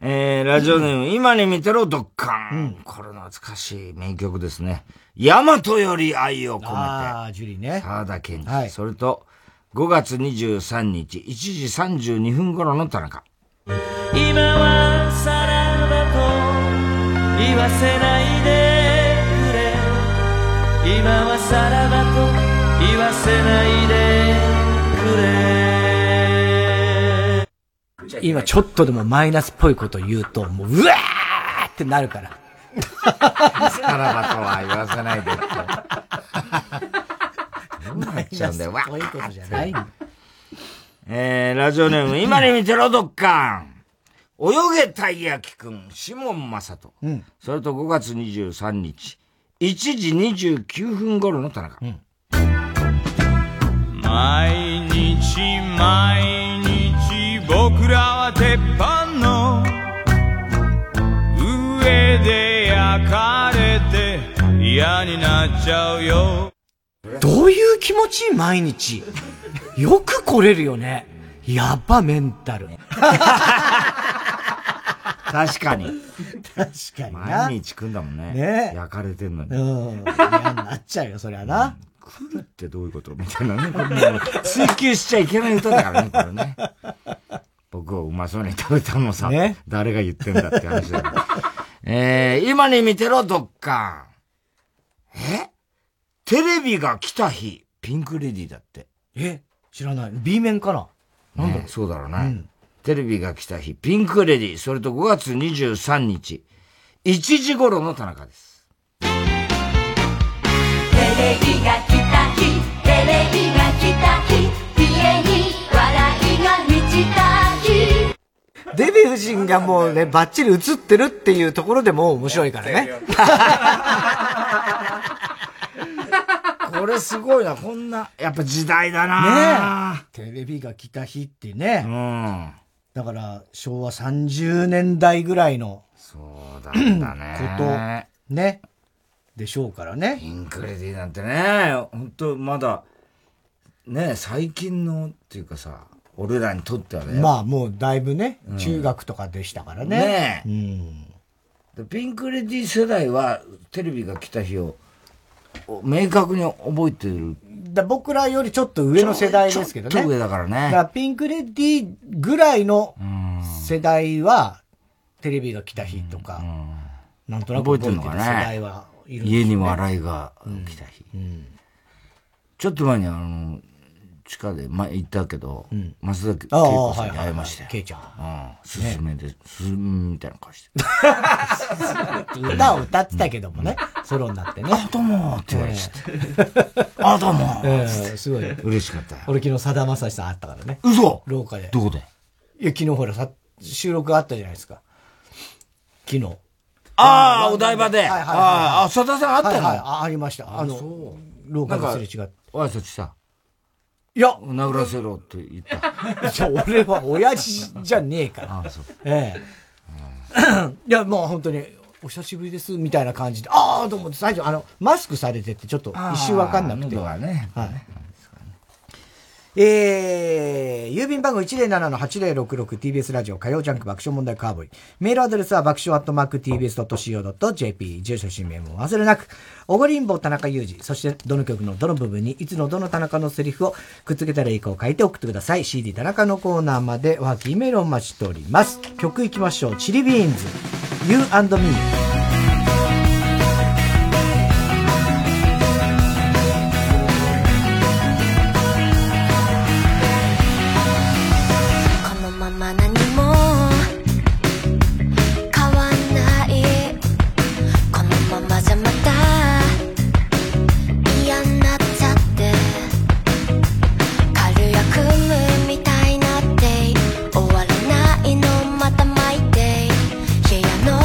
えー、ラジオネーム、今に見てろ、ドッカン。これ懐かしい名曲ですね。ヤマトより愛を込めて。あ
あ、ジュリーね。
沢田健二。それと、5月23日、1時32分頃の田中。
今はさらばと言わせないでくれ今はさらばと言わせないでくれ
今ちょっとでもマイナスっぽいこと言うと、もう、うわーってなるから。
さらばとは言わせないでって。どうなっちゃうんだよ、わ
そういうことじゃないんだ <laughs>
えー、ラジオネーム、今に見てろ、ドッカン。泳げたいやきくん、シモン・マサト。それと5月23日、1時29分頃の田中。
毎日毎日僕らは鉄板の上で焼かれて嫌になっちゃうよ
どういう気持ち毎日。よく来れるよね。やっぱメンタル。
確かに。
確かにな。
毎日来んだもんね。
ね
焼かれてんのに。
うん。嫌になっちゃうよ、そりゃな。
来るってどういうことみたいな <laughs> ね。これもう追求しちゃいけない歌だからね、これね。僕をうまそうに食べたのさ、誰が言ってんだって話だよ。 <laughs> えー、今に見てろ、ドッカン。えテレビが来た日、ピンクレディーだって。
え知らない。B 面かな
なんだ、そうだろうな、テレビが来た日、ピンクレディー、それと5月23日、1時頃の田中です。
テレビが来た日テレビが来た日家に笑いが満ちた日
デヴィ夫人がもうね、バッチリ映ってるっていうところでもう面白いからね。
これすごいな、こんな、やっぱ時代だな
ねテレビが来た日ってね。
うん。
だから、昭和30年代ぐらいの。
そうだったね。
こと、ね。でしょうからね。
ピンクレディーなんてね、本当まだ、ね、最近のっていうかさ、俺らにとってはね。
まあ、もうだいぶね
うん、
中学とかでしたからね。
ねえ、でピンクレディー世代は、テレビが来た日を、お明確に覚えてる。
だ僕らよりちょっと上の世代ですけどね。
ちょっと上だからね
だからピンクレディーぐらいの世代は、テレビが来た日とか、なんとなく
覚えて
覚えてる
るの
世
かね
代はいるんですよね。
家に笑いが来た日。ちょっと前にあの、地下で前行ったけど、松崎恵
ああ
子さんに会いましたよ。
はいはいはい恵ちゃん
うん。すすめで、すすめみたいな顔して。
<laughs> 歌を歌ってたけどもね、ソロになってね。あ、
どうもって言われちゃって。あ、どうも
すごい。
嬉しかったよ。
俺昨日、さだまさしさん会ったからね。
嘘
廊下で。
どこで
いや、昨日ほら、さ、収録あったじゃないですか。昨日。
ああ、お台場で。
はいはいはい
ああ、佐田さんあった
はいはい
の
あありました。あの、廊下ですれ違って。
おい、そっちさ。
いや
殴らせろって言った。
<laughs> いや俺は親父じゃねえから。ええ。 <coughs> いや、もう本当に、お久しぶりです、みたいな感じで、ああ、どうも、最初、あの、マスクされてて、ちょっと一瞬わかんなくて。
あー喉がね
はい。えー、郵便番号 107-8066TBS ラジオ火曜ジャンク爆笑問題カーボーイ。メールアドレスは爆笑アットマーク TBS.CO.JP。住所氏名も忘れなく、おごりんぼ田中裕二。そして、どの曲のどの部分に、いつのどの田中のセリフをくっつけたらいいかを書いて送ってください。CD 田中のコーナーまで、おはきメールをお待ちしております。曲いきましょう。チリビーンズ。You and Me。
このまま何も変わんないこのままじゃまた嫌になっちゃって軽やく無みたいな day 終わらないのまた my day 部屋の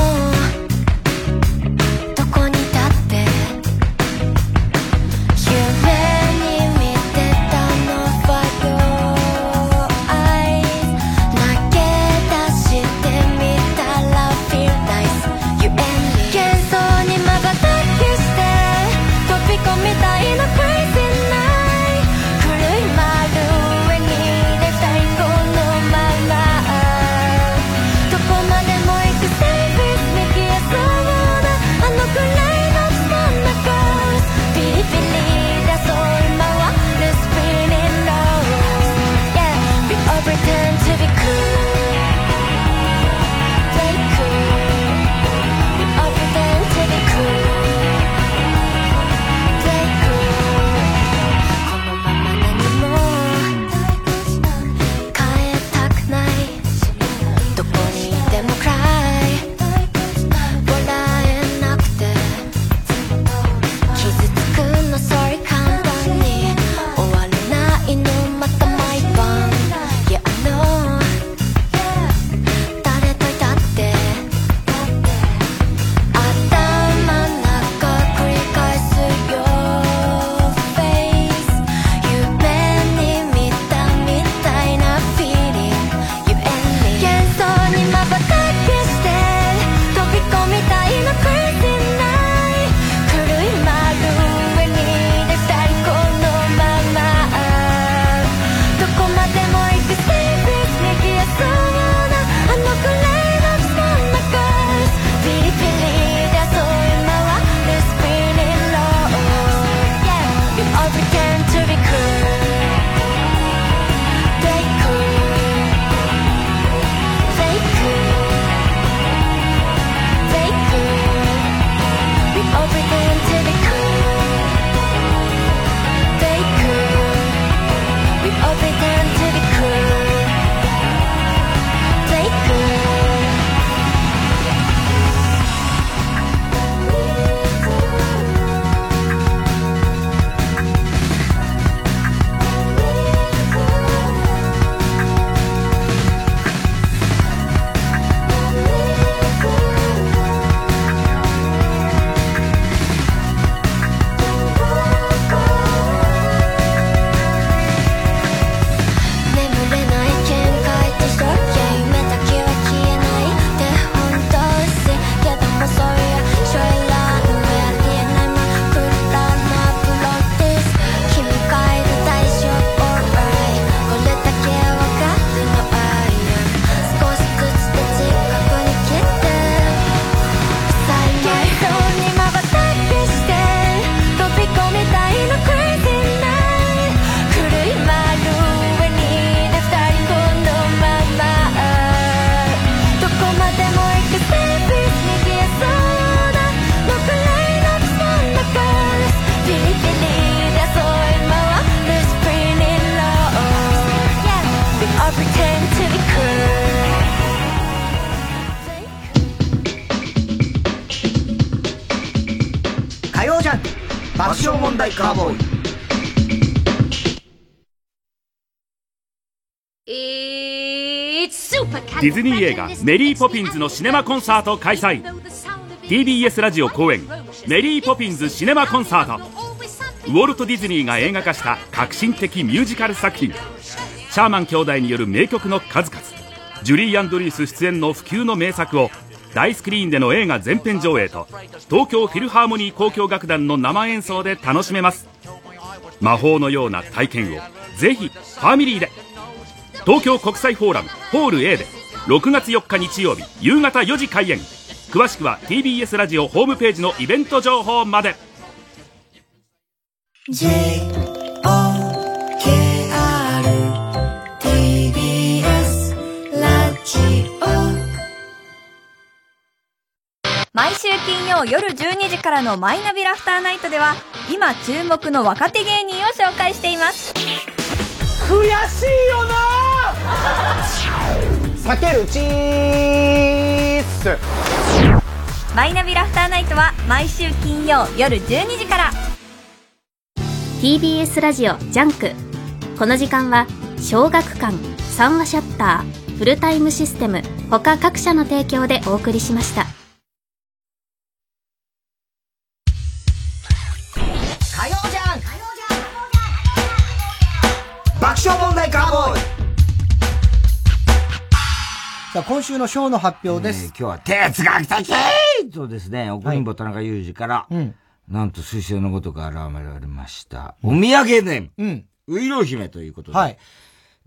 火曜ジャンク爆笑問題カーボーイ
ディズニー映画「メリー・ポピンズ」のシネマコンサート開催 TBS ラジオ公演「メリー・ポピンズシネマコンサート」ウォルト・ディズニーが映画化した革新的ミュージカル作品シャーマン兄弟による名曲の数々ジュリー・アンドリース出演の不朽の名作を大スクリーンでの映画全編上映と東京フィルハーモニー交響楽団の生演奏で楽しめます魔法のような体験をぜひファミリーで東京国際フォーラムホール A で6月4日日曜日夕方4時開演詳しくは TBS ラジオホームページのイベント情報まで
TBS ラジオ
毎週金曜夜12時からの「マイナビラフターナイト」では今注目の若手芸人を紹介しています
悔しいよな避けるチース
マイナビラフターナイトは毎週金曜夜12時から
TBS ラジオジャンクこの時間は小学館三話シャッターフルタイムシステム他各社の提供でお送りしました
火曜ジャンク爆笑問題カーボーイ
さあ、今週のショーの発表です。
今日は哲学的とですね、奥んぼ田中裕二から、なんと彗星のごとく現れました。お土産ね、ウイロウ姫ということで、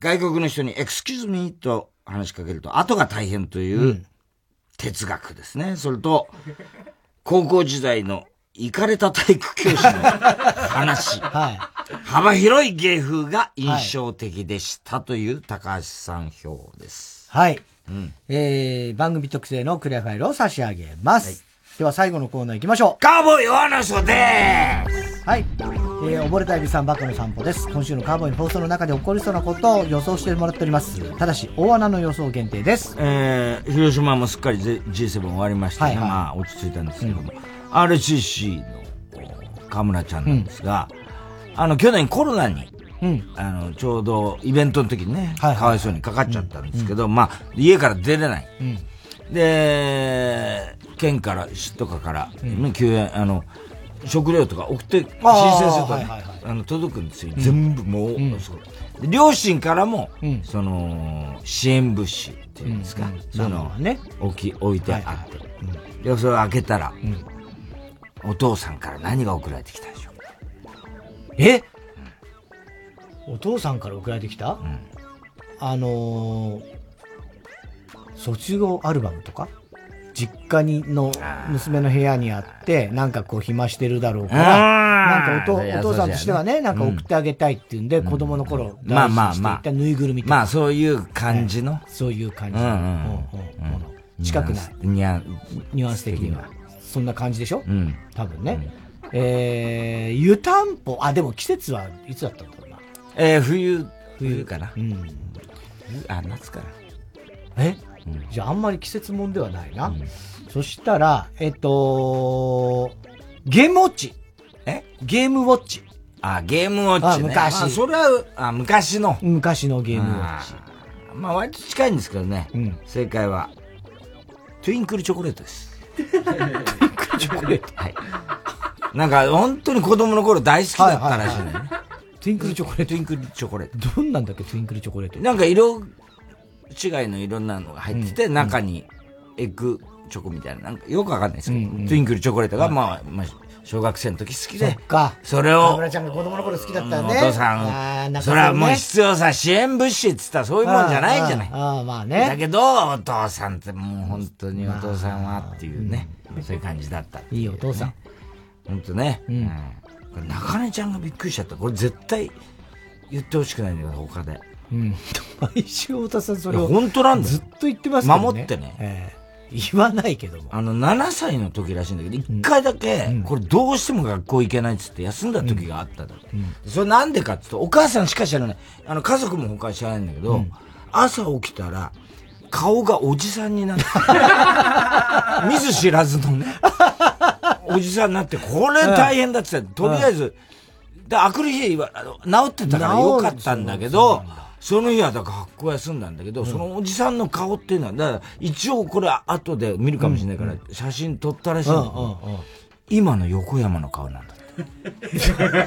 外国の人にエクスキューズミーと話しかけると、後が大変という哲学ですね。それと、高校時代の行かれた体育教師の <laughs> 話。幅広い芸風が印象的でしたという高橋さん表です。
はい。えー、番組特製のクリアファイルを差し上げます。では最後のコーナー行きましょう。
カーボーイお話をで
はい。えー、溺れたエビさんバカの散歩です。今週のカーボーイの放送の中で起こりそうなことを予想してもらっております。ただし、大穴の予想限定です。
えー、広島もすっかり G- G7 終わりましたね、まあ落ち着いたんですけども、RCC の河村ちゃんなんですが、あの去年コロナに、あのちょうどイベントの時にね、かわいそうにかかっちゃったんですけど、まあ家から出れない、
うん
で県から市とかから、
うん
ね救援あの食料とか送って申
あー
請すると、
はい
ね
はいはい
あの届くんですよ、
うん
全部もう、そうで両親からも、その支援物資っていうんですか、
うんうん
そういうのを
ね
置き置いてあって、でそれを開けたら、お父さんから何が送られてきたでしょう
えお父さんから送られてきた、あのー、卒業アルバムとか実家にの娘の部屋にあって、なんかこう暇してるだろうから、
あー
なんかお
そり
と
ゃ
お父さ
そうんだよね
としてはね、なんか送ってあげたいっていうんで、子供の頃、
まあま
大
あまあ
事にしていたぬいぐるみとか
まあそういう感じの、
そういう感じ
うん
の
う
うん
んうん
近くない
ニュアン
ニュアンス的には。そんな感じでしょ、
うん
多分ね。えー、湯たんぽ、あ、でも季節はいつだったんだろうな。
えー、冬冬かな、
うん、
あ夏から
え、じゃああんまり季節もんではないな。そしたら、えっと、ゲームウォッチ。
え
ゲームウォッチ。
あゲームウォッチ、ね、
あ昔
まあそれはあ昔の
昔のゲームウォッチ。
まあ割と近いんですけどね、正解はトゥインクルチョコレートです
チョコレート。
はい。なんか、本当に子供の頃大好きだったらしいのよね。
トゥインクルチョコレート。
トゥインクルチョコレー
ト。どんなんだっけ、トゥインクルチョコレート。
なんか、色違いのいろんなのが入ってて、中にエッグチョコみたいな、なんかよくわかんないですけど、トゥインクルチョコレートが、まあ、まあ、小学生の時好き
そ
で
っ、か。
それ
河
を、
村ちゃんが子供の頃好きだっ
お
たよね。
父
あ
さ
ーなん
ん、
か
それはもう
ね
必要さ、支援物資って言ったらそういうもんじゃないじゃない。
あーあーあーまあね。
だけど、お父さんってもう本当にお父さんはっていうね、そういう感じだったっていいお父さん。本当ね。うん。これ中根ちゃんがびっくりしちゃった。これ絶対言ってほしくないんだけど、他で。
うん。毎週太田さんそ
<laughs> い
れ
や
を。
本当なんだよ
ずっと言ってますけどね。
守ってね。
言わないけども。
あの、7歳の時らしいんだけど、一回だけ、これどうしても学校行けないっつって休んだ時があっただ、それなんでかっつうと、お母さんしか知らない。あの、家族も他は知らないんだけど、朝起きたら、 <laughs> 顔がおじさんになってた見ず知らずのね、おじさんになって、これ大変だって言ってたとりあえず、で、アクリルヒは、あの、治ってたからよかったんだけど、その日はだから学校休んだんだけど、そのおじさんの顔っていうのは、だから一応これ後で見るかもしれないから、写真撮ったらしいの、今の横山の顔なんだって。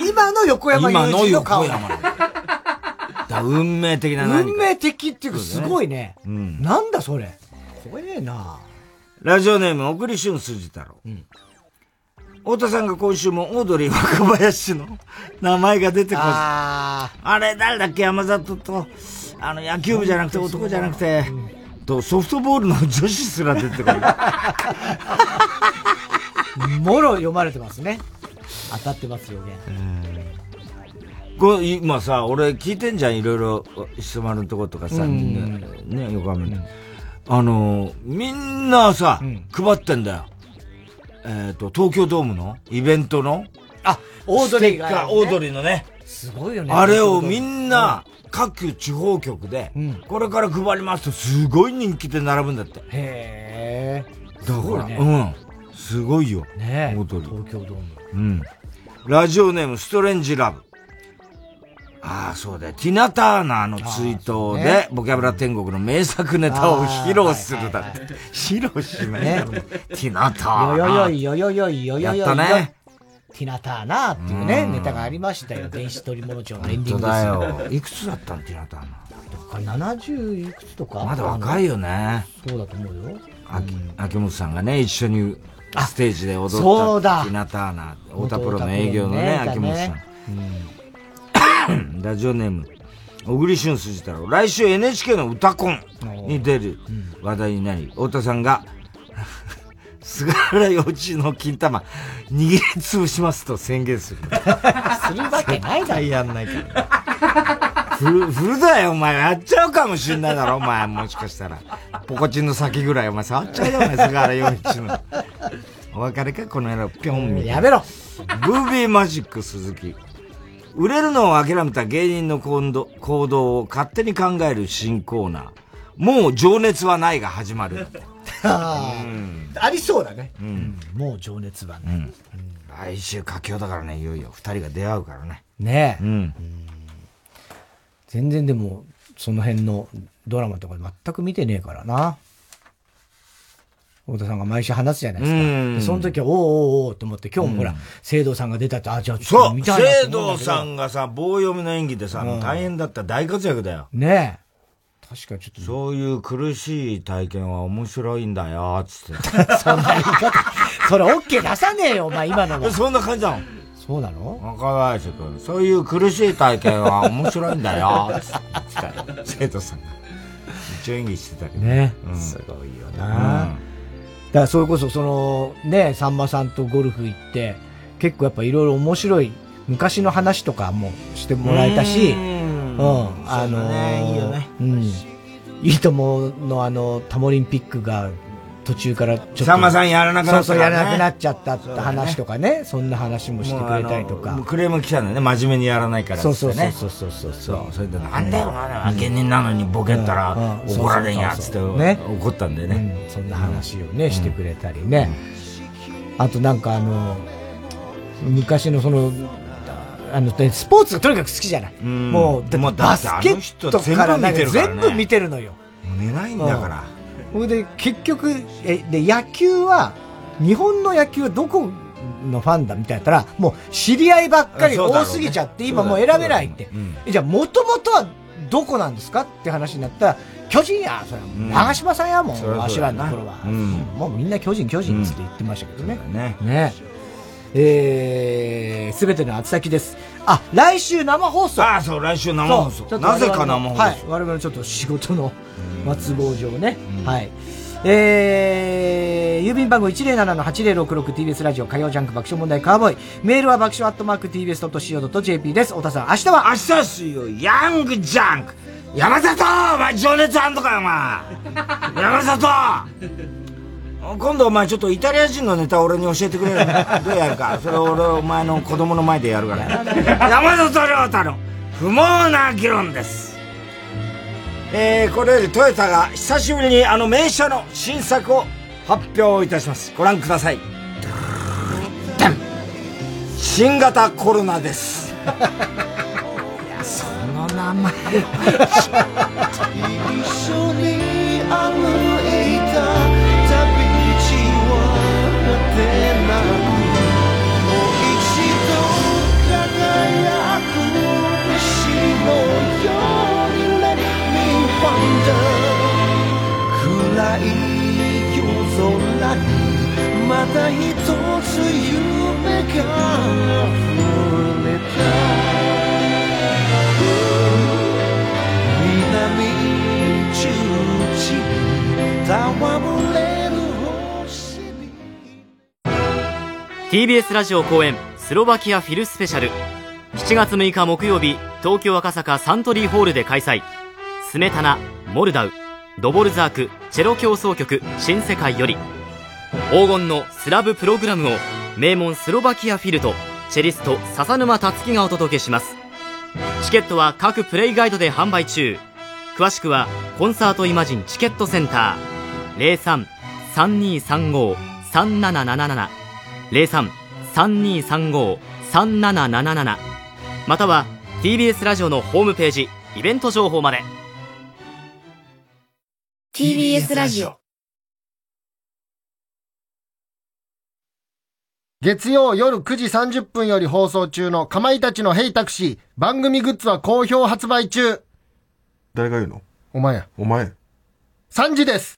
今の横山
今
裕
の
二の
横
顔。
山なんだって。だから運命的な何
運
か。
命的っていうか、すごいね。
うん。
なんだそれ。怖えな。
ラジオネーム、小栗旬辻太郎。太田さんが今週もオードリー若林の <laughs> 名前が出てこず。あれ、誰だっけ山里と、あの、野球部じゃなくて男じゃなくて、と、ソフトボールの女子すら出て
<laughs>
こない。
もろ読まれてますね。当たってますよね。
これ今さ、俺聞いてんじゃん、いろいろ、質問のとことかさ、
うん
みんな、ね、横浜に。あの、みんなさ、配ってんだよ。えっと、東京ドームのイベントのあ、
オードリーがね
オードリーのね。
すごいよね。
あれをみんな、各地方局で、これから配りますと、すごい人気で並ぶんだって。
へ
だか
ごい
ら、
ね
うん。すごいよ。
ね
オードリー。
東京ドーム。
うん。ラジオネーム、ストレンジラブ。ああ、そうだよ。ティナ・ターナーのツイー
ああそ
ト
う
で
ね、
ボキャブラ天国の名作ネタを披露するだって。披露しないだろ
ね
ティナ・ター
よ
ナ
よよ
ー。
いよよよいよよよい
やったね。
ティナターナーっていうね、
うん
ネタがありましたよ。電子取り物帳のエン
本
ディ
当
ング
だ
で
よ。
す
いくつだったんティナ・ターナ
これ70いくつとか
ー。まだ若いよね。
そうだと思うよ。
秋秋元さんがね、一緒にステージで踊った。
そうだ
ティナ・ターナー。太田プロの営業の
元
ね、
太
秋
プロ
元
のね
さん。 <coughs> ラジオネーム、小栗旬筋太郎。来週 NHK の歌コンに出る話題になり、太田さんが、 <laughs> 菅原洋一の金玉、握りつぶしますと宣言する。
するわけないだろ。
やんないから。フル、フルだよ、お前。やっちゃうかもしんないだろ、お前。もしかしたら。ポコチンの先ぐらい、お前、触っちゃうよ、お前、菅原洋一の。お別れか、この野郎、ぴょんみたいな。
やめろ
ブービーマジック鈴木。売れるのを諦めた芸人の行動行動を勝手に考える新コーナー。もう情熱はないが始まる。
あ
うん。
ーありそうだね。
うん。
もう情熱はね。
うん。来週佳境だからね、いよいよ。二人が出会うからね。
ねえ。
うん。
全然でも、その辺のドラマとか全く見てねえからな。太田さんが毎週話すじゃないです
うん
か。でその時は、おうおうおうと思って、今日もほ
う
ら
ん、
聖堂さんが出たって、あ、じゃあちょっ
そ
と
う
見たいな
聖
と思うんだけ
堂
ど
さんがさ、棒読みの演技でさ、
うん
もう大変だった大活躍だよ。
ねえ。確かにちょっと。
そういう苦しい体験は面白いんだよ、つって。
そんな言い方。それ OK 出さねえよ、お前今のは。
<laughs> そんな感じだもん。
<laughs> そうなの
若林君、そういう苦しい体験は面白いんだよ、つって言ってた
<laughs>
よ。生徒さんが。一応演技してたけど。
ね
うん
すごいよなだからそれこそそのねさんまさんとゴルフ行って結構やっぱいろいろ面白い昔の話とかもしてもらえたし
う
うんん
そ
あ
うだ
の
ねいいよね
うんいいとものあのタモリンピックが途中からちょっと
さんまさんやらなくなったからね
そうそうやらなくなっちゃったって
そうだね
話とかねそんな話もしてくれたりと
もうあ
か
のクレーム来たんだよね真面目にやらないからっつってね
そうそうそう
そうそれでなんだよな芸人なのにボケたら
うん
怒られんやっ
そう
つ
そう
って
そうそうね
怒ったんだよね
そんな話をね、してくれたりね、あとなんかあの昔のそのあのねスポーツがとにかく好きじゃない、
ん
もうだ
もう
って
だ
バ
って
ス
あ
ケ
の人
ットからなんか
全部見て
全部見てる
るからね
のよ
寝ないんだから
それで結局えで野球は日本の野球はどこのファンだみたいだったらもう知り合いばっかり
そうだろう
多
ね
すぎちゃって、今もう選べないって、
うん
えじゃあもともとはどこなんですかって話になったら巨人やそれはもう
うん
長嶋さんやもん、
そりゃ
わ
そ
し
うだ
ら
よ
の
な
頃は、
うん
もうみんな巨人巨人っつって言ってましたけどね、
ね
ねえす、べての厚先ですあ来週生放送
ああそう来週生放
そう
送
ちょっと
な
我々
ぜ
の
か生放送
はい我々ちょっと仕事の松棒上ね、はいえー、郵便番号 107-8066TBS ラジオ火曜ジャンク爆笑問題カーボーイメールは爆笑アットマーク TBS.CO.JP です太田さん明日は
明日水曜ヤングジャンク山里お前情熱あんとかよお前山里 <laughs> 今度お前ちょっとイタリア人のネタ俺に教えてくれるどうやるかそれ俺お前の子供の前でやるから山里亮太の不毛な議論ですえー、これよりトヨタが久しぶりにあの名車の新作を
発表いたします。ご覧ください。ダン新型コロナです。いや、その名前
一緒に歩いた旅道は果てなくもう一度輝く星のように Let me wonder 暗い夜空にまた一つ夢が溢れた南十字戯れる tá um 星
TBS ラジオ公演スロバキアフィルスペシャル7月6日木曜日東京赤坂サントリーホールで開催スメタナモルダウドボルザークチェロ協奏曲新世界より黄金のスラブプログラムを名門スロバキアフィルとチェリスト笹沼達樹がお届けしますチケットは各プレイガイドで販売中詳しくはコンサートイマジンチケットセンター03-3235-3777 03-3235-3777または TBS ラジオのホームページイベント情報まで
TBS ラジオ
月曜夜9時30分より放送中のかまいたちのヘイタクシー番組グッズは好評発売中
誰が言うの
お前や。
お前。
3時です